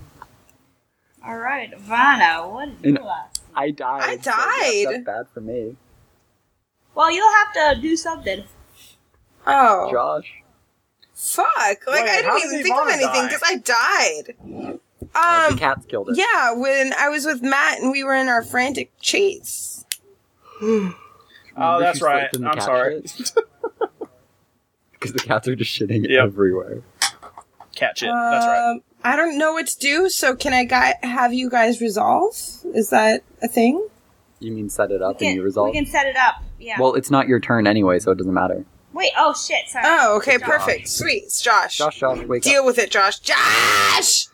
All right, Vanna, what did you And- like? I died. I so that- died. that's bad for me. Well, you'll have to do something. Oh, Josh. fuck. Like, Wait, I how didn't even did think of Ivana anything die? because I died. Uh, The Um, cats killed her. yeah, when I was with Matt and we were in our frantic chase. Oh, Remember that's she slept right. in the I'm cat sorry. shit? Because the cats are just shitting Yep. everywhere. Catch it. That's right. Um, I don't know what to do, so can I gui- have you guys resolve? Is that a thing? You mean set it up We and you can, resolve? we can set it up. Yeah. Well, it's not your turn anyway, so it doesn't matter. Wait. Oh shit. Sorry. Oh, okay, perfect. Sweet. It's Josh. Josh, Josh, wake Deal up. with it, Josh. Josh!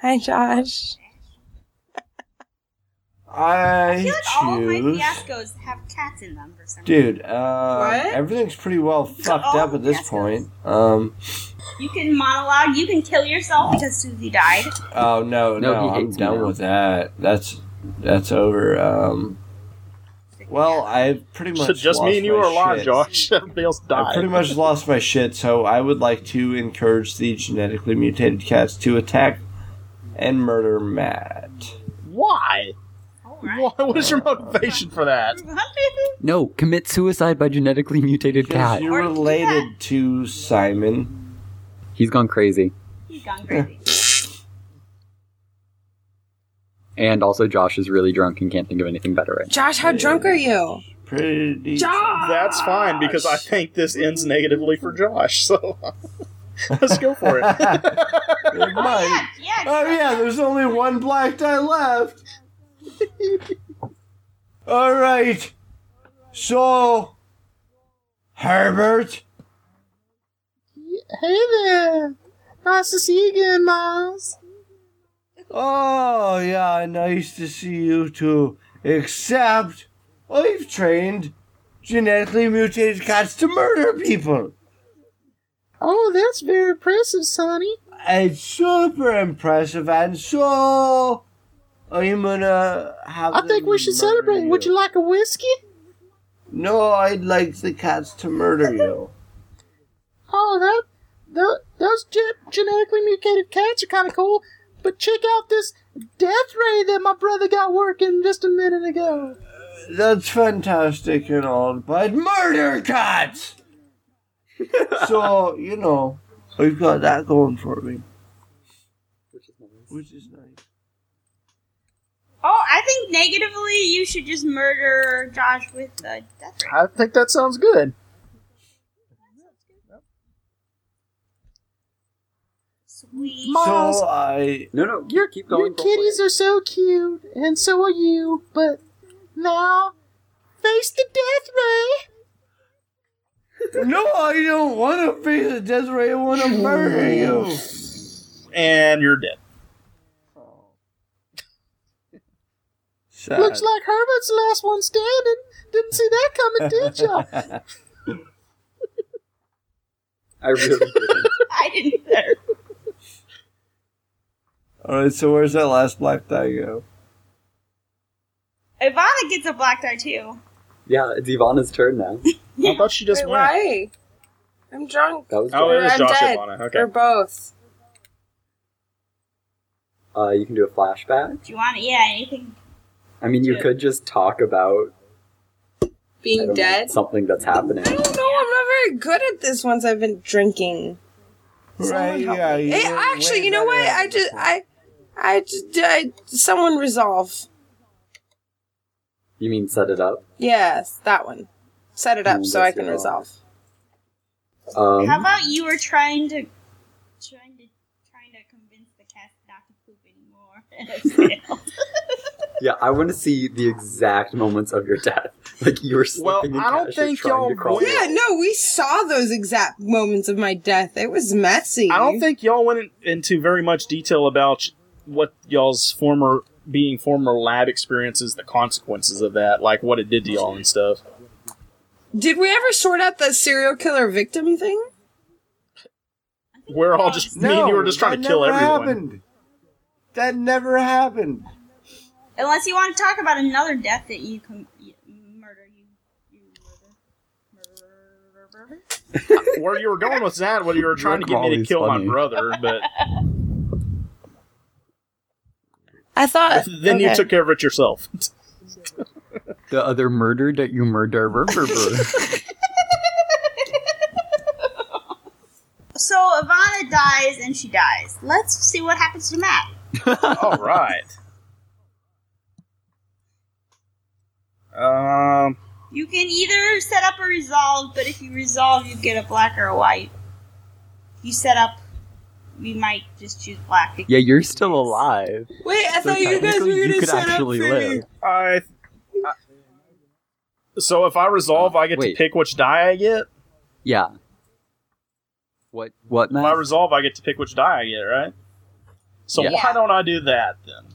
Hi, Josh. I I feel like all of oh my choose. fiascos have cats in them for some reason. Dude, uh, What? everything's pretty well fucked all up at this fiascos. point. Um, You can monologue. You can kill yourself because Susie died. oh no, No, no, he I'm hates me done now. with that. That's that's over. Um, well, I've pretty much So just lost me and you my are alive, shit. Josh. Everybody else I died. pretty much lost my shit, so I would like to encourage the genetically mutated cats to attack and murder Matt. Why? Why? What is your motivation for that? No, commit suicide by genetically mutated cat. You're related to Simon. He's gone crazy. He's gone crazy. And also, Josh is really drunk and can't think of anything better right now. Josh, how drunk are you? Pretty. Josh! That's fine because I think this ends negatively for Josh. So let's go for it. Mine. Oh yeah, there's only one black die left. All right. So, Herbert, Hey there. Nice to see you again, Miles. Oh, yeah, nice to see you too. Except, I've trained genetically mutated cats to murder people. Oh, that's very impressive, Sonny. It's super impressive, and so I'm gonna have. I think them we should murder celebrate. you. Would you like a whiskey? No, I'd like the cats to murder you. Oh, that, tho- those ge- genetically mutated cats are kind of cool. But check out this death ray that my brother got working just a minute ago. That's fantastic and all, but murder cats! so, you know, I've got that going for me. Which is nice. Oh, I think negatively you should just murder Josh with the death ray. I think that sounds good. Sweet. Miles, So I. No, no, you keep your kitties are so cute, and so are you. But now, face the death ray. No, I don't want to face the Desiree. I want to murder you. And you're dead. Sad. Uh, Looks like Herbert's the last one standing. Didn't see that coming, did ya? I really didn't. I didn't either. Alright, so where's that last black die go? Ivana gets a black die too. Yeah, it's Ivana's turn now. I thought she just Wait, went. why? I'm drunk. That was Oh, Or it is I'm Josh dead. Ivana. Or Okay. both. Uh, you can do a flashback. Do you want it? Yeah, anything. I mean, you could just talk about I Being don't know, dead. something that's happening. I don't know. I'm not very good at this once I've been drinking. Right, yeah. you It, were actually, way you know what? better at I this just, one. I, I just, I, someone resolve. You mean set it up? Yes, that one. Set it up Mm, so I that's can your- resolve. Um, Mm-hmm. How about you were trying to, trying to, trying to convince the cat not to poop anymore? And I failed. yeah, I want to see the exact moments of your death. Like you were sleeping Well, in I don't Kasha think trying to y'all crawl will. out. Yeah, no, we saw those exact moments of my death. It was messy. I don't think y'all went in- into very much detail about what y'all's former being former lab experiences, the consequences of that, like what it did to y'all and stuff. Did we ever sort out the serial killer victim thing? We're all just me No, and you were just trying that to kill never everyone. Happened. That never happened. Unless you want to talk about another death that you can you, murder you, you murder, murder. Where you were going with that, whether you were trying to get me to Macaulay's kill funny. my brother, but I thought. then you okay. took care of it yourself. The other murder that you murder. brr, brr, brr. So Ivana dies and she dies. Let's see what happens to Matt. all right. Um. You can either set up or resolve, but if you resolve, you get a black or a white. You set up, we might just choose black. yeah, you're still alive. Wait, I So thought you guys were technically, going you to could set up for actually me. live. I, I- So if I resolve, I get Wait. to pick which die I get. Yeah. What? What? If I Matt? resolve, I get to pick which die I get, right? So Yeah. why don't I do that then?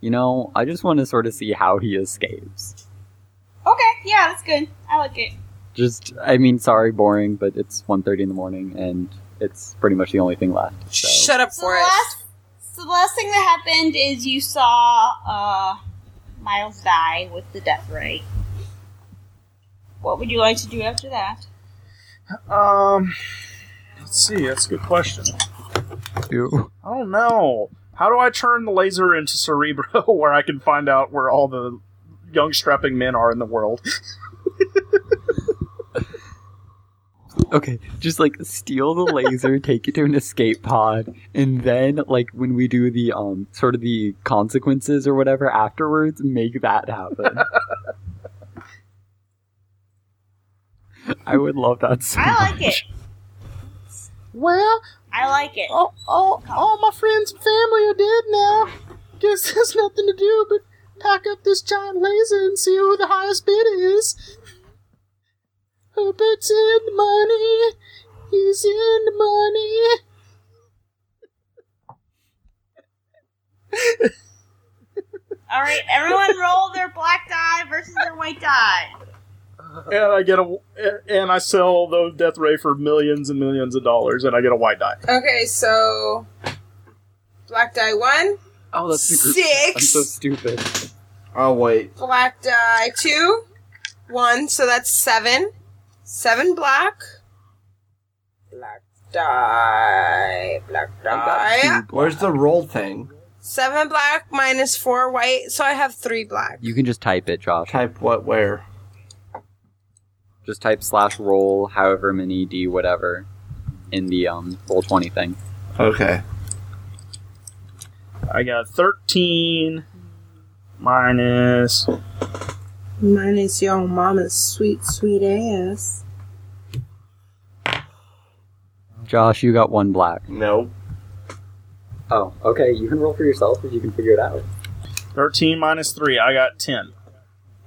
You know, I just want to sort of see how he escapes. Okay, yeah, that's good. I like it. Just, I mean, sorry, boring, but it's 1.30 in the morning, and it's pretty much the only thing left. So. Shut up, So the, Forrest. last, so the last thing that happened is you saw uh, Miles die with the death ray. What would you like to do after that? Um, let's see. That's a good question. Ew. I don't know. How do I turn the laser into Cerebro where I can find out where all the young strapping men are in the world? Okay, just like steal the laser, take it to an escape pod, and then like when we do the um sort of the consequences or whatever afterwards, make that happen. I would love that so I like it. Well, I like it. all, all, all my friends and family are dead now. Guess there's nothing to do but pack up this giant laser and see who the highest bid is. Herbert's in the money. He's in the money. All right, everyone, roll their black die versus their white die. and I get a and I sell those death ray for millions and millions of dollars, and I get a white die. Okay, so black die one, Oh, that's the group. I'm Six. so stupid. Oh wait. black die two, one. So that's seven. Seven black. Black die. Black die. Where's the roll thing? Seven black minus four white. So I have three black. You can just type it, Josh. Type what where? Just type slash roll however many d whatever in the um roll twenty thing. Okay. I got thirteen minus. Minus your mama's sweet, sweet ass. Josh, you got one black. No. Oh, okay. You can roll for yourself if you can figure it out. Thirteen minus three. I got ten.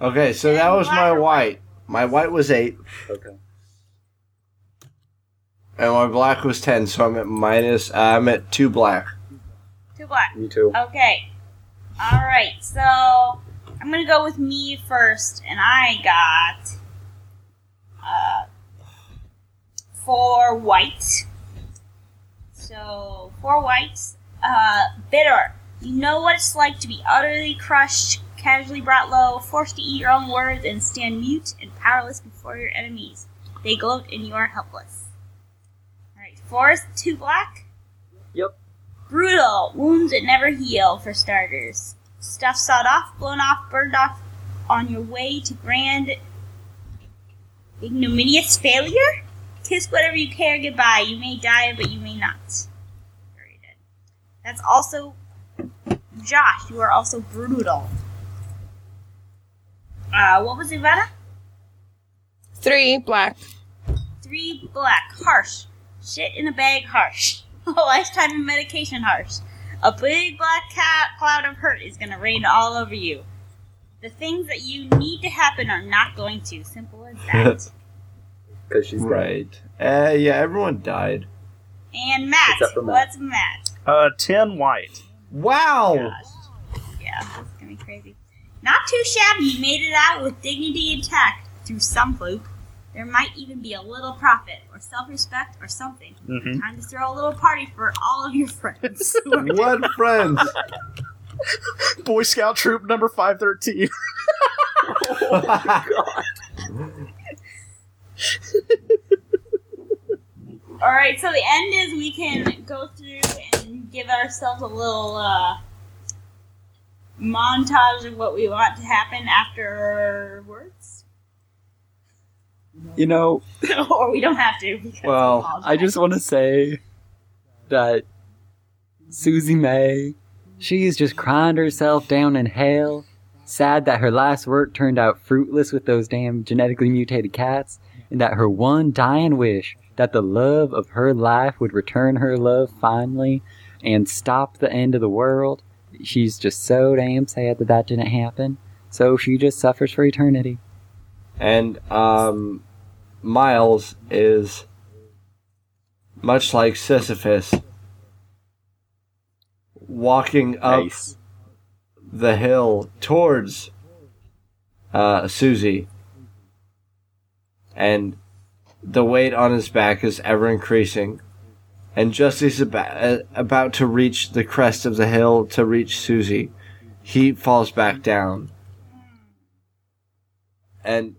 Okay, so that was my white. My white was eight, Okay. and my black was ten. So I'm at minus. I'm at two black. Two black. Me too. Okay. All right. So I'm gonna go with me first, and I got uh, four white. So four whites. Uh, bitter. You know what it's like to be utterly crushed, casually brought low, forced to eat your own words, and stand mute and powerless before your enemies. They gloat, and you are helpless. All right. Four is two black. Brutal. Wounds that never heal, for starters. Stuff sawed off, blown off, burned off on your way to grand ignominious failure? Kiss whatever you care goodbye. You may die, but you may not. Very good. That's also. Josh, you are also brutal. Uh, what was Ivana? Three black. Three black, harsh. Shit in a bag, harsh. A lifetime of medication, harsh. A big black cat cloud of hurt is going to rain all over you. The things that you need to happen are not going to. Simple as that. Because she's dead. right. Uh, yeah, everyone died. and Matt, Except for Matt. what's Matt? Uh, ten white. Wow. Yeah, that's going to be crazy. Not too shabby, you made it out with dignity intact through some fluke. There might even be a little profit, or self respect, or something. Mhm. Time to throw a little party for all of your friends. What friends? Boy Scout troop number five thirteen. All right, so the end is we can go through and give ourselves a little uh, montage of what we want to happen afterwards, You know, or we don't have to. because Well, Paul's I just want to say that Susie May, she's just crying herself down in hell, sad that her last work turned out fruitless with those damn genetically mutated cats, and that her one dying wish that the love of her life would return her love finally and stop the end of the world. She's just so damn sad that that didn't happen. So she just suffers for eternity. and um, Miles is much like Sisyphus, walking up the hill towards uh, Susie, and the weight on his back is ever increasing. And just as he's about, uh, about to reach the crest of the hill to reach Susie, he falls back down. And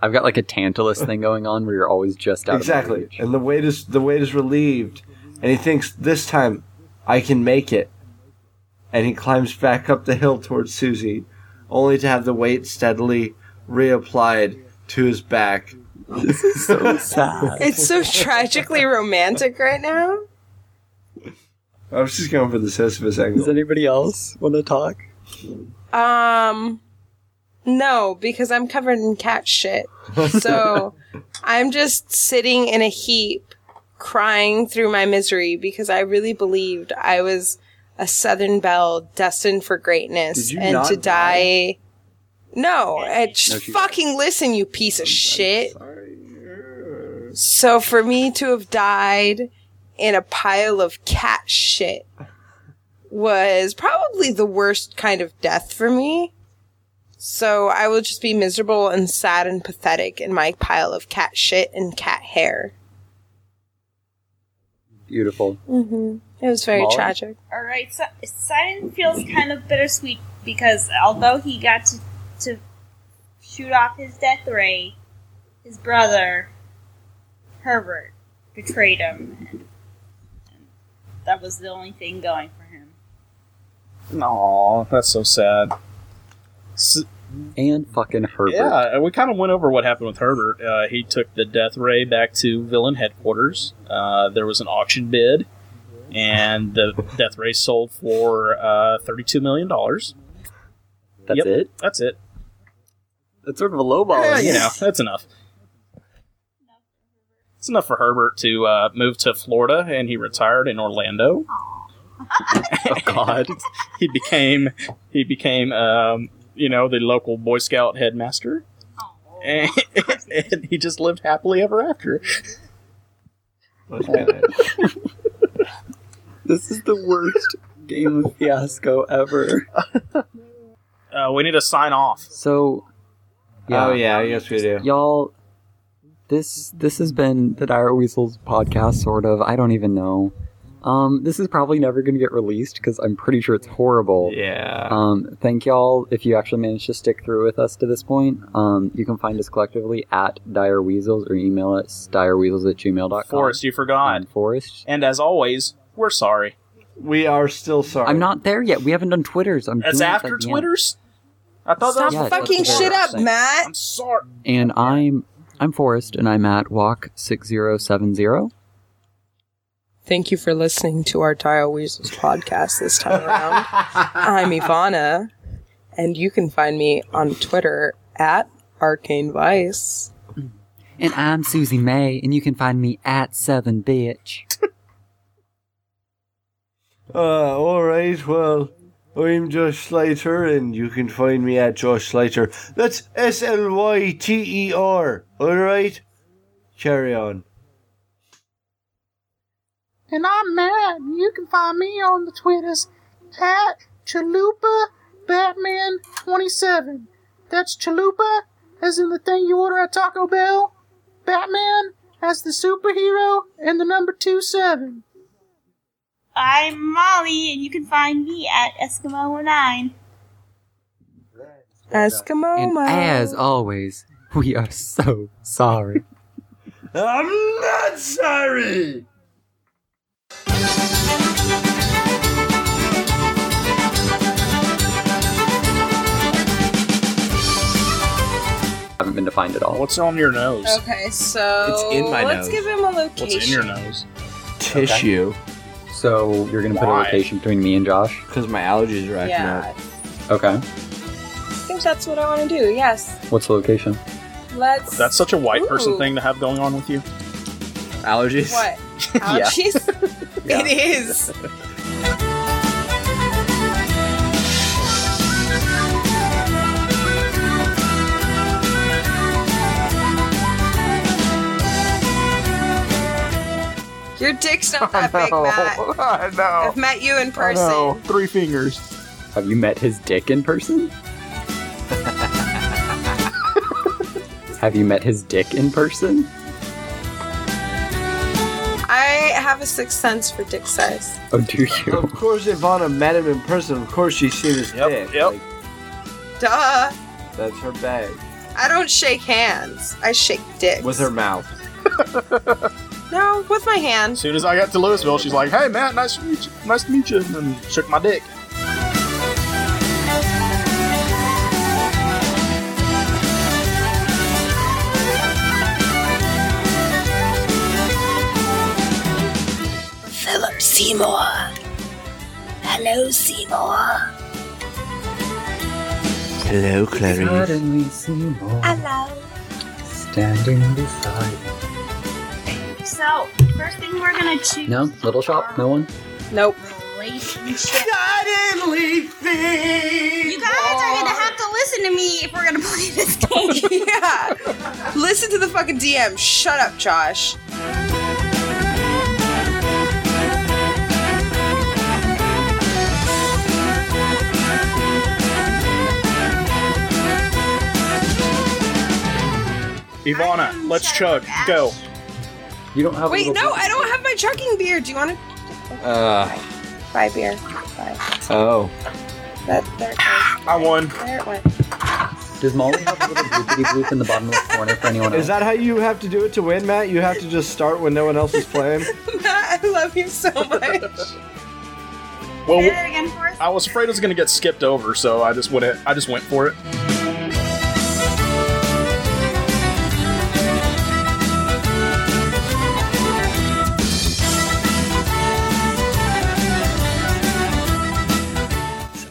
I've got like a Tantalus thing going on where you're always just out of my exactly reach. and the weight is the weight is relieved and he thinks this time i can make it and he climbs back up the hill towards Susie, only to have the weight steadily reapplied to his back. This is so sad. It's so tragically romantic right now. I was just Oh, going for the Sisyphus angle. Does anybody else want to talk? Um, no, because I'm covered in cat shit. So I'm just sitting in a heap, crying through my misery because I really believed I was a Southern Belle destined for greatness Did you and not to die. No, I just she- fucking listen, you piece of shit. So for me to have died in a pile of cat shit was probably the worst kind of death for me. So I will just be miserable and sad and pathetic in my pile of cat shit and cat hair. Beautiful. Mm-hmm. It was very Molly? tragic. All right, so Simon feels kind of bittersweet because although he got to, to shoot off his death ray, his brother Herbert betrayed him, and, and that was the only thing going for him. Aw, that's so sad. S- and fucking Herbert. Yeah, we kind of went over what happened with Herbert. Uh, he took the death ray back to villain headquarters. Uh, there was an auction bid, and the death ray sold for uh, $32 million. That's it? That's it. That's sort of a lowball. Yeah, you know, that's enough. It's enough for Herbert to uh, move to Florida, and he retired in Orlando. oh God! he became he became um, you know the local Boy Scout headmaster, and, and he just lived happily ever after. This is the worst game of fiasco ever. Uh, we need to sign off. So, Oh, yeah, yes, we do. Y'all, this this has been the Dire Weasels podcast, sort of. I don't even know. Um, this is probably never going to get released because I'm pretty sure it's horrible. Yeah. Um, thank y'all if you actually managed to stick through with us to this point. Um, you can find us collectively at Dire Weasels or email us direweasels at gmail.com. Forrest, you forgot. Forrest. And as always, we're sorry. We are still sorry. I'm not there yet. We haven't done Twitters. I'm That's doing it after at the end. Twitters. I thought Stop that was fucking before. shit up, Matt. I'm sorry. And I'm I'm Forrest, and I'm at walk six zero seven zero. Thank you for listening to our Dial Weasels podcast this time around. I'm Ivana, and you can find me on Twitter at Arcane Vice. And I'm Susie May, and you can find me at seven bitch. Uh, all right. Well, I'm Josh Slater, and you can find me at Josh Slater. That's S L Y T E R. All right. Carry on. And I'm Matt, and you can find me on the Twitters at Chalupa Batman 27. That's Chalupa as in the thing you order at Taco Bell, Batman as the superhero, and the number two seven. I'm Molly, and you can find me at Eskimo09. Eskimo Oh and as always, we are so sorry. I'm not sorry. haven't been defined at all. What's on your nose? Okay, so It's in my let's nose. give him a location. What's in your nose? Tissue. So you're gonna put a Why? location between me and Josh? Because my allergies are acting Yeah. Okay. I think that's what I want to do. Yes, What's the location? let's. That's such a white person Ooh. thing to have going on with you. Allergies. What? Yeah. Allergies? Yeah. It is. Your dick's not that big, Matt. I know. I've met you in person. Three fingers. Have you met his dick in person? Have you met his dick in person? I have a sixth sense for dick size. Oh, do you? Of course, Ivana met him in person. Of course, she's seen his dick. Yep. Duh. that's her bag. I don't shake hands. I shake dicks. With her mouth. No, with my hand. As soon as I got to Louisville, she's like, "Hey, Matt, nice to meet you. Nice to meet you," and then shook my dick. Seymour. Hello, Seymour. Hello, Clarice. Suddenly Seymour Hello. standing beside. So, first thing we're gonna choose. No, little shop, no one. Nope. Relationship. Suddenly You guys are gonna have to listen to me if we're gonna play this game. yeah. Listen to the fucking DM. Shut up, Josh. Ivana, let's chug. Go. You don't have Wait, no, I don't have my chugging beer. Do you want to Uh, buy beer? Bye. oh. That, there, it goes. I won. there it went. Does Molly have a little bloopity bloop in the bottom left corner for anyone else? Is that how you have to do it to win, Matt? You have to just start when no one else is playing? Matt, I love you so much. Well, Say it again for us. I was afraid it was going to get skipped over, so I just went. I just went for it.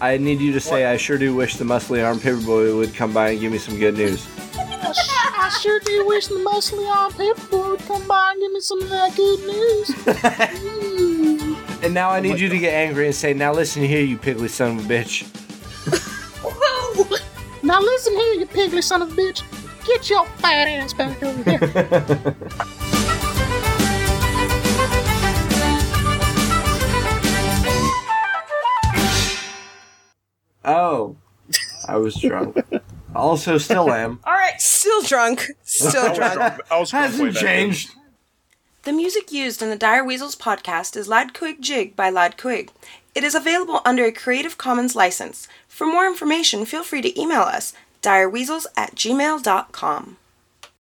I need you to say, I sure do wish the muscly arm paperboy would come by and give me some good news. I, sh- I sure do wish the mostly on paperboy would come by and give me some of that good news. Mm. And now I need you to get angry and say, Now listen here, you piggly son of a bitch. now listen here, you pigly son of a bitch. Get your fat ass back over here. Oh, I was drunk. also, still am. All right, still drunk. Still drunk. Hasn't changed. The music used in the Dire Weasels podcast is Lad Quig Jig by Lad Quig. It is available under a Creative Commons license. For more information, feel free to email us direweasels at gmail.com.